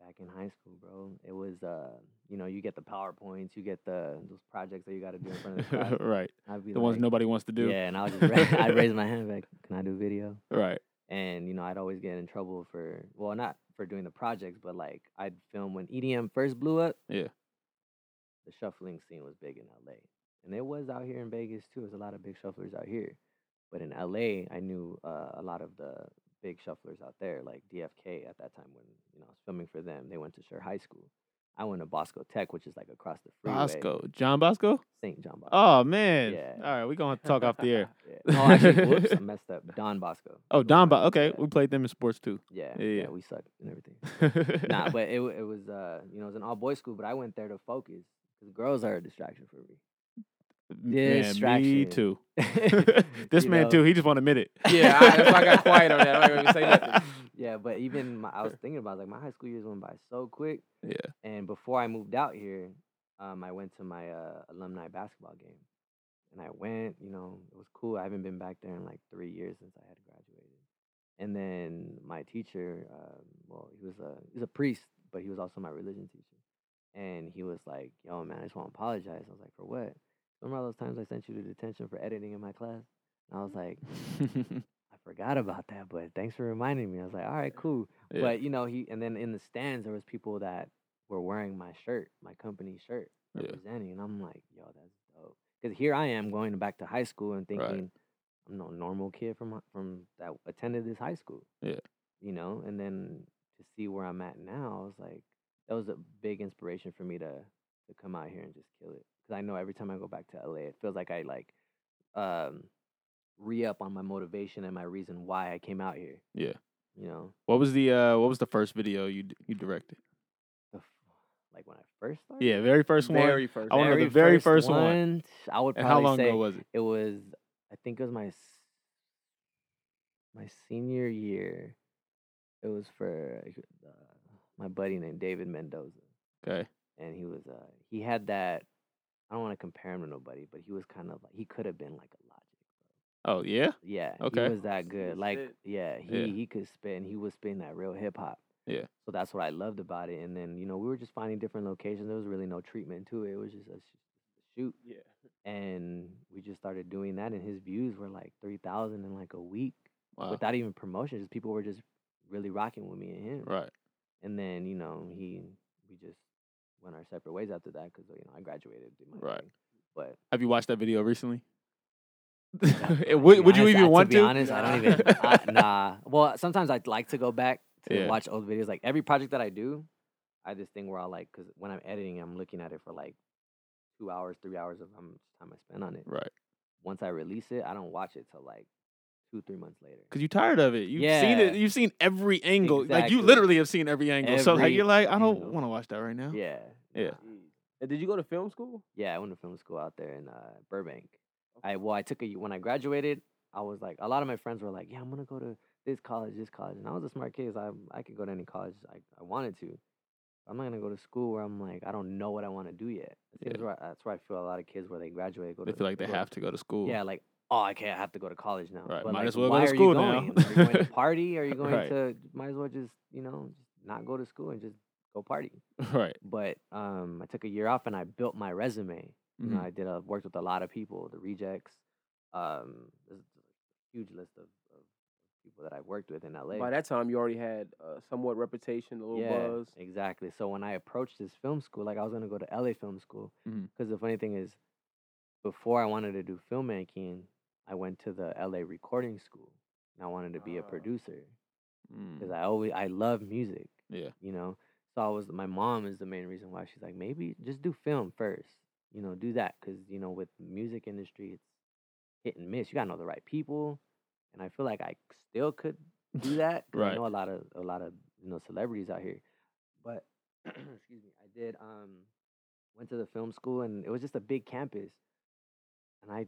Speaker 4: Back in high school, bro, it was uh, you know, you get the powerpoints, you get the those projects that you got to do in front of the class.
Speaker 1: right.
Speaker 4: I'd be
Speaker 1: The ones
Speaker 4: like-
Speaker 1: nobody wants to do.
Speaker 4: Yeah, and I was just ra- I'd raise my hand like, "Can I do video?"
Speaker 1: Right.
Speaker 4: and you know I'd always get in trouble for well not for doing the projects but like I'd film when EDM first blew up.
Speaker 1: Yeah.
Speaker 4: The shuffling scene was big in LA. And it was out here in Vegas too. There's a lot of big shufflers out here. But in LA, I knew uh, a lot of the big shufflers out there like DFK at that time when you know I was filming for them. They went to Sure High School. I went to Bosco Tech, which is like across the freeway.
Speaker 1: Bosco. John Bosco?
Speaker 4: St. John Bosco.
Speaker 1: Oh man.
Speaker 4: Yeah.
Speaker 1: All right, we're gonna have to talk off the air.
Speaker 4: Yeah. No, actually, whoops, I messed up. Don Bosco.
Speaker 1: Oh,
Speaker 4: was
Speaker 1: Don
Speaker 4: my-
Speaker 1: Bo- okay.
Speaker 4: yeah,
Speaker 1: We played them in sports too.
Speaker 4: yeah,
Speaker 1: yeah, yeah.
Speaker 4: yeah, we sucked and everything. nah, but it, wa- it was uh, you know, it was an all boys school, but I went there to focus because girls are a distraction for
Speaker 1: man, me
Speaker 4: distraction.
Speaker 1: too.
Speaker 4: me.
Speaker 1: this
Speaker 4: You
Speaker 1: man
Speaker 4: know?
Speaker 1: too, he just won't admit it.
Speaker 2: Yeah, I- that's why I got quiet on that. I'm not even gonna say nothing.
Speaker 4: yeah, but even my, I was thinking about like my high school years went by so quick,
Speaker 1: Yeah.
Speaker 4: and before I moved out here, um, I went to my uh, alumni basketball game, and I went. You know, it was cool. I haven't been back there in like three years since I had graduated. And then my teacher, um, well, he was a he was a priest, but he was also my religion teacher, and he was like, "Yo, man, I just want to apologize." I was like, "For what?" Remember all those times I sent you to detention for editing in my class? And I was like, I forgot about that, but thanks for reminding me. I was like, all right, cool.
Speaker 1: Yeah.
Speaker 4: But you know, he and then in the stands there was people that were wearing my shirt, my company shirt,
Speaker 1: Yeah.
Speaker 4: representing, and I'm like, yo, that's dope. Because here I am going back to high school and
Speaker 1: Right.
Speaker 4: thinking I'm no normal kid from hi- from that attended this high school.
Speaker 1: Yeah.
Speaker 4: you know, and then to see where I'm at now, I was like, that was a big inspiration for me to to come out here and just kill it. Because I know every time I go back to LA, it feels like I like um re up on my motivation and my reason why I came out here.
Speaker 1: Yeah.
Speaker 4: you know.
Speaker 1: What was the uh what was the first video you d- you directed?
Speaker 4: the f- like when I first started.
Speaker 1: Yeah, very first one.
Speaker 2: Very first.
Speaker 1: I wanna know the very first one.
Speaker 4: I would
Speaker 1: and how
Speaker 4: probably
Speaker 1: long
Speaker 4: say
Speaker 1: ago was it?
Speaker 4: it was. I think it was my s- my senior year. It was for uh, my buddy named David Mendoza,
Speaker 1: Okay.
Speaker 4: and he was uh he had that. I don't want to compare him to nobody, but he was kind of like he could have been like a Logic.
Speaker 1: Oh yeah?
Speaker 4: Yeah,
Speaker 1: Okay.
Speaker 4: he was that
Speaker 2: See
Speaker 4: good.
Speaker 2: the
Speaker 4: Like,
Speaker 2: spit.
Speaker 4: yeah, he
Speaker 1: Yeah.
Speaker 4: he could spit, and he was spitting that real hip hop.
Speaker 1: Yeah.
Speaker 4: So that's what I loved about it. And then you know we were just finding different locations. There was really no treatment to it. It was just a sh- shoot,
Speaker 2: Yeah.
Speaker 4: and we just started doing that. And his views were like three thousand in like a week
Speaker 1: Wow.
Speaker 4: without even promotion. Just people were just really rocking with me and him.
Speaker 1: Right.
Speaker 4: And then you know he we just went our separate ways after that because you know I graduated. Did my
Speaker 1: Right.
Speaker 4: thing. But
Speaker 1: Have you watched that video recently?
Speaker 4: Yeah,
Speaker 1: would,
Speaker 4: be
Speaker 1: would you
Speaker 4: honest, I-
Speaker 1: even want
Speaker 4: to? Be honest, I don't even.
Speaker 1: Nah.
Speaker 4: I, nah. Well, sometimes I'd like to go back to
Speaker 1: Yeah.
Speaker 4: watch old videos. Like every project that I do, I have this thing where I like because when I'm editing, I'm looking at it for like two hours, three hours of how much time I spend on it.
Speaker 1: Right.
Speaker 4: Once I release it, I don't watch it till like two, three months later.
Speaker 1: Cause you're tired of it. You've seen
Speaker 4: Yeah.
Speaker 1: it. You've seen every angle. Like you
Speaker 4: Exactly.
Speaker 1: literally have seen every angle. so like
Speaker 4: Every
Speaker 1: you're like, I don't
Speaker 4: angle.
Speaker 1: want to watch that right now.
Speaker 4: Yeah.
Speaker 1: Yeah.
Speaker 4: nah.
Speaker 2: And did you go to film school?
Speaker 4: Yeah, I went to film school out there in uh, Burbank. I well, I took a y- when I graduated. I was like, a lot of my friends were like, "Yeah, I'm gonna go to this college, this college. And I was a smart kid, so I I could go to any college I, I wanted to. I'm not gonna go to school where I'm like I don't know what I want to do yet. I think
Speaker 1: Yeah.
Speaker 4: that's, where I, that's where I feel a lot of kids where they graduate go
Speaker 1: They
Speaker 4: to
Speaker 1: feel like they
Speaker 4: go-
Speaker 1: have to go to school.
Speaker 4: Yeah, like oh, okay, I have to go to college now.
Speaker 1: Right,
Speaker 4: But
Speaker 1: might
Speaker 4: like,
Speaker 1: as well go
Speaker 4: why
Speaker 1: to
Speaker 4: are you
Speaker 1: school now.
Speaker 4: going? Are you going to party? Are you going
Speaker 1: Right.
Speaker 4: to? Might as well just you know just not go to school and just go party.
Speaker 1: right.
Speaker 4: But um, I took a year off and I built my resume. You
Speaker 2: Mm-hmm.
Speaker 4: know,
Speaker 1: Mhm.
Speaker 4: I did a, worked with a lot of people, the rejects. Um, there's a huge list of, of people that I've worked with in LA.
Speaker 2: By that time, you already had uh, somewhat reputation, a little buzz.
Speaker 4: exactly. So when I approached this film school, like I was gonna go to LA Film School,
Speaker 2: Mm-hmm.
Speaker 1: Mhm.
Speaker 4: because the funny thing is, before I wanted to do filmmaking, I went to the LA Recording School, and I wanted to be a
Speaker 2: Ah.
Speaker 4: producer
Speaker 1: Mm.
Speaker 4: because I always I love music.
Speaker 1: Yeah.
Speaker 4: you know. So I was my mom is the main reason why she's like maybe just do film first, you know, do that because you know with music industry it's hit and miss. You gotta know the right people, and I feel like I still could do that. 'cause
Speaker 1: Right.
Speaker 4: I know a lot of a lot of you know celebrities out here, but excuse me, I did um went to the film school and it was just a big campus, and I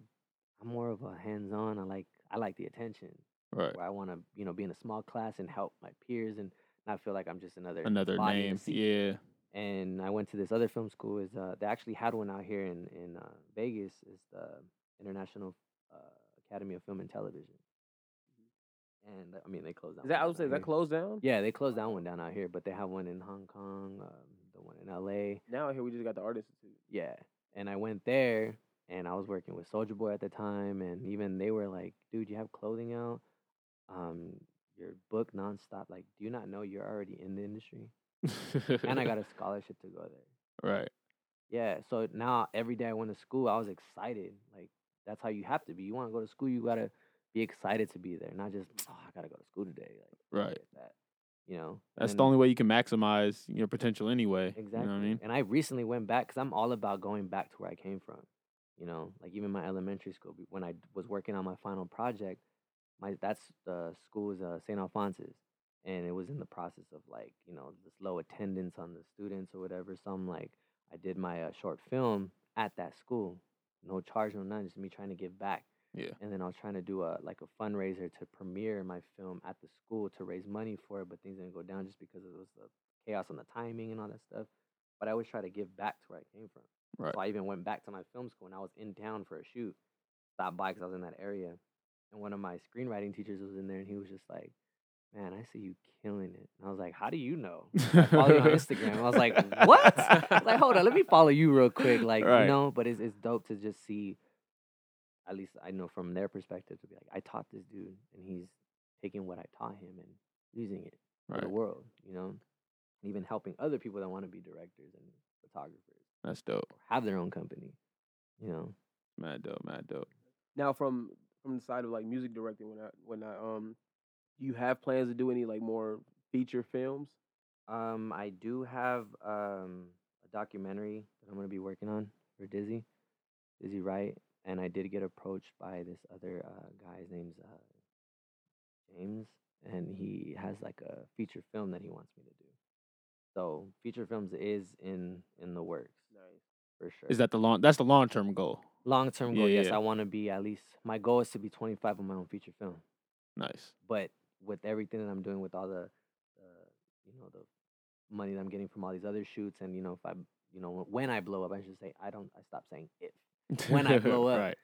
Speaker 4: I'm more of a hands on. I like I like the attention
Speaker 1: Right.
Speaker 4: where I want to, you know, be in a small class and help my peers and not feel like I'm just another
Speaker 1: Another
Speaker 4: body in a
Speaker 1: name.
Speaker 4: seat.
Speaker 1: Yeah.
Speaker 4: And I went to this other film school. Is uh, they actually had one out here in in uh, Vegas. Is the International uh, Academy of Film and Television. And I mean, they closed down.
Speaker 2: Mm-hmm. Is that
Speaker 4: one
Speaker 2: I would say
Speaker 4: down
Speaker 2: is that
Speaker 4: here.
Speaker 2: closed down?
Speaker 4: Yeah, they closed down one down out here, but they have one in Hong Kong, um, the one in L.A.
Speaker 2: Now here we just got the Art Institute.
Speaker 4: Yeah. And I went there and I was working with Soldier Boy at the time and even they were like, dude, you have clothing out. Um, your book nonstop. Like, do you not know you're already in the industry? And I got a scholarship to go there.
Speaker 1: right.
Speaker 4: Yeah. So now every day I went to school, I was excited. Like that's how you have to be. You want to go to school, you gotta be excited to be there, not just oh, I gotta go to school today. Like
Speaker 1: Right.
Speaker 4: forget that. You know.
Speaker 1: That's
Speaker 4: And-
Speaker 1: the only way you can maximize your potential anyway.
Speaker 4: Exactly.
Speaker 1: You know what I mean?
Speaker 4: And I recently went back because I'm all about going back to where I came from. You know, like even my elementary school. be- When I d- was working on my final project, my that's the school is uh, St. Alphonsus, and it was in the process of like you know this low attendance on the students or whatever. So I'm like, I did my uh, short film at that school, no charge, no none, just me trying to give back.
Speaker 1: Yeah.
Speaker 4: And then I was trying to do a like a fundraiser to premiere my film at the school to raise money for it, but things didn't go down just because it was the chaos on the timing and all that stuff. But I always try to give back to where I came from.
Speaker 1: Right.
Speaker 4: So I even went back to my film school and I was in town for a shoot. Stopped by because I was in that area. And one of my screenwriting teachers was in there and he was just like, Man, I see you killing it. And I was like, How do you know? follow you on Instagram. I was like, "What?" I was like, hold on, let me follow you real quick. Like,
Speaker 1: Right.
Speaker 4: you know, but it's it's dope to just see. At least I know from their perspective to be like, I taught this dude, and he's taking what I taught him and using it for
Speaker 1: Right.
Speaker 4: the world. You know, and even helping other people that want to be directors and photographers
Speaker 1: That's dope.
Speaker 4: or have their own company. You know,
Speaker 1: Mad dope. Mad dope.
Speaker 2: Now from from the side of like music directing, when I when I um, do you have plans to do any like more feature films?
Speaker 4: um, I do have um a documentary that I'm gonna be working on for Dizzy, Dizzy Wright, and I did get approached by this other uh, guy. His name's uh, James, and he has like a feature film that he wants me to do. So feature films is in in the works
Speaker 2: Nice.
Speaker 4: for sure.
Speaker 1: Is that the long? That's the long term goal.
Speaker 4: long term
Speaker 1: Yeah,
Speaker 4: goal? yes,
Speaker 1: yeah.
Speaker 4: I want to be at least. My goal is to be 25 on my own feature film
Speaker 1: Nice.
Speaker 4: but with everything that I'm doing with all the, the you know the money that I'm getting from all these other shoots and you know if I you know when I blow up I should say I don't I stop saying if When I blow up,
Speaker 1: right.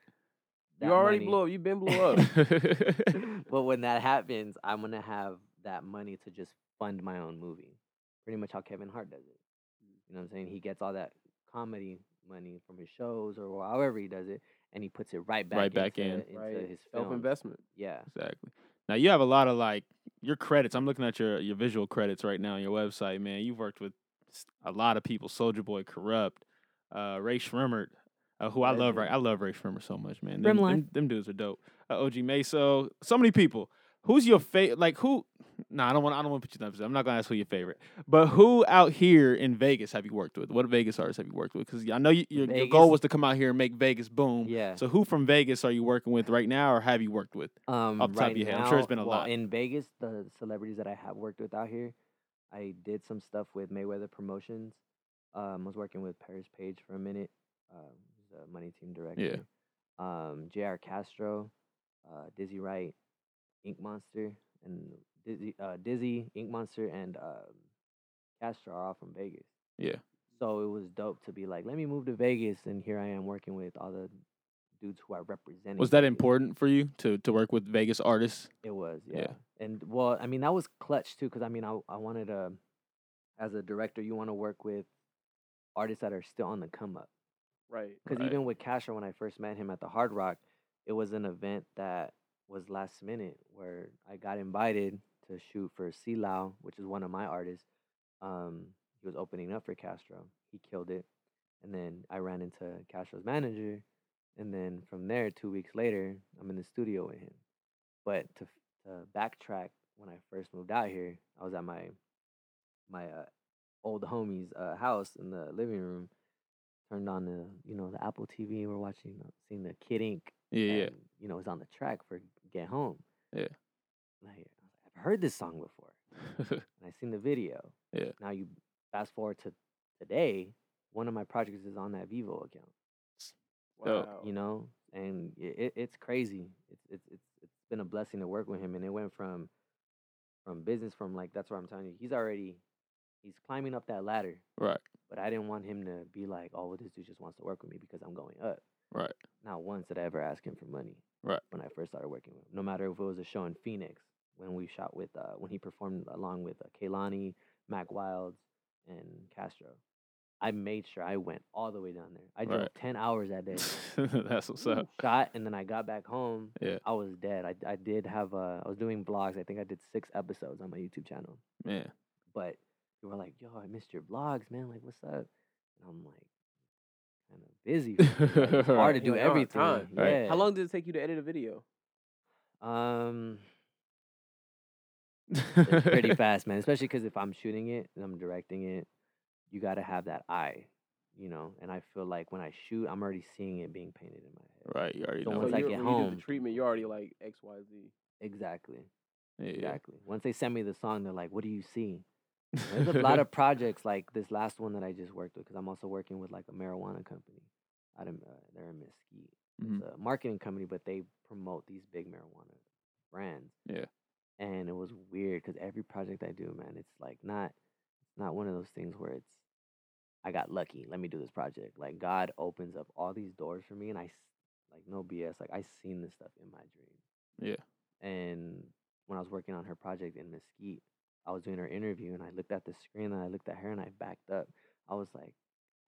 Speaker 2: You already
Speaker 4: money-
Speaker 2: blew up. You've been blew up.
Speaker 4: but when that happens I'm gonna have that money to just fund my own movie pretty much how Kevin Hart does it you know what I'm saying he gets all that comedy money from his shows or however he does it and he puts it right back
Speaker 1: Right back
Speaker 4: into,
Speaker 1: in.
Speaker 4: into
Speaker 2: right.
Speaker 4: his
Speaker 2: Self
Speaker 4: film
Speaker 2: investment.
Speaker 4: yeah
Speaker 1: Exactly. Now you have a lot of like your credits. I'm looking at your your visual credits right now on your website, man. You've worked with s- a lot of people: Soldier Boy, Corrupt, uh, Ray Shrimmert, uh, who I love. Right, I love Ray Shrimmer so much, man. Them,
Speaker 4: Rimline.
Speaker 1: them, them dudes are dope. Uh, OG Meso, so many people. Who's your favorite? Like who? Nah, I don't want. I don't want to put you down. I'm not gonna ask who your favorite, but who out here in Vegas have you worked with? What Vegas artists have you worked with? Because I know you, your, your goal
Speaker 4: Vegas-
Speaker 1: was to come out here and make Vegas boom.
Speaker 4: yeah
Speaker 1: So who from Vegas are you working with right now, or have you worked with?
Speaker 4: Um,
Speaker 1: off the top of
Speaker 4: right
Speaker 1: your head.
Speaker 4: Now,
Speaker 1: I'm sure it's been a
Speaker 4: well,
Speaker 1: lot.
Speaker 4: In Vegas, the celebrities that I have worked with out here, I did some stuff with Mayweather Promotions. Um, was working with Paris Page for a minute, um, the Money Team director. Um, J.R. Castro, uh, Dizzy Wright, Ink Monster. and Dizzy, uh, Dizzy, Ink Monster, and um, Castro are all from Vegas.
Speaker 1: Yeah.
Speaker 4: So it was dope to be like, let me move to Vegas, and here I am working with all the dudes who I represent.
Speaker 1: Was that important for you to to work with Vegas artists?
Speaker 4: It was, yeah.
Speaker 1: Yeah.
Speaker 4: And well, I mean, that was clutch too, because I mean, I I wanted to, as a director, you want to work with artists that are still on the come up.
Speaker 2: Right.
Speaker 4: Because
Speaker 1: Right.
Speaker 4: even with Casher, when I first met him at the Hard Rock, it was an event that was last minute where I got invited to shoot for Silao, which is one of my artists. Um, he was opening up for Castro. He killed it. And then I ran into Castro's manager. And then from there, two weeks later, I'm in the studio with him. But to, f- to backtrack, when I first moved out here, I was at my my uh, old homie's uh, house in the living room. Turned on the you know the Apple TV. We're watching, uh, seeing the Kid Ink
Speaker 1: Yeah, yeah.
Speaker 4: and, you know, is on the track for Get Home.
Speaker 1: Yeah.
Speaker 4: And I, I've heard this song before. And I seen the video.
Speaker 1: Yeah.
Speaker 4: Now you fast forward to today, one of my projects is on that Vivo account.
Speaker 1: Dope.
Speaker 2: Wow.
Speaker 4: You know, and i- it, it's crazy. It's it's it's it's been a blessing to work with him, and it went from from business from like that's what I'm telling you. He's already he's climbing up that ladder,
Speaker 1: right,
Speaker 4: but I didn't want him to be like, oh, well, this dude just wants to work with me because I'm going up.
Speaker 1: right,
Speaker 4: Not once did I ever ask him for money.
Speaker 1: Right.
Speaker 4: When I first started working with him, no matter if it was a show in Phoenix when we shot with uh, when he performed along with uh, Kaylani, Mac Wilds, and Castro, I made sure I went all the way down there. I drove
Speaker 1: Right.
Speaker 4: ten hours that day,
Speaker 1: that's what's up.
Speaker 4: shot, and then I got back home.
Speaker 1: Yeah.
Speaker 4: I was dead. I I did have uh, I was doing vlogs. I think I did six episodes on my YouTube channel
Speaker 1: Man,
Speaker 4: but people were like, "Yo, I missed your vlogs, man. Like, what's up?" And I'm like, kind of busy. for me, like, it's hard to
Speaker 1: Right.
Speaker 4: do
Speaker 2: You don't have
Speaker 4: everything.
Speaker 2: time.
Speaker 1: Right.
Speaker 4: Yeah.
Speaker 2: How long did it take you to edit a video?
Speaker 4: Um, it's pretty fast, man. Especially because if I'm shooting it and I'm directing it, you got to have that eye, you know. And I feel like when I shoot, I'm already seeing it being painted in my head.
Speaker 1: right, you already
Speaker 4: So
Speaker 1: know.
Speaker 4: once
Speaker 2: so
Speaker 4: I
Speaker 2: you-
Speaker 4: get
Speaker 2: when you do
Speaker 4: home-
Speaker 2: the treatment, you're already like X, Y, Z.
Speaker 4: Exactly.
Speaker 1: Yeah, yeah.
Speaker 4: Exactly. Once they send me the song, they're like, "What do you see?" There's a lot of projects like this last one that I just worked with because I'm also working with like a marijuana company out of uh, they're in Mesquite.
Speaker 1: Mhm.
Speaker 4: It's a marketing company, but they promote these big marijuana brands.
Speaker 1: Yeah.
Speaker 4: And it was weird because every project I do, man, it's like not it's not one of those things where it's I got lucky. Let me do this project. Like God opens up all these doors for me, and I s- like no BS. Like I seen this stuff in my dream.
Speaker 1: Yeah.
Speaker 4: And when I was working on her project in Mesquite, I was doing her interview, and I looked at the screen, and I looked at her, and I backed up. I was like,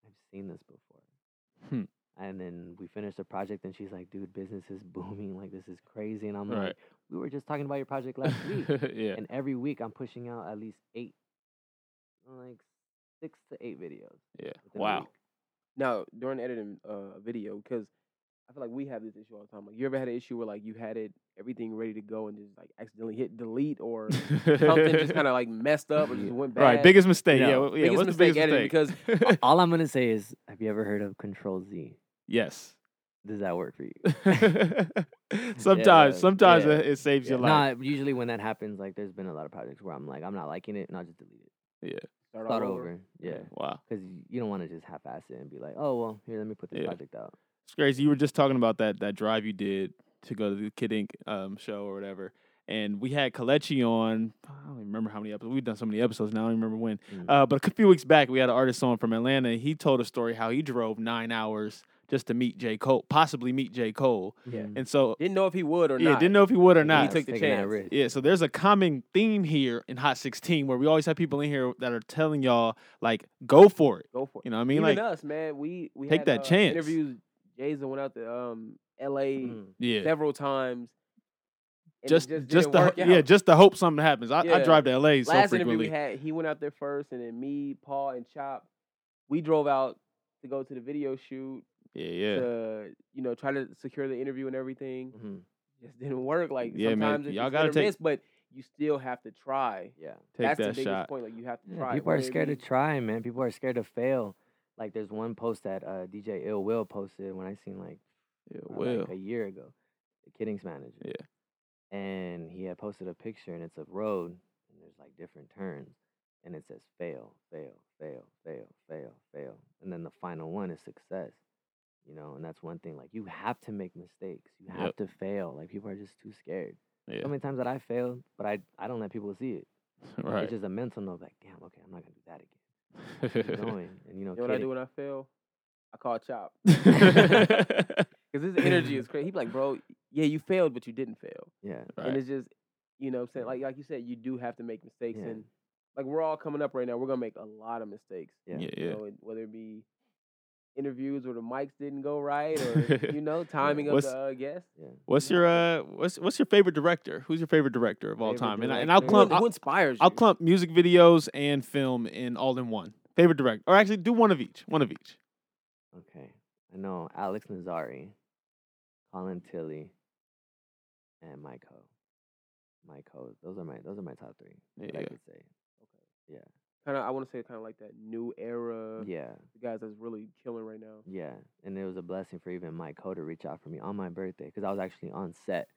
Speaker 4: I've seen this before.
Speaker 1: Hmm.
Speaker 4: And then we finished the project, and she's like, "Dude, business is booming. Like this is crazy." And I'm
Speaker 1: Right.
Speaker 4: like, "We were just talking about your project last week."
Speaker 1: yeah,
Speaker 4: And every week I'm pushing out at least eight, like six to eight videos.
Speaker 1: yeah.
Speaker 4: within a
Speaker 1: Wow.
Speaker 4: week.
Speaker 2: Now, during editing uh, a video, because I feel like we have this issue all the time. Like, you ever had an issue where like you had it everything ready to go and just like accidentally hit delete or something just kind of like messed up or just
Speaker 4: Yeah.
Speaker 2: went bad?
Speaker 1: Right, biggest mistake. Yeah,
Speaker 2: No,
Speaker 1: w- yeah.
Speaker 2: biggest
Speaker 1: What's
Speaker 2: mistake
Speaker 1: the
Speaker 2: editing
Speaker 1: biggest mistake? Because
Speaker 4: All I'm gonna say is, have you ever heard of Control Z?
Speaker 1: yes,
Speaker 4: Does that work for you?
Speaker 1: sometimes,
Speaker 4: Yeah,
Speaker 1: sometimes
Speaker 4: yeah,
Speaker 1: it, it saves your
Speaker 4: Yeah.
Speaker 1: life.
Speaker 4: Nah, usually when that happens, like there's been a lot of projects where I'm like, I'm not liking it, and I'll just delete it.
Speaker 2: Start,
Speaker 4: Start
Speaker 2: all
Speaker 4: over. Yeah.
Speaker 1: Wow,
Speaker 4: Because you don't want to just half-ass it and be like, oh well, here, let me put this
Speaker 1: Yeah.
Speaker 4: project out.
Speaker 1: it's crazy. You were just talking about that that drive you did to go to the Kid Ink um, show or whatever, and we had Kalechi on. I don't even remember how many episodes. We've done so many episodes now. I don't even remember when.
Speaker 4: Mm.
Speaker 1: Uh, but a few weeks back, we had an artist on from Atlanta. and He told a story how he drove nine hours just to meet J. Cole, possibly meet J. Cole.
Speaker 2: yeah.
Speaker 1: And so,
Speaker 2: Didn't know if he would or
Speaker 1: yeah,
Speaker 2: not.
Speaker 1: didn't know if he would or
Speaker 2: He
Speaker 1: not.
Speaker 2: took the
Speaker 4: Taking that
Speaker 2: chance.
Speaker 4: risk.
Speaker 1: Yeah, so there's a common theme here in Hot 16 where we always have people in here that are telling y'all, like, go for it.
Speaker 2: Go for it.
Speaker 1: You know what I mean?
Speaker 2: Even
Speaker 1: like,
Speaker 2: us, man, we we
Speaker 1: take
Speaker 2: had,
Speaker 1: that
Speaker 2: uh,
Speaker 1: chance.
Speaker 2: Interviews. Jason went out to um L.A.
Speaker 4: Mm.
Speaker 1: yeah.
Speaker 2: several times. and it
Speaker 1: Just, just,
Speaker 2: didn't
Speaker 1: the,
Speaker 2: work
Speaker 1: yeah,
Speaker 2: out.
Speaker 1: just to hope something happens. I, I
Speaker 2: Yeah.
Speaker 1: drive to LA so
Speaker 2: last
Speaker 1: frequently.
Speaker 2: interview we had, he went out there first, and then me, Paul, and Chop, we drove out to go to the video shoot
Speaker 1: yeah, yeah.
Speaker 2: to you know try to secure the interview and everything.
Speaker 4: Mhm.
Speaker 2: Just didn't work. Like
Speaker 1: Yeah, man,
Speaker 2: sometimes it's
Speaker 1: y'all
Speaker 2: just
Speaker 1: gotta
Speaker 2: hit or
Speaker 1: take-
Speaker 2: miss, but you still have to try.
Speaker 4: Yeah.
Speaker 1: Take
Speaker 2: That's the
Speaker 1: that
Speaker 2: biggest
Speaker 1: shot.
Speaker 2: point. Like you have to
Speaker 4: Yeah,
Speaker 2: try.
Speaker 4: people are
Speaker 2: whether it
Speaker 4: scared to
Speaker 2: be-
Speaker 4: try, man. People are scared to fail. Like there's one post that uh, DJ Ill Will posted when I seen like
Speaker 1: Yeah,
Speaker 4: uh,
Speaker 1: well.
Speaker 4: like a year ago, the Kidding's manager. Yeah. And he had posted a picture, and it's a road, and there's like different turns, and it says fail, fail, fail, fail, fail, fail, and then the final one is success. You know, and that's one thing. Like you have to make mistakes. You have
Speaker 1: Yep.
Speaker 4: to fail. Like people are just too scared.
Speaker 1: Yeah.
Speaker 4: So many times that I failed, but I I don't let people see it.
Speaker 1: Right.
Speaker 4: It's just a mental note, like, damn, okay, I'm not gonna do that again. Keep going, and you know,
Speaker 2: You know what I
Speaker 4: kid-
Speaker 2: do when I fail? I call Chop. Because his energy is crazy. He be like, bro, yeah, you failed, but you didn't fail.
Speaker 4: yeah,
Speaker 1: Right.
Speaker 2: And it's just, you know what I'm saying? Like like you said, you do have to make mistakes.
Speaker 4: Yeah.
Speaker 2: And like we're all coming up right now, we're going to make a lot of mistakes.
Speaker 4: yeah,
Speaker 1: yeah,
Speaker 2: You
Speaker 1: yeah.
Speaker 2: know, and whether it be interviews where the mics didn't go right or, you know, timing of
Speaker 1: What's-
Speaker 2: the uh, guest.
Speaker 4: yeah.
Speaker 1: What's your uh what's what's your favorite director? Who's your favorite director of all
Speaker 4: Favorite
Speaker 1: time? And I, and I'll
Speaker 4: director?
Speaker 1: clump
Speaker 2: who, who
Speaker 1: I'll,
Speaker 2: inspires you?
Speaker 1: I'll clump music videos and film in all in one. Favorite director. Or actually do one of each. One of each.
Speaker 4: Okay, I know Alex Nazari, Colin Tilly, and Mike Ho. Mike Ho. Those are my those are my top three. that I
Speaker 1: Yeah.
Speaker 4: could say.
Speaker 2: Kind of, I want to say kind of like that new
Speaker 1: Uh
Speaker 2: era.
Speaker 4: yeah,
Speaker 2: The guys that's really killing right now.
Speaker 4: yeah. And it was a blessing for even Mike Ho to reach out for me on my birthday because I was actually on set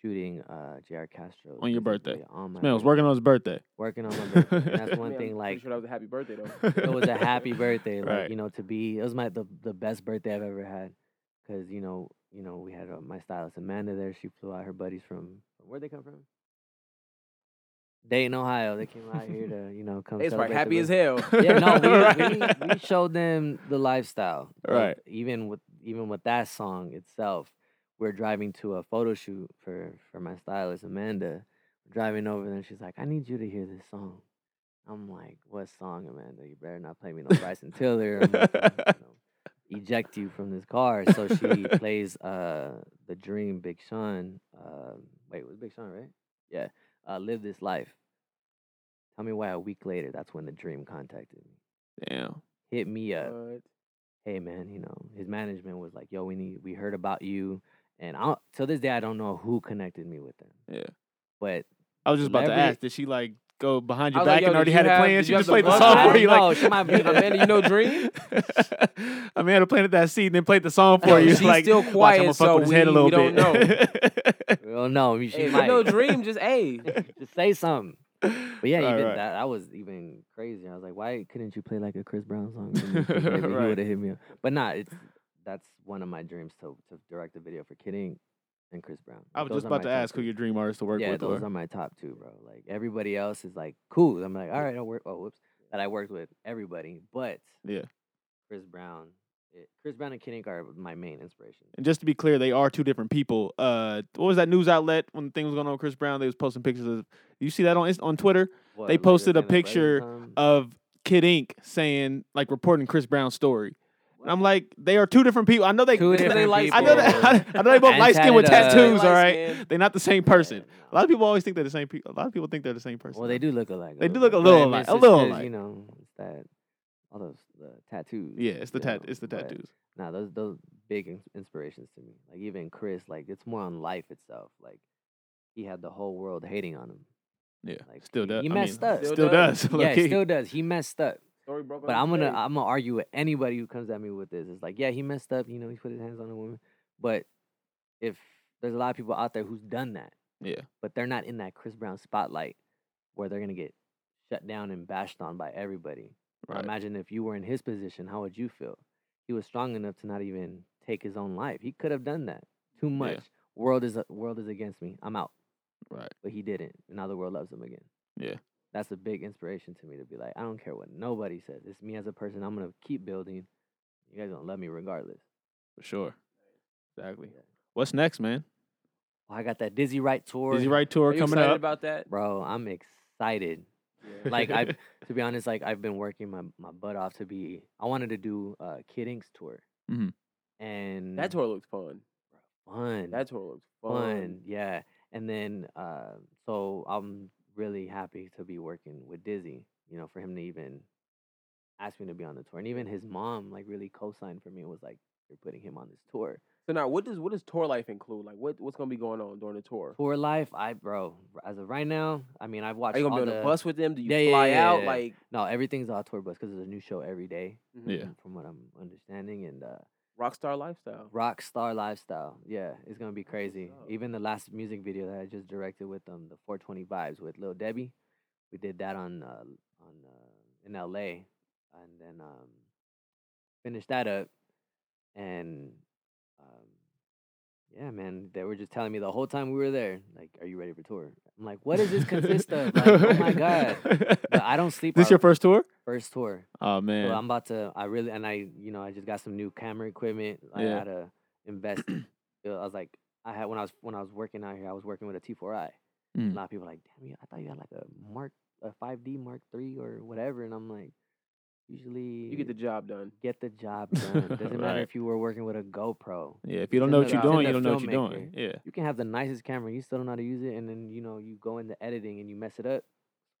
Speaker 4: shooting uh J.R. Castro
Speaker 1: On your birthday.
Speaker 4: On my
Speaker 1: Man, I was
Speaker 4: birthday,
Speaker 1: working on his birthday.
Speaker 4: working on my birthday. and that's one
Speaker 2: I mean,
Speaker 4: thing.
Speaker 2: I'm
Speaker 4: Like
Speaker 2: pretty sure that was a happy birthday though.
Speaker 4: it was a happy birthday. Like
Speaker 1: Right.
Speaker 4: you know, to be it was my the, the best birthday I've ever had. Cause you know, you know, we had uh, my stylist Amanda there. She flew out her buddies from where'd they come from? Dayton, Ohio. They came out here to you know come.
Speaker 2: It's probably
Speaker 4: celebrate the
Speaker 2: happy as
Speaker 4: birth-
Speaker 2: hell.
Speaker 4: Yeah, no, we,
Speaker 1: Right.
Speaker 4: we, we showed them the lifestyle. Like,
Speaker 1: Right.
Speaker 4: Even with even with that song itself, we're driving to a photo shoot for for my stylist Amanda. We're driving over there, and she's like, "I need you to hear this song." I'm like, "What song, Amanda? You better not play me no Bryson Tiller." I'm like, "I'm gonna eject you from this car." So she plays uh the Dream Big Sean. Uh, wait, it was Big Sean right? Yeah. Uh, Live this life. Tell me why a week later, that's when the Dream contacted me.
Speaker 1: Damn.
Speaker 4: Hit me up
Speaker 2: But
Speaker 4: hey man, you know, his management was like, yo, we need, we heard about you, and I till this day I don't know who connected me with them.
Speaker 1: Yeah.
Speaker 4: but
Speaker 1: I was just about to
Speaker 4: Celebrity-
Speaker 1: ask, did she like go behind
Speaker 2: I
Speaker 1: your
Speaker 2: was like,
Speaker 1: back
Speaker 2: yo,
Speaker 1: and already
Speaker 2: did you
Speaker 1: had it
Speaker 2: have-
Speaker 1: planned?
Speaker 2: did
Speaker 1: She
Speaker 2: you
Speaker 1: just
Speaker 2: have
Speaker 1: played
Speaker 2: the
Speaker 1: the
Speaker 2: buzzer?
Speaker 1: song for
Speaker 2: I
Speaker 1: you.
Speaker 4: know,
Speaker 1: Like,
Speaker 4: she might be-
Speaker 2: Amanda, you know Dream?
Speaker 1: Amanda planted that seed and then played the song for
Speaker 2: Yo,
Speaker 1: you.
Speaker 2: she's
Speaker 1: like,
Speaker 2: still
Speaker 1: watch,
Speaker 2: quiet,
Speaker 1: I'ma fuck
Speaker 2: so
Speaker 1: with his head a
Speaker 2: we- we
Speaker 1: little
Speaker 2: don't
Speaker 1: bit.
Speaker 4: we don't know. She
Speaker 2: hey, if you
Speaker 4: might
Speaker 2: know Dream, just a.
Speaker 4: just say something. But yeah,
Speaker 1: Right,
Speaker 4: even
Speaker 1: right.
Speaker 4: that, that was even crazier. I was like, why couldn't you play like a Chris Brown song? for me? 'Cause Maybe
Speaker 1: Right.
Speaker 4: he would have hit me up. But nah, it's that's one of my dreams to to direct a video for Kidding and Chris Brown.
Speaker 1: I was
Speaker 4: Those
Speaker 1: just
Speaker 4: are
Speaker 1: about
Speaker 4: my
Speaker 1: to
Speaker 4: top
Speaker 1: ask who
Speaker 4: two.
Speaker 1: your dream artist to work
Speaker 4: yeah,
Speaker 1: with.
Speaker 4: those
Speaker 1: were.
Speaker 4: are my top two, bro. Like everybody else is like cool. I'm like, all right, I work. Oh, whoops, that I worked with everybody, but
Speaker 1: Yeah.
Speaker 4: Chris Brown, it, Chris Brown and Kid Ink are my main inspiration.
Speaker 1: And just to be clear, they are two different people. Uh, what was that news outlet when things was going on with Chris Brown? They was posting pictures of. You see that on Inst- on Twitter
Speaker 4: What,
Speaker 1: They
Speaker 4: like,
Speaker 1: posted a
Speaker 4: Atlanta Braves or
Speaker 1: picture
Speaker 4: something?
Speaker 1: of Kid Ink saying like reporting Chris Brown's story. And I'm like, they are two different people. I know they.
Speaker 4: Two
Speaker 1: they-
Speaker 4: different
Speaker 2: like-
Speaker 1: I know that.
Speaker 4: people.
Speaker 1: I, know they both
Speaker 4: And
Speaker 1: light skin with
Speaker 4: tatted up.
Speaker 1: tattoos. All
Speaker 2: Light
Speaker 1: right,
Speaker 2: skin.
Speaker 1: they're not the same
Speaker 4: Yeah,
Speaker 1: person. A
Speaker 4: no.
Speaker 1: lot of people always think they're the same people. A lot of people think they're the same person.
Speaker 4: Well, they do look alike.
Speaker 1: They
Speaker 4: a
Speaker 1: do look a
Speaker 4: bit,
Speaker 1: little
Speaker 4: but
Speaker 1: alike,
Speaker 4: it's
Speaker 1: a
Speaker 4: just
Speaker 1: little
Speaker 4: 'cause,
Speaker 1: alike.
Speaker 4: You know, it's that all those the tattoos.
Speaker 1: Yeah, it's the
Speaker 4: you
Speaker 1: tat.
Speaker 4: know,
Speaker 1: It's the
Speaker 4: but-
Speaker 1: tattoos.
Speaker 4: Nah, those those big ins- inspirations to me. Like even Chris, like it's more on life itself. Like he had the whole world hating on him.
Speaker 1: Yeah,
Speaker 4: Like,
Speaker 1: still
Speaker 4: he-
Speaker 1: does.
Speaker 4: he
Speaker 1: I mean,
Speaker 4: messed up.
Speaker 1: Still
Speaker 2: Still
Speaker 1: does.
Speaker 2: does.
Speaker 4: yeah,
Speaker 1: low-key.
Speaker 4: he still does. He messed up.
Speaker 2: Story broke on
Speaker 4: But
Speaker 2: his
Speaker 4: I'm gonna uh,
Speaker 2: face.
Speaker 4: I'm gonna argue with anybody who comes at me with this. It's like, yeah, he messed up. You know, he put his hands on a woman. But if there's a lot of people out there who's done that,
Speaker 1: Yeah.
Speaker 4: but they're not in that Chris Brown spotlight where they're gonna get shut down and bashed on by everybody. Now
Speaker 1: Right.
Speaker 4: Imagine if you were in his position, how would you feel? He was strong enough to not even take his own life. He could have done that. Too much. World is world is against me. I'm out.
Speaker 1: Right.
Speaker 4: But he didn't. And now the world loves him again.
Speaker 1: Yeah.
Speaker 4: That's a big inspiration to me to be like, I don't care what nobody says. It's me as a person. I'm gonna keep building. You guys gonna love me regardless.
Speaker 1: For sure. Exactly.
Speaker 4: Yeah.
Speaker 1: What's next, man?
Speaker 4: Well, "Oh, I got that Dizzy Right tour.
Speaker 1: Is he right tour
Speaker 2: Are you
Speaker 1: coming
Speaker 2: excited
Speaker 1: up?
Speaker 2: about that?
Speaker 4: Bro, I'm excited.
Speaker 2: Yeah.
Speaker 4: Like I've to be honest, like I've been working my, my butt off to be I wanted to do uh Kid Ink's tour.
Speaker 2: Mm-hmm.
Speaker 1: Mhm.
Speaker 4: And
Speaker 2: That tour looks fun.
Speaker 4: fun.
Speaker 2: That tour looks Mm. fun.
Speaker 4: fun. Yeah. And then uh, so I'm really happy to be working with Dizzy, you know, for him to even ask me to be on the tour. And even his mom like really co signed for me and was like, You're putting him on this tour.
Speaker 2: So now, what does what does tour life include? Like, what what's gonna be going on during the tour?
Speaker 4: Tour life, I bro, as of right now, I mean I've watched
Speaker 2: Are you gonna
Speaker 4: all
Speaker 2: be on
Speaker 4: the
Speaker 2: a bus with them? Do you
Speaker 4: Yeah, yeah,
Speaker 2: fly
Speaker 4: yeah,
Speaker 2: out?
Speaker 4: yeah.
Speaker 2: Like,
Speaker 4: No, everything's all tour bus because there's a new show every day.
Speaker 2: mhm,
Speaker 1: Yeah.
Speaker 4: From what I'm understanding and uh
Speaker 2: rock star lifestyle.
Speaker 4: rock star lifestyle. Yeah, it's gonna be crazy.
Speaker 2: up.
Speaker 4: Even the last music video that I just directed with them, the 420 vibes with Lil Debbie, we did that on uh, on uh, in L.A. and then um, finished that up, and um, yeah, man, they were just telling me the whole time we were there, like, are you ready for tour? I'm like, what does this consist of? Like, oh my god, But I don't sleep.
Speaker 1: this
Speaker 4: our
Speaker 1: your first tour?
Speaker 4: first tour?
Speaker 1: Oh man.
Speaker 4: So I'm about to. I really and I, you know, I just got some new camera equipment. I
Speaker 1: Yeah.
Speaker 4: had to invest. in- I was like, I had when I was when I was working out here, I was working with a T4i.
Speaker 1: Mm.
Speaker 4: A lot of people are like, damn, you, I thought you had like a Mark, a 5D Mark three or whatever, and I'm like, usually
Speaker 2: You get the job done.
Speaker 4: get the job done. Doesn't
Speaker 1: Right.
Speaker 4: matter if you were working with a GoPro.
Speaker 1: yeah, if you don't
Speaker 4: Send
Speaker 1: know
Speaker 4: it
Speaker 1: what you're
Speaker 4: out. Send
Speaker 1: doing,
Speaker 4: the
Speaker 1: you don't know what you're doing.
Speaker 4: filmmaker.
Speaker 1: Yeah.
Speaker 4: You can have the nicest camera, you still don't know how to use it, and then you know you go into editing and you mess it up.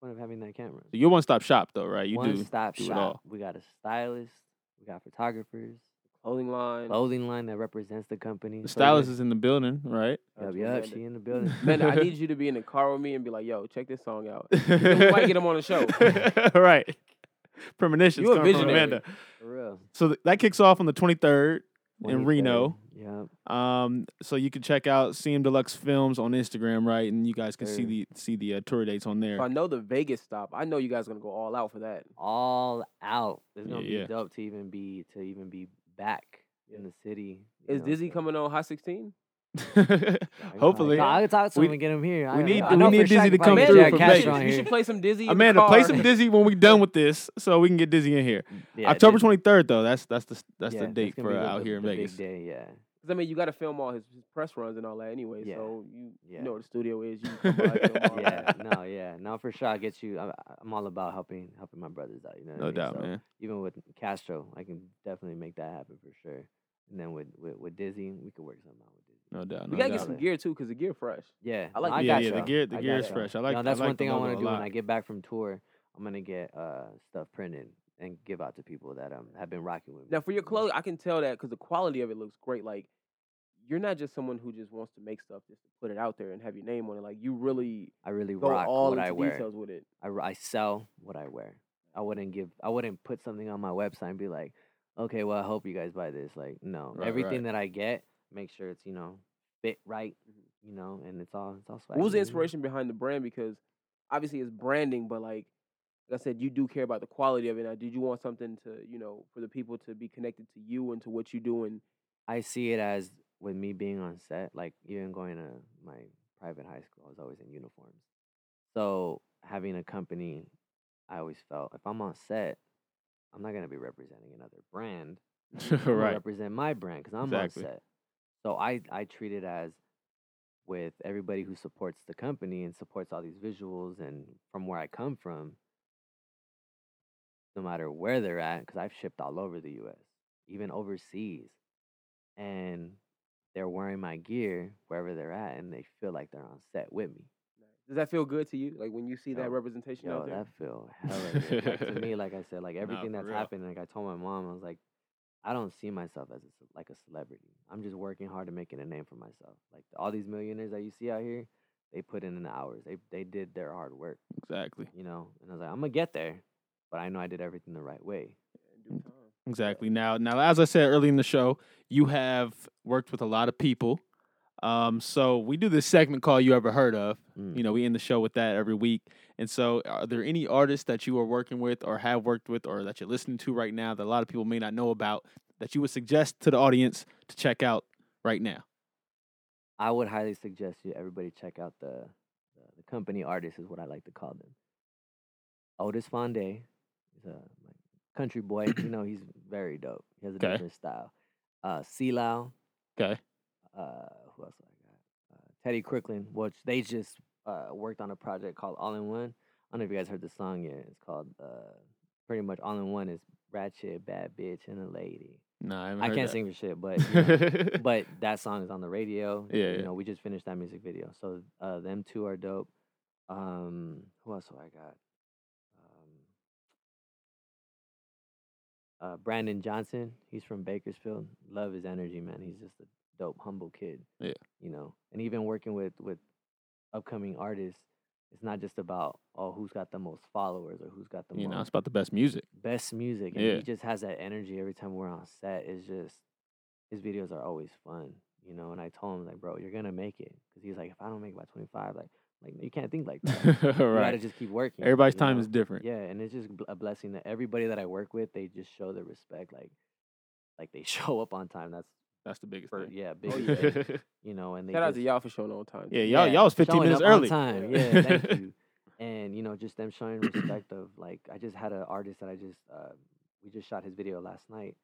Speaker 4: What's the point of having that camera?
Speaker 1: So you're one stop shop though, right? You
Speaker 4: One
Speaker 1: do.
Speaker 4: stop
Speaker 1: do it all.
Speaker 4: shop. We got a stylist. We got photographers.
Speaker 2: Clothing line.
Speaker 4: Clothing line that represents the company.
Speaker 1: The
Speaker 4: so
Speaker 1: stylist
Speaker 4: yeah.
Speaker 1: is in the building, right?
Speaker 2: That's what
Speaker 4: Yup, yup.
Speaker 2: Amanda-
Speaker 4: She in the building.
Speaker 2: Man, I need you to be in the car with me and be like, yo, check this song out. We might get
Speaker 1: Right.
Speaker 2: him on the show.
Speaker 1: Premonitions
Speaker 2: You a
Speaker 1: coming from
Speaker 2: visionary.
Speaker 1: Amanda.
Speaker 4: For real.
Speaker 1: So th- that kicks off on the 23rd. In
Speaker 4: 23rd.
Speaker 1: Reno.
Speaker 4: Yup.
Speaker 1: Um, so you can check out CM Deluxe Films on Instagram, right? And you guys can see
Speaker 4: Sure.
Speaker 1: the see the uh, tour dates on
Speaker 2: If I
Speaker 1: there.
Speaker 2: know the Vegas stop, I know you guys are gonna go all out for that.
Speaker 4: All out. It's gonna
Speaker 1: Yeah.
Speaker 4: be dope to even be to even be back in the city. you
Speaker 2: Is
Speaker 4: know,
Speaker 2: Dizzy
Speaker 4: so-
Speaker 2: coming on Hot 16?
Speaker 4: I can talk-
Speaker 1: Hopefully.
Speaker 4: I can talk to
Speaker 1: We-
Speaker 4: him and get him here. I-
Speaker 1: we need-
Speaker 4: I
Speaker 1: we
Speaker 4: know
Speaker 1: need
Speaker 4: for sure I
Speaker 1: Dizzy to
Speaker 4: can probably
Speaker 1: come
Speaker 4: get
Speaker 1: through
Speaker 4: Jack
Speaker 1: from
Speaker 4: Cash
Speaker 1: Vegas.
Speaker 4: on
Speaker 2: you
Speaker 4: here.
Speaker 2: should play some Dizzy. in the
Speaker 1: Amanda, play
Speaker 2: car.
Speaker 1: some Dizzy when we done with this, so we can get Dizzy in here.
Speaker 4: Yeah,
Speaker 1: October
Speaker 4: Dizzy.
Speaker 1: 23rd though. That's that's the that's
Speaker 4: Yeah,
Speaker 1: the date
Speaker 4: gonna
Speaker 1: for
Speaker 4: be the-
Speaker 1: out
Speaker 4: the-
Speaker 1: here in
Speaker 4: the
Speaker 1: Vegas.
Speaker 4: Big day, yeah.
Speaker 2: 'Cause, I mean, you got to film all his, his press runs and all that anyway.
Speaker 4: Yeah.
Speaker 2: So you,
Speaker 4: Yeah.
Speaker 2: you know where the studio is. You can come by, film all
Speaker 4: yeah,
Speaker 2: that.
Speaker 4: no, yeah, no, for sure. I get you. I'm, I'm all about helping helping my brothers out. You know, what I
Speaker 1: No
Speaker 4: mean?
Speaker 1: doubt,
Speaker 4: So
Speaker 1: man.
Speaker 4: Even with Castro, I can definitely make that happen for sure. And then with with, with Dizzy, we could work something out with Dizzy.
Speaker 1: No doubt.
Speaker 2: We
Speaker 1: No
Speaker 2: gotta
Speaker 1: doubt.
Speaker 2: get some
Speaker 4: Definitely.
Speaker 2: gear too, cause the gear fresh.
Speaker 4: Yeah,
Speaker 2: I like the-
Speaker 4: no, I
Speaker 1: yeah,
Speaker 4: got
Speaker 1: yeah, the
Speaker 4: y'all.
Speaker 1: gear, the
Speaker 4: I
Speaker 1: gear
Speaker 4: got
Speaker 1: is
Speaker 4: y'all.
Speaker 1: fresh. I like.
Speaker 4: no, that's
Speaker 1: I like
Speaker 4: one thing I
Speaker 1: want to
Speaker 4: do when I get back from tour. I'm gonna get uh stuff printed and give out to people that um have been rocking with me.
Speaker 2: Now for your
Speaker 4: you know?
Speaker 2: clothes, I can tell that because the quality of it looks great. Like you're not just someone who just wants to make stuff just to put it out there and have your name on it. Like you really
Speaker 4: I really
Speaker 2: go
Speaker 4: rock
Speaker 2: all
Speaker 4: what
Speaker 2: into
Speaker 4: I wear.
Speaker 2: details with it.
Speaker 4: I, r- I sell what I wear. I wouldn't give. I wouldn't put something on my website and be like, okay, well, I hope you guys buy this. Like, no,
Speaker 1: Right, right.
Speaker 4: everything that I get, make sure it's you know fit right, you know, and it's all it's all.
Speaker 2: What was Mm-hmm. the
Speaker 4: swaggy, you know?
Speaker 2: inspiration behind the brand? Because obviously it's branding, but like. Like I said, you do care about the quality of it. Now, did you want something to, you know, for the people to be connected to you and to what you do and
Speaker 4: I see it as with me being on set, like even going to my private high school, I was always in uniforms. So having a company, I always felt if I'm on set, I'm not gonna be representing another brand.
Speaker 1: back.
Speaker 4: I'm gonna
Speaker 1: right.
Speaker 4: represent my brand because I'm
Speaker 1: Exactly.
Speaker 4: on set. So I I treat it as with everybody who supports the company and supports all these visuals and from where I come from, no matter where they're at, because I've shipped all over the U.S., even overseas, and they're wearing my gear wherever they're at, and they feel like they're on set with me.
Speaker 2: Does that feel good to you? Like when you see that
Speaker 4: Yo,
Speaker 2: representation
Speaker 4: Yo,
Speaker 2: out there?
Speaker 4: that feel hella good. Like, to me, like I said, like
Speaker 1: Nah,
Speaker 4: everything
Speaker 1: for
Speaker 4: that's
Speaker 1: real.
Speaker 4: happened, like I told my mom, I was like, I don't see myself as a, ce- like a celebrity. I'm just working hard to making a name for myself. Like all these millionaires that you see out here, they put in the hours. They they did their hard work,
Speaker 1: Exactly.
Speaker 4: you know. And I was like, I'm gonna get there, but I know I did everything the right way.
Speaker 2: In due time.
Speaker 1: Exactly. Now, now, as I said early in the show, you have worked with a lot of people. Um, so we do this segment called "You Ever Heard Of."
Speaker 4: Mm.
Speaker 1: You know, we end the show with that every week. And so, are there any artists that you are working with, or have worked with, or that you're listening to right now that a lot of people may not know about that you would suggest to the audience to check out right now?
Speaker 4: I would highly suggest you everybody check out the the, the company artists is what I like to call them. Otis Fonde is a like, country boy. you know he's very dope. He has a
Speaker 1: Okay.
Speaker 4: different style. Uh, C Lau.
Speaker 1: Okay.
Speaker 4: Uh, who else do I got? Uh, Teddy Crooklyn, which they just uh, worked on a project called All in One. I don't know if you guys heard the song yet. It's called uh, pretty much All in One is ratchet, bad bitch, and a lady.
Speaker 1: No, I, haven't
Speaker 4: I
Speaker 1: heard
Speaker 4: can't
Speaker 1: that.
Speaker 4: sing for shit, but you know,
Speaker 1: but
Speaker 4: but that song is on the radio.
Speaker 1: Yeah,
Speaker 4: you
Speaker 1: yeah.
Speaker 4: know, we just finished that music video, so uh, them two are dope. Um, who else do I got? Um, uh, Brandon Johnson, he's from Bakersfield. Love his energy, man. He's just a dope, humble kid.
Speaker 1: Yeah.
Speaker 4: you know, and even working with with upcoming artists, it's not just about oh who's got the most followers or who's got the
Speaker 1: you know,
Speaker 4: most
Speaker 1: it's about the best music.
Speaker 4: best music and
Speaker 1: Yeah.
Speaker 4: he just has that energy every time we're on set it's just his videos are always fun you know and i told him like bro you're gonna make it because he's like if i don't make it by 25 like like you can't think like that you gotta
Speaker 1: right.
Speaker 4: just keep working
Speaker 1: Everybody's
Speaker 4: you
Speaker 1: time
Speaker 4: know?
Speaker 1: is different.
Speaker 4: yeah and it's just bl- a blessing that everybody that i work with they just show their respect like like they show up on time that's
Speaker 1: That's the biggest
Speaker 4: for
Speaker 1: thing.
Speaker 4: yeah, big,
Speaker 2: Oh,
Speaker 4: thing,
Speaker 1: Yeah,
Speaker 4: you know, and they
Speaker 2: Shout out to
Speaker 4: just-
Speaker 2: y'all for showing on time. too.
Speaker 1: y'all,
Speaker 4: Yeah,
Speaker 1: y'all was 15
Speaker 4: showing
Speaker 1: minutes
Speaker 4: up on
Speaker 1: early.
Speaker 4: time, Yeah, thank you. And you know, just them showing respect of like I just had an artist that I just uh, we just shot his video last night,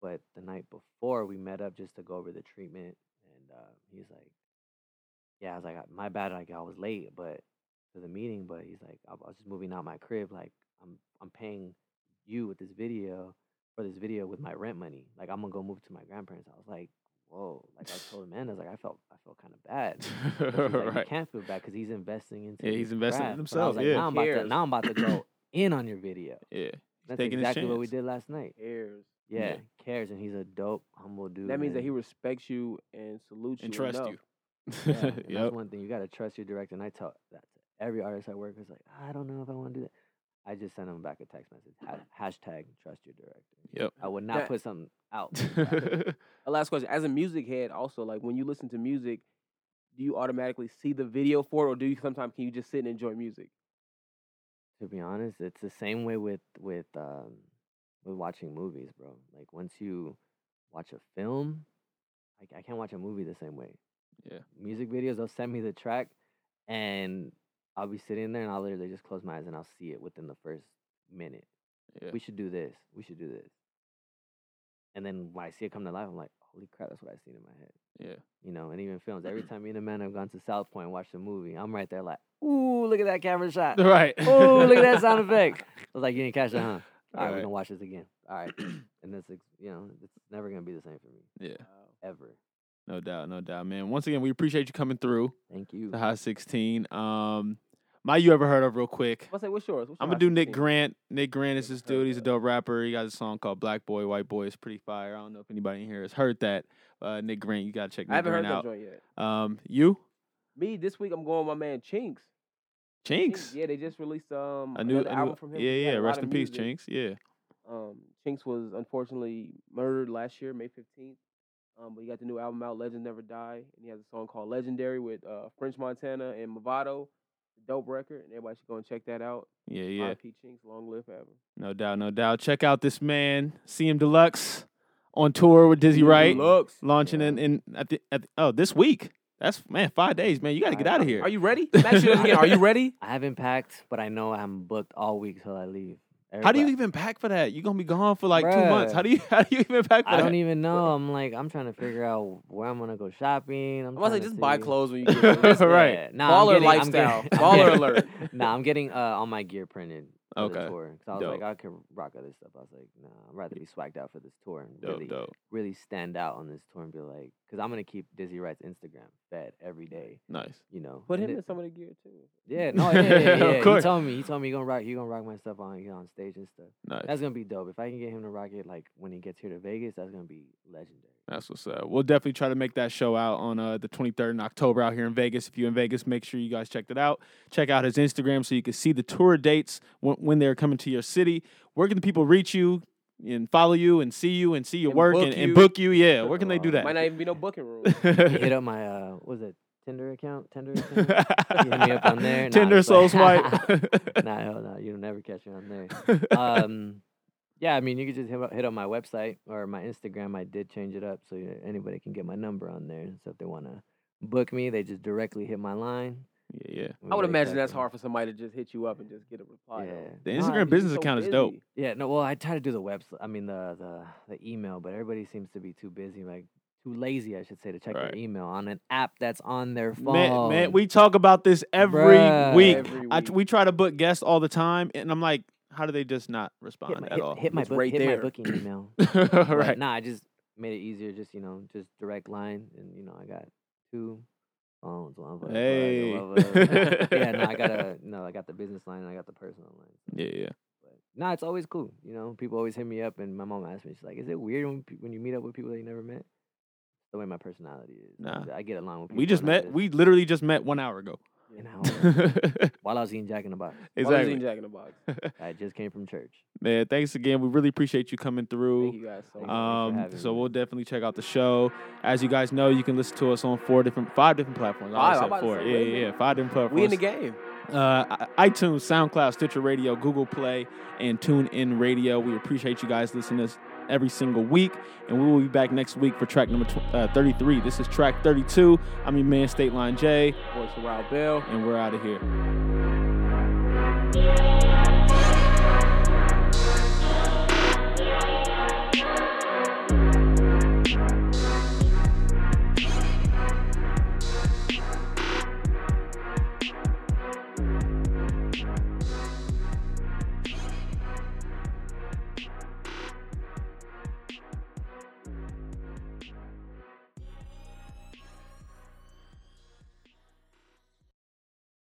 Speaker 4: but the night before we met up just to go over the treatment, and uh, he's like, "Yeah," I was like, "I- "My bad, like I was late, but to the meeting, but he's like, I I was just moving out my crib, like I'm I'm paying you with this video." For this video with my rent money, like I'm gonna go move to my grandparents. I was like, "Whoa!" Like I told him, man, I was like, I felt, I felt kind of bad. But she's like, you
Speaker 1: right.
Speaker 4: can't feel bad because he's investing into
Speaker 1: Yeah,
Speaker 4: his
Speaker 1: he's investing in
Speaker 4: craft." But I was
Speaker 1: himself,
Speaker 4: like,
Speaker 1: yeah.
Speaker 4: now I'm, about to,
Speaker 2: Cares.
Speaker 4: now I'm about to go in on your video.
Speaker 1: Yeah.
Speaker 4: That's
Speaker 1: taking his
Speaker 4: exactly what we
Speaker 1: chance.
Speaker 4: did last night.
Speaker 2: Cares.
Speaker 4: Yeah,
Speaker 1: Yeah.
Speaker 4: cares, and he's a dope, humble dude.
Speaker 2: That means that he
Speaker 4: and-
Speaker 2: respects you and salutes you.
Speaker 1: And trust
Speaker 2: enough.
Speaker 1: you.
Speaker 4: yeah, and
Speaker 1: yep.
Speaker 4: That's one thing you gotta trust your director. And I tell that to every artist I work with. Like, I don't know if I want to do that. I just send him back a text message. ha- Hashtag trust your director.
Speaker 1: Yep.
Speaker 4: I would not
Speaker 2: That-
Speaker 4: put something out. like that.
Speaker 2: A last question. As a music head, also, like when you listen to music, do you automatically see the video for it, or do you sometimes can you just sit and enjoy music?
Speaker 4: to be honest it's the same way with with um with watching movies bro like once you watch a film like i can't watch a movie the same way
Speaker 1: Yeah.
Speaker 4: music videos they'll send me the track and i'll be sitting there and i'll literally just close my eyes and i'll see it within the first minute
Speaker 1: Yeah.
Speaker 4: we should do this we should do this and then when i see it come to life i'm like holy crap that's what i seen in my head
Speaker 1: Yeah.
Speaker 4: you know, and even films. Every time me and Amanda have gone to South Point and watched a movie, I'm right there like, ooh, look at that camera shot.
Speaker 1: Right.
Speaker 4: Oh, look at that sound effect. I was like, you didn't catch that, huh? All right, we're
Speaker 1: Alright.
Speaker 4: gonna watch this again. All right, and this, ex- you know, it's never gonna be the same for me
Speaker 1: Yeah.
Speaker 4: ever.
Speaker 1: No doubt. No doubt, man. Once again, we appreciate you coming through
Speaker 4: Thank you.
Speaker 1: the High 16. Um, my you ever heard of real quick.
Speaker 2: What's like, what's yours? What's
Speaker 1: I'm
Speaker 2: your
Speaker 1: gonna do
Speaker 2: last
Speaker 1: Nick
Speaker 2: thing?
Speaker 1: Grant. Nick Grant is
Speaker 2: Never
Speaker 1: this
Speaker 2: heard
Speaker 1: dude. He's a
Speaker 2: that.
Speaker 1: dope rapper. He got a song called Black Boy, White Boy. It's pretty fire. I don't know if anybody in here has heard that. Uh, Nick Grant, you gotta check
Speaker 2: I
Speaker 1: Nick
Speaker 2: haven't
Speaker 1: Grant
Speaker 2: heard that
Speaker 1: out.
Speaker 2: joint yet.
Speaker 1: Um, you
Speaker 2: Me this week, I'm going with my man Chinks.
Speaker 1: Chinks,
Speaker 2: Yeah, they just released um
Speaker 1: a new,
Speaker 2: another
Speaker 1: a new-
Speaker 2: album from him.
Speaker 1: yeah,
Speaker 2: He had
Speaker 1: yeah.
Speaker 2: a lot
Speaker 1: Rest
Speaker 2: of
Speaker 1: in peace,
Speaker 2: music.
Speaker 1: Chinks. Yeah,
Speaker 2: Um, Chinks was unfortunately murdered last year, May 15th. Um, but he got the new album out, Legends Never Die, and he has a song called Legendary with uh, French Montana and Movado. Dope record, and everybody should go and check that out.
Speaker 1: yeah, yeah.
Speaker 2: R.I.P. Chinks, long live forever.
Speaker 1: No doubt, no doubt. Check out this man, CM Deluxe, on tour with Dizzy
Speaker 4: CM
Speaker 1: Wright,
Speaker 2: Looks.
Speaker 1: launching
Speaker 4: Yeah.
Speaker 1: in, in at the, at the, oh this week. That's man, five days, man. You gotta get
Speaker 4: Alright,
Speaker 1: out of here.
Speaker 2: Are you ready? I'm asking you this again. Are you ready?
Speaker 4: I haven't packed, but I know I'm booked all week till I leave.
Speaker 1: How do you
Speaker 4: Everybody-
Speaker 1: even pack for that? You're gonna be gone for like two months.
Speaker 4: Bruh.
Speaker 1: How do you how do you even pack for
Speaker 4: I
Speaker 1: that?
Speaker 4: don't even know. I'm like, I'm trying to figure out where I'm gonna go shopping. I'm,
Speaker 2: I'm about to
Speaker 4: trying
Speaker 2: say just
Speaker 4: see.
Speaker 2: buy clothes when you get home.
Speaker 1: Right.
Speaker 4: Yeah. Nah, I'm
Speaker 2: Baller
Speaker 4: getting- I'm
Speaker 2: lifestyle.
Speaker 4: getting- I'm
Speaker 2: Baller
Speaker 4: getting-
Speaker 2: alert.
Speaker 4: Nah, I'm getting uh, all my gear printed. For
Speaker 1: Okay.
Speaker 4: The tour. 'Cause I was
Speaker 1: Dope.
Speaker 4: like, I could rock all this stuff. I was like, nah, I'd rather be swagged out for this tour and
Speaker 1: dope,
Speaker 4: really
Speaker 1: dope.
Speaker 4: really stand out on this tour and be like, because I'm gonna keep Dizzy Wright's Instagram fed every day,
Speaker 1: Nice.
Speaker 4: you know.
Speaker 2: Put
Speaker 4: and
Speaker 2: him
Speaker 4: it-
Speaker 2: in some of the gear too.
Speaker 4: Yeah, no, yeah, yeah, yeah,
Speaker 1: Of
Speaker 4: yeah. He
Speaker 1: course.
Speaker 4: told me, he told me he gonna rock, he gonna rock my stuff on, you know, on stage and stuff.
Speaker 1: Nice.
Speaker 4: That's gonna be dope. If I can get him to rock it, like when he gets here to Vegas, that's gonna be legendary.
Speaker 1: That's what's up. We'll definitely try to make that show out on uh, the 23rd in October out here in Vegas. If you're in Vegas, make sure you guys check it out. Check out his Instagram so you can see the tour dates when, when they're coming to your city. Where can the people reach you and follow you and see you and see your
Speaker 2: And
Speaker 1: work
Speaker 2: book
Speaker 1: and, and
Speaker 2: you.
Speaker 1: book you? Yeah, where can they do
Speaker 4: Might
Speaker 2: Might
Speaker 1: that?
Speaker 2: not even be no booking room.
Speaker 4: He hit up my uh, what was it Tinder account? Tinder. account? You hit me up on there? Nah,
Speaker 1: Tinder
Speaker 4: I'm just
Speaker 1: soul
Speaker 4: playing.
Speaker 1: swipe.
Speaker 4: nah, hell no, you'll never catch me on there. um, yeah, I mean, you could just hit up, hit up my website or my Instagram. I did change it up so you anybody can get my number on there. So if they want to book me, they just directly hit my line.
Speaker 1: yeah, yeah.
Speaker 4: and
Speaker 2: I
Speaker 4: we
Speaker 2: would
Speaker 4: get
Speaker 2: imagine that's
Speaker 4: exactly-
Speaker 2: hard for somebody to just hit you up and just get a reply. though.
Speaker 4: Yeah.
Speaker 1: The
Speaker 4: Nah,
Speaker 1: Instagram
Speaker 4: I mean,
Speaker 1: business
Speaker 2: You're so
Speaker 1: account is dope.
Speaker 2: busy.
Speaker 4: Yeah, no, well, I try to do the website. I mean, the the the email, but everybody seems to be too busy, like too lazy, I should say, to check
Speaker 1: Right.
Speaker 4: their email on an app that's on their phone.
Speaker 1: Man, man, we talk about this every
Speaker 4: Bruh.
Speaker 1: week.
Speaker 2: Every
Speaker 1: I,
Speaker 2: week.
Speaker 1: we try to book guests all the time, and I'm like, how do they just not respond
Speaker 4: hit my,
Speaker 1: at
Speaker 4: hit,
Speaker 1: all?
Speaker 4: hit my
Speaker 2: It's
Speaker 4: book,
Speaker 2: right
Speaker 4: hit my
Speaker 2: there.
Speaker 4: booking email.
Speaker 1: All
Speaker 4: Right.
Speaker 1: right.
Speaker 4: Nah, I just made it easier. Just you know, just direct line, and you know, I got two phones. One for- for the
Speaker 1: Hey.
Speaker 4: lover. yeah, no, I got a no, I got the business line, and I got the personal line.
Speaker 1: Yeah, yeah.
Speaker 4: But nah, it's always cool. You know, people always hit me up, and my mom asks me, she's like, "Is it weird when pe- when you meet up with people that you never met?" The way my personality is,
Speaker 1: Nah.
Speaker 4: I get along with people.
Speaker 1: We just
Speaker 4: and I
Speaker 1: met. We literally just met one hour ago.
Speaker 4: you know,
Speaker 1: exactly.
Speaker 4: while I was eating Jack in the Box,
Speaker 2: While I was in Jack in the Box.
Speaker 4: I just came from church.
Speaker 1: Man, thanks again. We really appreciate you coming
Speaker 2: Thank
Speaker 1: through.
Speaker 2: you guys so
Speaker 4: Thank
Speaker 2: much.
Speaker 4: you. for
Speaker 1: Um,
Speaker 4: having
Speaker 1: so
Speaker 4: me.
Speaker 1: we'll definitely check out the show. As you guys know, you can listen to us on four different, five different platforms. I always
Speaker 2: Five,
Speaker 1: said
Speaker 2: I'm about to
Speaker 1: four.
Speaker 2: say,
Speaker 1: Yeah,
Speaker 2: wait a
Speaker 1: yeah, yeah, five different platforms.
Speaker 2: we in the game.
Speaker 1: uh, i- iTunes, SoundCloud, Stitcher Radio, Google Play, and TuneIn Radio. We appreciate you guys listening to us every single week, and we will be back next week for track number tw- uh, 33. This is track 32. I'm your man, State Line J,
Speaker 2: Voice of Wild Bill.
Speaker 1: and we're out of here.